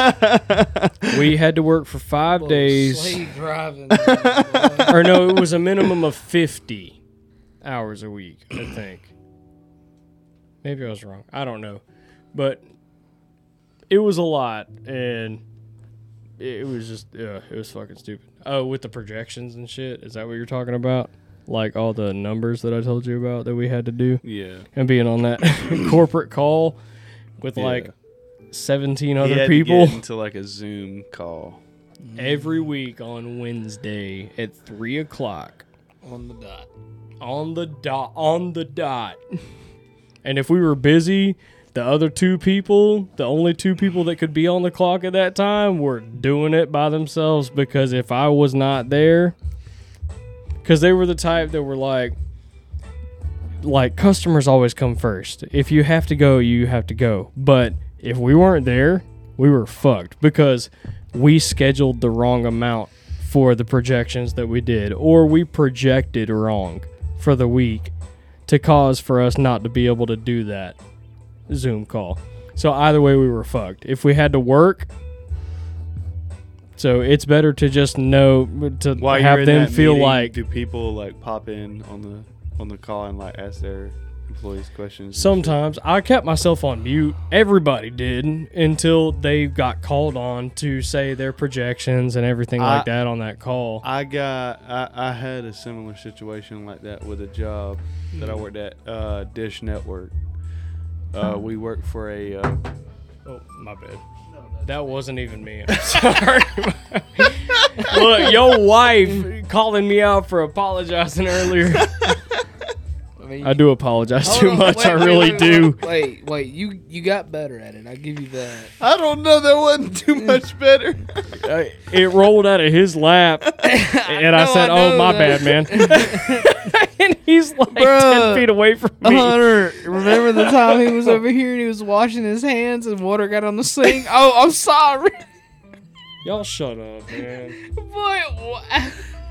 [SPEAKER 1] we had to work for five
[SPEAKER 2] Little
[SPEAKER 1] days,
[SPEAKER 2] slave driving. boy.
[SPEAKER 1] or no, it was a minimum of fifty hours a week. I think. Maybe I was wrong. I don't know, but it was a lot, and it was just uh, it was fucking stupid. Oh, with the projections and shit, is that what you're talking about? Like all the numbers that I told you about that we had to do,
[SPEAKER 3] Yeah.
[SPEAKER 1] and being on that corporate call with like
[SPEAKER 3] Yeah.
[SPEAKER 1] seventeen
[SPEAKER 3] He
[SPEAKER 1] other
[SPEAKER 3] had to get
[SPEAKER 1] people
[SPEAKER 3] into like a Zoom call.
[SPEAKER 1] every week on Wednesday at three o'clock
[SPEAKER 2] on the dot.
[SPEAKER 1] on the dot on the dot. And if we were busy, the other two people, the only two people that could be on the clock at that time, were doing it by themselves because if I was not there, because they were the type that were like, like customers always come first. If you have to go, you have to go. But if we weren't there, we were fucked because we scheduled the wrong amount for the projections that we did, or we projected wrong for the week to cause for us not to be able to do that Zoom call. So either way, we were fucked. If we had to work, so it's better to just know to
[SPEAKER 3] While you're
[SPEAKER 1] have
[SPEAKER 3] in
[SPEAKER 1] them
[SPEAKER 3] that
[SPEAKER 1] feel
[SPEAKER 3] meeting,
[SPEAKER 1] like
[SPEAKER 3] do people like pop in on the on the call and like ask their employees questions? and shit?
[SPEAKER 1] Sometimes I kept myself on mute. Everybody did until they got called on to say their projections and everything
[SPEAKER 3] I-
[SPEAKER 1] like that on that call.
[SPEAKER 3] I got I, I had a similar situation like that with a job that I worked at uh, Dish Network. Uh, we worked for a uh,
[SPEAKER 1] oh, my bad. That wasn't even me. I'm sorry. Look, your wife calling me out for apologizing earlier.
[SPEAKER 2] I mean,
[SPEAKER 1] I do apologize
[SPEAKER 2] Hold
[SPEAKER 1] too
[SPEAKER 2] on,
[SPEAKER 1] much.
[SPEAKER 2] wait,
[SPEAKER 1] I
[SPEAKER 2] wait,
[SPEAKER 1] really
[SPEAKER 2] wait,
[SPEAKER 1] do.
[SPEAKER 2] Wait, wait, wait, you you got better at it. I give you that.
[SPEAKER 3] I don't know that wasn't too much better.
[SPEAKER 1] Uh, it rolled out of his lap, and I
[SPEAKER 2] know,
[SPEAKER 1] said,
[SPEAKER 2] I
[SPEAKER 1] "Oh,
[SPEAKER 2] know
[SPEAKER 1] my
[SPEAKER 2] that."
[SPEAKER 1] bad, man." and he's like ten
[SPEAKER 2] Bruh.
[SPEAKER 1] feet away from me.
[SPEAKER 2] Hunter, remember the time he was over here and he was washing his hands and water got on the sink? Oh, I'm sorry.
[SPEAKER 1] Y'all shut up, man.
[SPEAKER 2] Boy, wha-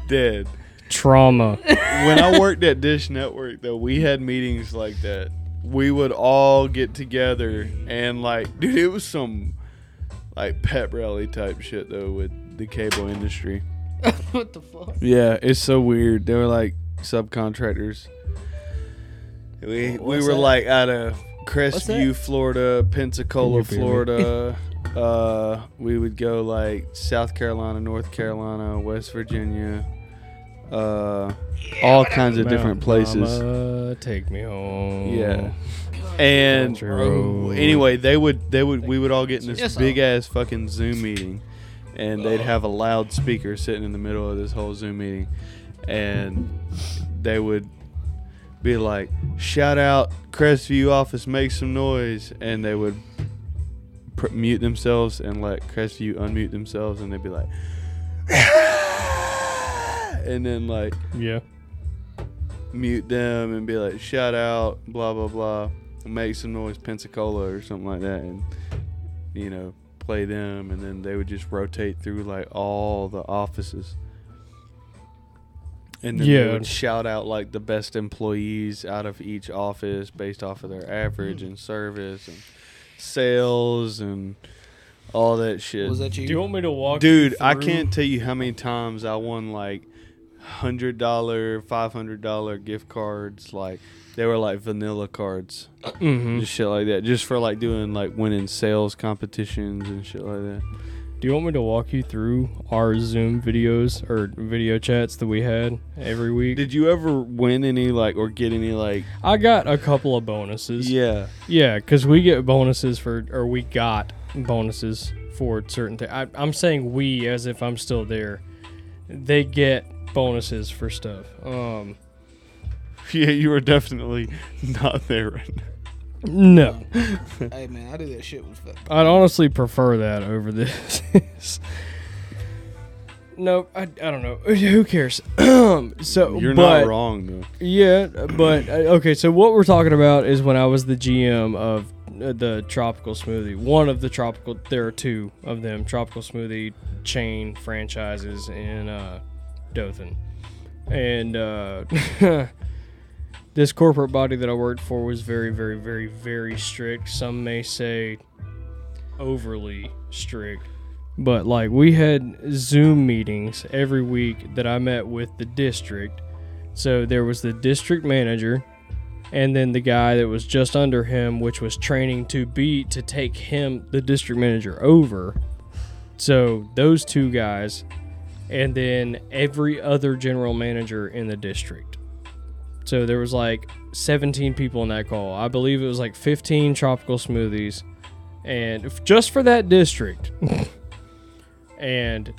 [SPEAKER 3] Dead.
[SPEAKER 1] trauma.
[SPEAKER 3] When I worked at Dish Network, though, we had meetings like that. We would all get together and like, dude, it was some like pet rally type shit though with the cable industry.
[SPEAKER 2] what the fuck?
[SPEAKER 3] Yeah, it's so weird. They were like subcontractors. We we
[SPEAKER 2] what's
[SPEAKER 3] were
[SPEAKER 2] that?
[SPEAKER 3] like out of
[SPEAKER 2] that?
[SPEAKER 3] Crestview, Florida, Pensacola,
[SPEAKER 1] Can you hear
[SPEAKER 3] Florida. uh, we would go like South Carolina, North Carolina, West Virginia, uh, all kinds of different places.
[SPEAKER 1] Mama, take me home.
[SPEAKER 3] Yeah. And um,
[SPEAKER 1] Country road.
[SPEAKER 3] anyway, they would they would we would all get in this
[SPEAKER 2] Yes, sir.
[SPEAKER 3] big ass fucking Zoom meeting, and they'd have a loudspeaker sitting in the middle of this whole Zoom meeting, and they would be like, "Shout out Crestview office, make some noise," and they would pr- mute themselves and let Crestview unmute themselves, and they'd be like, and then like
[SPEAKER 1] Yeah.
[SPEAKER 3] mute them and be like, shout out, blah, blah, blah, and make some noise, Pensacola or something like that, and, you know, play them. And then they would just rotate through like all the offices. And then they
[SPEAKER 1] Yeah.
[SPEAKER 3] would shout out like the best employees out of each office based off of their average
[SPEAKER 2] Hmm.
[SPEAKER 3] and service and sales and all that shit.
[SPEAKER 2] Was that
[SPEAKER 1] Do you
[SPEAKER 2] you?
[SPEAKER 1] want me to walk?
[SPEAKER 3] Dude,
[SPEAKER 1] you
[SPEAKER 3] I
[SPEAKER 1] through-
[SPEAKER 3] can't tell you how many times I won like hundred dollar, five hundred dollar gift cards. Like they were like vanilla cards,
[SPEAKER 1] Mhm.
[SPEAKER 3] just shit like that, just for like doing like winning sales competitions and shit like that.
[SPEAKER 1] Do you want me to walk you through our Zoom videos or video chats that we had every week?
[SPEAKER 3] Did you ever win any like or get any like?
[SPEAKER 1] I got a couple of bonuses.
[SPEAKER 3] Yeah,
[SPEAKER 1] Yeah, because we get bonuses for, or we got bonuses for certain things. I'm saying we as if I'm still there. They get bonuses for stuff. Um,
[SPEAKER 3] yeah, you were definitely not there right now.
[SPEAKER 1] no.
[SPEAKER 2] Hey man, I do that shit with
[SPEAKER 1] I'd honestly prefer that over this. no, I, I don't know. Who cares? so
[SPEAKER 3] You're
[SPEAKER 1] but,
[SPEAKER 3] not wrong though.
[SPEAKER 1] Yeah, but uh, okay. So what we're talking about is when I was the GM of uh, the tropical smoothie. One of the tropical. There are two of them. Tropical smoothie chain franchises in uh, Dothan, and uh, this corporate body that I worked for was very, very, very, very strict. Some may say overly strict. But like we had Zoom meetings every week that I met with the district. So there was the district manager and then the guy that was just under him which was training to be to take him the district manager over So those two guys, and then every other general manager in the district. So there was like 17 people in that call. I believe it was like 15 tropical smoothies, and f- just for that district, and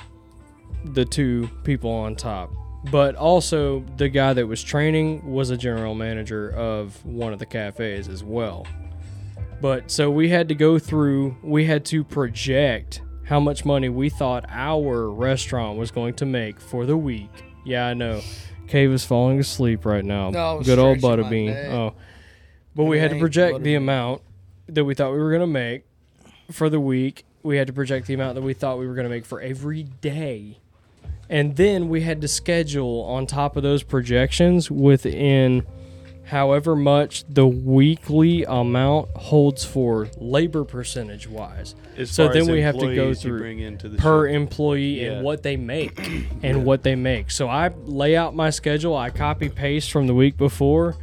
[SPEAKER 1] the two people on top. But also the guy that was training was a general manager of one of the cafes as well. But so we had to go through, we had to project how much money we thought our restaurant was going to make for the week. Yeah, I know. Cave is falling asleep right now.
[SPEAKER 2] No, I was
[SPEAKER 1] Good old
[SPEAKER 2] stretching my
[SPEAKER 1] Butterbean.
[SPEAKER 2] neck.
[SPEAKER 1] Oh. But we had to
[SPEAKER 2] Dang,
[SPEAKER 1] project the
[SPEAKER 2] Butterbean.
[SPEAKER 1] amount that we thought we were going to make for the week. We had to project the amount that we thought we were going to make for every day. And then we had to schedule on top of those projections within however much the weekly amount holds for labor percentage wise
[SPEAKER 3] As
[SPEAKER 1] So
[SPEAKER 3] far
[SPEAKER 1] then
[SPEAKER 3] as
[SPEAKER 1] we have to go
[SPEAKER 3] employees you
[SPEAKER 1] through
[SPEAKER 3] bring into the
[SPEAKER 1] per
[SPEAKER 3] shop.
[SPEAKER 1] employee
[SPEAKER 3] Yeah.
[SPEAKER 1] and what they make and what they make. So I lay out my schedule, I copy paste from the week before,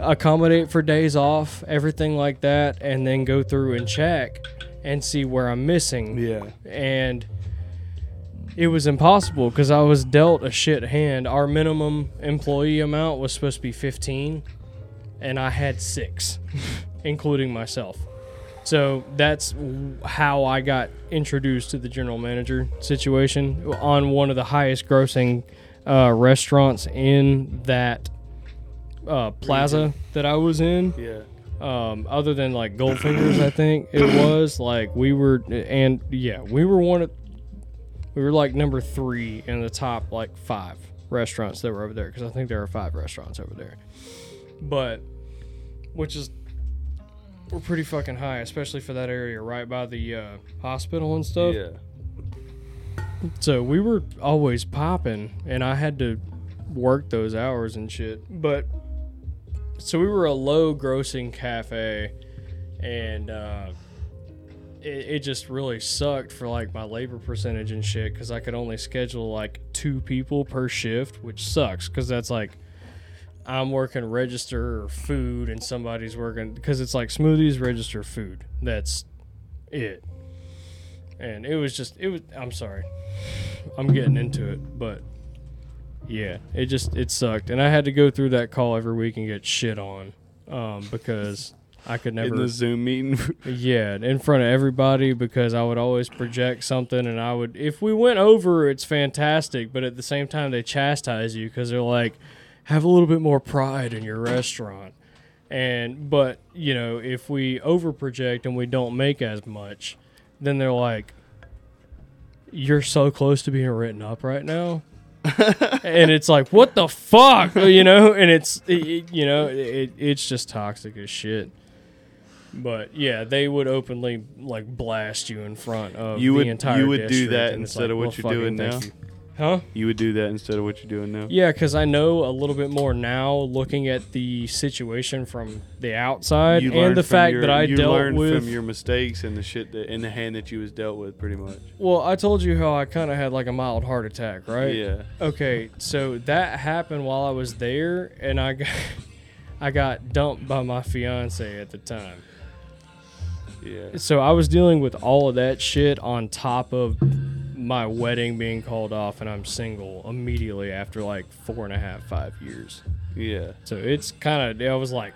[SPEAKER 1] accommodate for days off, everything like that, and then go through and check and see where I'm missing.
[SPEAKER 3] yeah.
[SPEAKER 1] And it was impossible because I was dealt a shit hand. Our minimum employee amount was supposed to be 15, and I had six, including myself. So that's w- how I got introduced to the general manager situation on one of the highest grossing uh, restaurants in that uh, plaza that I was in
[SPEAKER 3] Yeah.
[SPEAKER 1] um, other than like Goldfinger's, I think it was like we were, and yeah, we were one of, we were like number three in the top like five restaurants that were over there because I think there are five restaurants over there, but which is we're pretty fucking high, especially for that area right by the uh, hospital and stuff.
[SPEAKER 3] yeah.
[SPEAKER 1] So we were always popping, and I had to work those hours and shit. But so we were a low grossing cafe, and uh, it, it just really sucked for like my labor percentage and shit because I could only schedule like two people per shift, which sucks because that's like. I'm working register or food, and somebody's working because it's like smoothies, register food. That's it. And it was just, it was, I'm sorry. I'm getting into it, but yeah, it just it sucked, and I had to go through that call every week and get shit on um, because I could never.
[SPEAKER 3] In the Zoom meeting.
[SPEAKER 1] Yeah, in front of everybody because I would always project something, and I would if we went over, it's fantastic. But at the same time, they chastise you because they're like, have a little bit more pride in your restaurant. And but you know, if we over project and we don't make as much, then they're like, you're so close to being written up right now. and it's like, what the fuck, you know? And it's, it- it, you know, it, it's just toxic as shit. But yeah, they would openly like blast you in front of
[SPEAKER 3] You
[SPEAKER 1] the
[SPEAKER 3] would-
[SPEAKER 1] entire.
[SPEAKER 3] you would do
[SPEAKER 1] district,
[SPEAKER 3] that
[SPEAKER 1] and it's
[SPEAKER 3] instead of what you're
[SPEAKER 1] fucking
[SPEAKER 3] doing
[SPEAKER 1] thank
[SPEAKER 3] now?
[SPEAKER 1] you. huh?
[SPEAKER 3] you would do that instead of what you're doing now.
[SPEAKER 1] Yeah, because I know a little bit more now, looking at the situation from the outside
[SPEAKER 3] You
[SPEAKER 1] and
[SPEAKER 3] learned
[SPEAKER 1] the
[SPEAKER 3] from
[SPEAKER 1] fact
[SPEAKER 3] your-
[SPEAKER 1] that I
[SPEAKER 3] you
[SPEAKER 1] dealt
[SPEAKER 3] learned
[SPEAKER 1] with.
[SPEAKER 3] from your mistakes and the shit that in the hand that you was dealt with, pretty much.
[SPEAKER 1] well, I told you how I kind of had like a mild heart attack, right?
[SPEAKER 3] Yeah.
[SPEAKER 1] Okay, so that happened while I was there, and I got, I got dumped by my fiance at the time.
[SPEAKER 3] Yeah.
[SPEAKER 1] So I was dealing with all of that shit on top of my wedding being called off, and I'm single immediately after like four and a half, five years.
[SPEAKER 3] Yeah.
[SPEAKER 1] So it's kind of, I was like,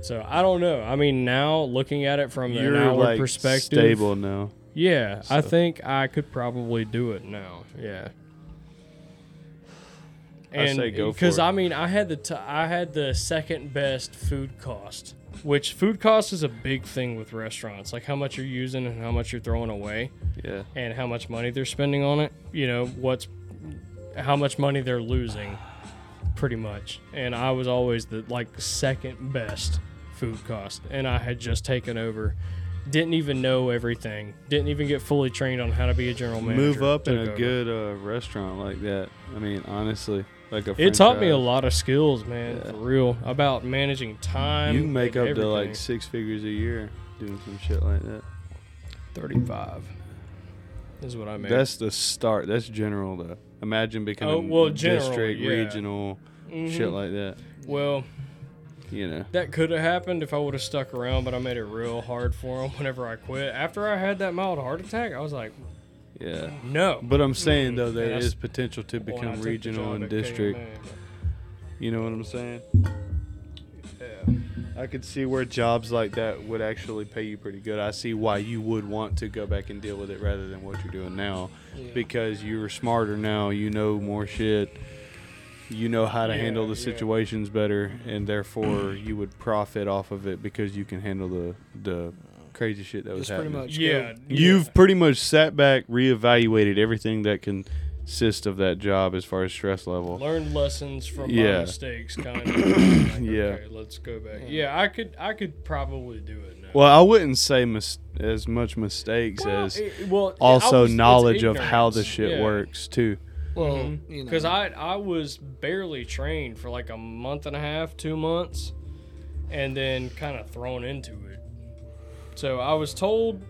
[SPEAKER 1] so I don't know. I mean, now looking at it from an
[SPEAKER 3] You're
[SPEAKER 1] outward
[SPEAKER 3] like
[SPEAKER 1] perspective,
[SPEAKER 3] stable now.
[SPEAKER 1] yeah, I
[SPEAKER 3] So-
[SPEAKER 1] think I could probably do it now. Yeah.
[SPEAKER 3] I say go for
[SPEAKER 1] because
[SPEAKER 3] it.
[SPEAKER 1] I mean I had the t- I had the second best food cost, which food cost is a big thing with restaurants, like how much you're using and how much you're throwing away
[SPEAKER 3] Yeah.
[SPEAKER 1] and how much money they're spending on it. You know what's how much money they're losing, pretty much. And I was always the like second best food cost, and I had just taken over. Didn't even know everything. Didn't even get fully trained on how to be a general manager.
[SPEAKER 3] Move up in
[SPEAKER 1] Took
[SPEAKER 3] a
[SPEAKER 1] over.
[SPEAKER 3] good uh, restaurant like that. I mean, honestly, like a.
[SPEAKER 1] It taught me a
[SPEAKER 3] franchise.
[SPEAKER 1] lot of skills, man,
[SPEAKER 3] Yeah.
[SPEAKER 1] for real. About managing time.
[SPEAKER 3] You can make up
[SPEAKER 1] and
[SPEAKER 3] to like
[SPEAKER 1] everything.
[SPEAKER 3] six figures a year doing some shit like that.
[SPEAKER 1] 35. Is what I made.
[SPEAKER 3] That's the start. That's general though. Imagine becoming
[SPEAKER 1] Oh, well, general,
[SPEAKER 3] district,
[SPEAKER 1] yeah.
[SPEAKER 3] regional,
[SPEAKER 1] Mhm.
[SPEAKER 3] shit like that.
[SPEAKER 1] Well,
[SPEAKER 3] you know.
[SPEAKER 1] That could have happened if I would have stuck around, but I made it real hard for him whenever I quit. After I had that mild heart attack, I was like,
[SPEAKER 3] Yeah.
[SPEAKER 1] no.
[SPEAKER 3] But I'm saying though, there
[SPEAKER 1] That's-
[SPEAKER 3] is potential to
[SPEAKER 1] When I took
[SPEAKER 3] become
[SPEAKER 1] the
[SPEAKER 3] regional
[SPEAKER 1] job
[SPEAKER 3] and
[SPEAKER 1] at KMA,
[SPEAKER 3] district. You know what I'm saying?
[SPEAKER 1] yeah.
[SPEAKER 3] I could see where jobs like that would actually pay you pretty good. I see why you would want to go back and deal with it rather than what you're doing now because you're smarter now, you know more shit. You know how to
[SPEAKER 1] Yeah,
[SPEAKER 3] handle the
[SPEAKER 1] yeah.
[SPEAKER 3] situations better and therefore you would profit off of it because you can handle the the crazy shit that was
[SPEAKER 2] Just pretty
[SPEAKER 3] happening.
[SPEAKER 2] much.
[SPEAKER 1] Yeah,
[SPEAKER 3] You've pretty much sat back, reevaluated everything that consists of that job as far as stress
[SPEAKER 1] yeah.
[SPEAKER 3] level.
[SPEAKER 1] learned lessons from my
[SPEAKER 3] Yeah.
[SPEAKER 1] mistakes, kind of. Like,
[SPEAKER 3] Yeah.
[SPEAKER 1] Okay, let's go back. Yeah, I could, I could probably do it now.
[SPEAKER 3] Well, I wouldn't say mis- as much mistakes
[SPEAKER 1] Well,
[SPEAKER 3] as
[SPEAKER 1] it- well, it- I
[SPEAKER 3] also
[SPEAKER 1] was- it's
[SPEAKER 3] knowledge of how the
[SPEAKER 1] ignorance.
[SPEAKER 3] shit
[SPEAKER 1] Yeah.
[SPEAKER 3] works too.
[SPEAKER 2] Well, you know,
[SPEAKER 1] because Mm-hmm. I I was barely trained for like a month and a half, two months, and then kind of thrown into it. So I was told,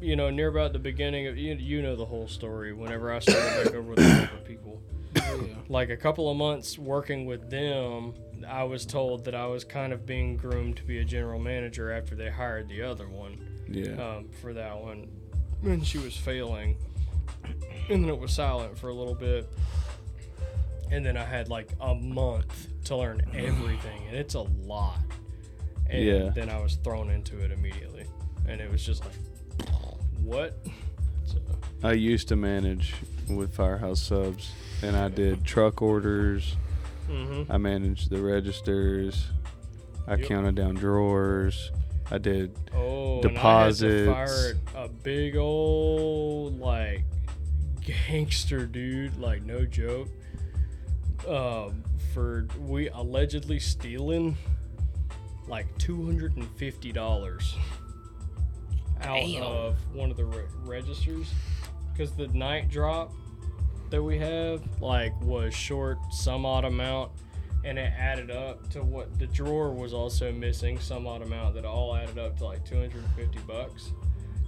[SPEAKER 1] you know, near about the beginning of you, you know the whole story. Whenever I started back over with the Rover people,
[SPEAKER 2] yeah.
[SPEAKER 1] like a couple of months working with them, I was told that I was kind of being groomed to be a general manager after they hired the other one
[SPEAKER 3] Yeah.
[SPEAKER 1] um, for that one. And she was failing. And then it was silent for a little bit. And then I had like a month to learn everything. And it's a lot. And
[SPEAKER 3] Yeah.
[SPEAKER 1] then I was thrown into it immediately. And it was just like, what? So,
[SPEAKER 3] I used to manage with Firehouse Subs and I did truck orders,
[SPEAKER 1] mm-hmm.
[SPEAKER 3] I managed the registers, I
[SPEAKER 1] Yep.
[SPEAKER 3] counted down drawers, I did
[SPEAKER 1] Oh, and I had to
[SPEAKER 3] Deposits.
[SPEAKER 1] fire a big old like gangster dude, like no joke. Um, for we allegedly stealing like two hundred and fifty dollars out
[SPEAKER 4] Damn.
[SPEAKER 1] of one of the re- registers because the night drop that we have like was short some odd amount and it added up to what the drawer was also missing some odd amount that all added up to like 250 bucks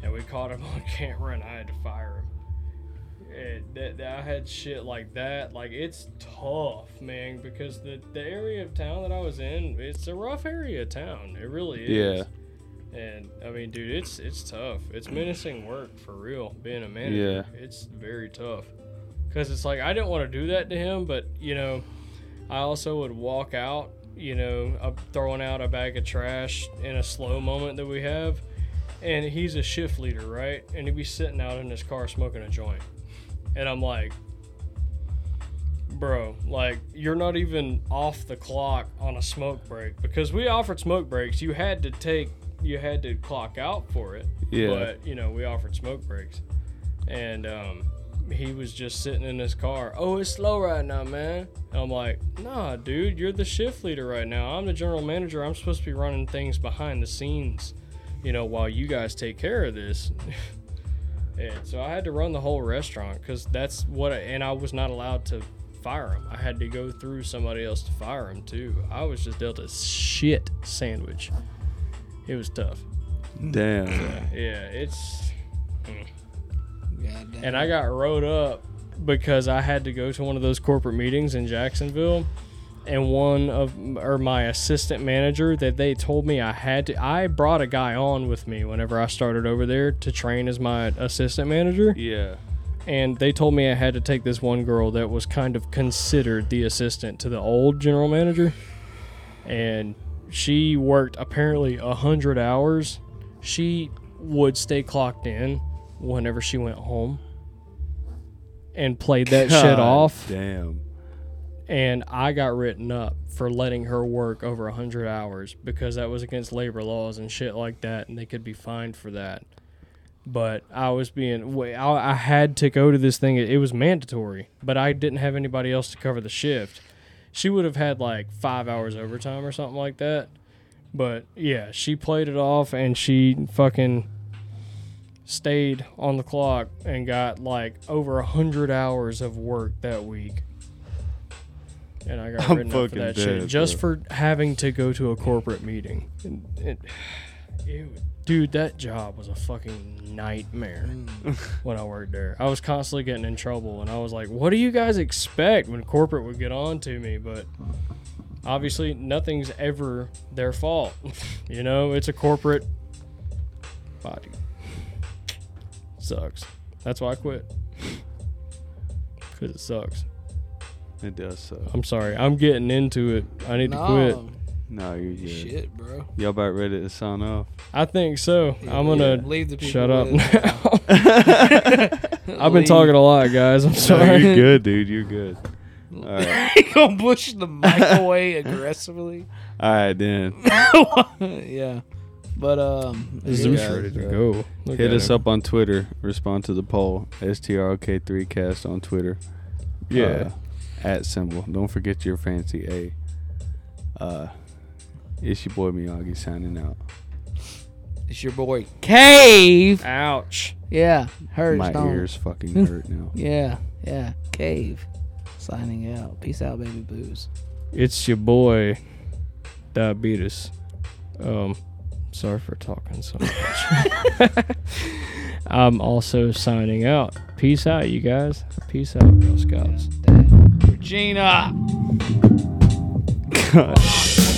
[SPEAKER 1] and we caught him on camera and i had to fire him and that, that- i had shit like that like it's tough man because the, the area of town that i was in it's a rough area of town it really is yeah and i mean dude it's it's tough it's menacing work for real being a manager it's very tough because it's like i didn't want to do that to him but you know I also would walk out, you know, up- throwing out a bag of trash in a slow moment that we have. And he's a shift leader, right? And he'd be sitting out in his car smoking a joint. And I'm like, bro, like, you're not even off the clock on a smoke break. Because we offered smoke breaks. You had to take, you had to clock out for it
[SPEAKER 3] yeah.
[SPEAKER 1] but you know we offered smoke breaks and um he was just sitting in his car oh it's slow right now man and i'm like nah dude you're the shift leader right now i'm the general manager i'm supposed to be running things behind the scenes you know while you guys take care of this and so i had to run the whole restaurant because that's what I, and i was not allowed to fire him i had to go through somebody else to fire him too i was just dealt a shit sandwich it was tough
[SPEAKER 3] Damn.
[SPEAKER 1] yeah it's
[SPEAKER 2] God damn.
[SPEAKER 1] and I got rode up because I had to go to one of those corporate meetings in Jacksonville, and one of or my assistant manager that they told me I had to. I brought a guy on with me whenever I started over there to train as my assistant manager,
[SPEAKER 3] Yeah.
[SPEAKER 1] and they told me I had to take this one girl that was kind of considered the assistant to the old general manager, and she worked apparently a hundred hours. She would stay clocked in whenever she went home and played that shit
[SPEAKER 3] God
[SPEAKER 1] off
[SPEAKER 3] Damn.
[SPEAKER 1] and I got written up for letting her work over 100 hours because that was against labor laws and shit like that, and they could be fined for that. But I was being, wa- I I had to go to this thing. It it was mandatory, but I didn't have anybody else to cover the shift. She would have had like five hours overtime or something like that. But yeah, she played it off and she fucking stayed on the clock and got like over a hundred hours of work that week. And I got
[SPEAKER 3] I'm
[SPEAKER 1] written up for
[SPEAKER 3] fucking
[SPEAKER 1] that
[SPEAKER 3] dead,
[SPEAKER 1] shit just for having to go to a corporate meeting. And it- ew. dude, that job was a fucking nightmare when I worked there. I was constantly getting in trouble, and I was like, "What do you guys expect when corporate would get on to me?" But obviously nothing's ever their fault. you know, it's a corporate body. Sucks. That's why I quit. Cause it sucks.
[SPEAKER 3] It does so.
[SPEAKER 1] I'm sorry. I'm getting into it. I need to quit.
[SPEAKER 2] No,
[SPEAKER 3] No, you're good.
[SPEAKER 2] shit, bro.
[SPEAKER 3] Y'all about ready to sign off?
[SPEAKER 1] I think so. I'm gonna
[SPEAKER 2] leave the people
[SPEAKER 1] shut up
[SPEAKER 2] with it.
[SPEAKER 1] now. I've been
[SPEAKER 2] Leave.
[SPEAKER 1] talking a lot, guys. I'm
[SPEAKER 3] No,
[SPEAKER 1] sorry.
[SPEAKER 3] you're good, dude. You're good. All right,
[SPEAKER 2] He gonna push the mic away aggressively.
[SPEAKER 3] all right then.
[SPEAKER 2] yeah, but um,
[SPEAKER 1] Zeus
[SPEAKER 3] Yeah,
[SPEAKER 1] ready to
[SPEAKER 3] bro.
[SPEAKER 1] go. Look
[SPEAKER 3] Hit
[SPEAKER 1] at
[SPEAKER 3] us
[SPEAKER 1] him.
[SPEAKER 3] up on Twitter. Respond to the poll. STROK3cast on Twitter.
[SPEAKER 1] Yeah.
[SPEAKER 3] Uh, at symbol. Don't forget your fancy A. Uh, it's your boy Miyagi signing out.
[SPEAKER 2] it's your boy Cave.
[SPEAKER 1] Ouch.
[SPEAKER 2] Yeah, hurt.
[SPEAKER 3] My
[SPEAKER 2] Stone.
[SPEAKER 3] ears fucking hurt now.
[SPEAKER 2] Yeah, yeah, Cave. Signing out. Peace out, baby booze.
[SPEAKER 1] It's your boy, diabetes. Um, sorry for talking so much. I'm also signing out. Peace out, you guys. Peace out, Girl Scouts.
[SPEAKER 2] Regina.
[SPEAKER 3] God.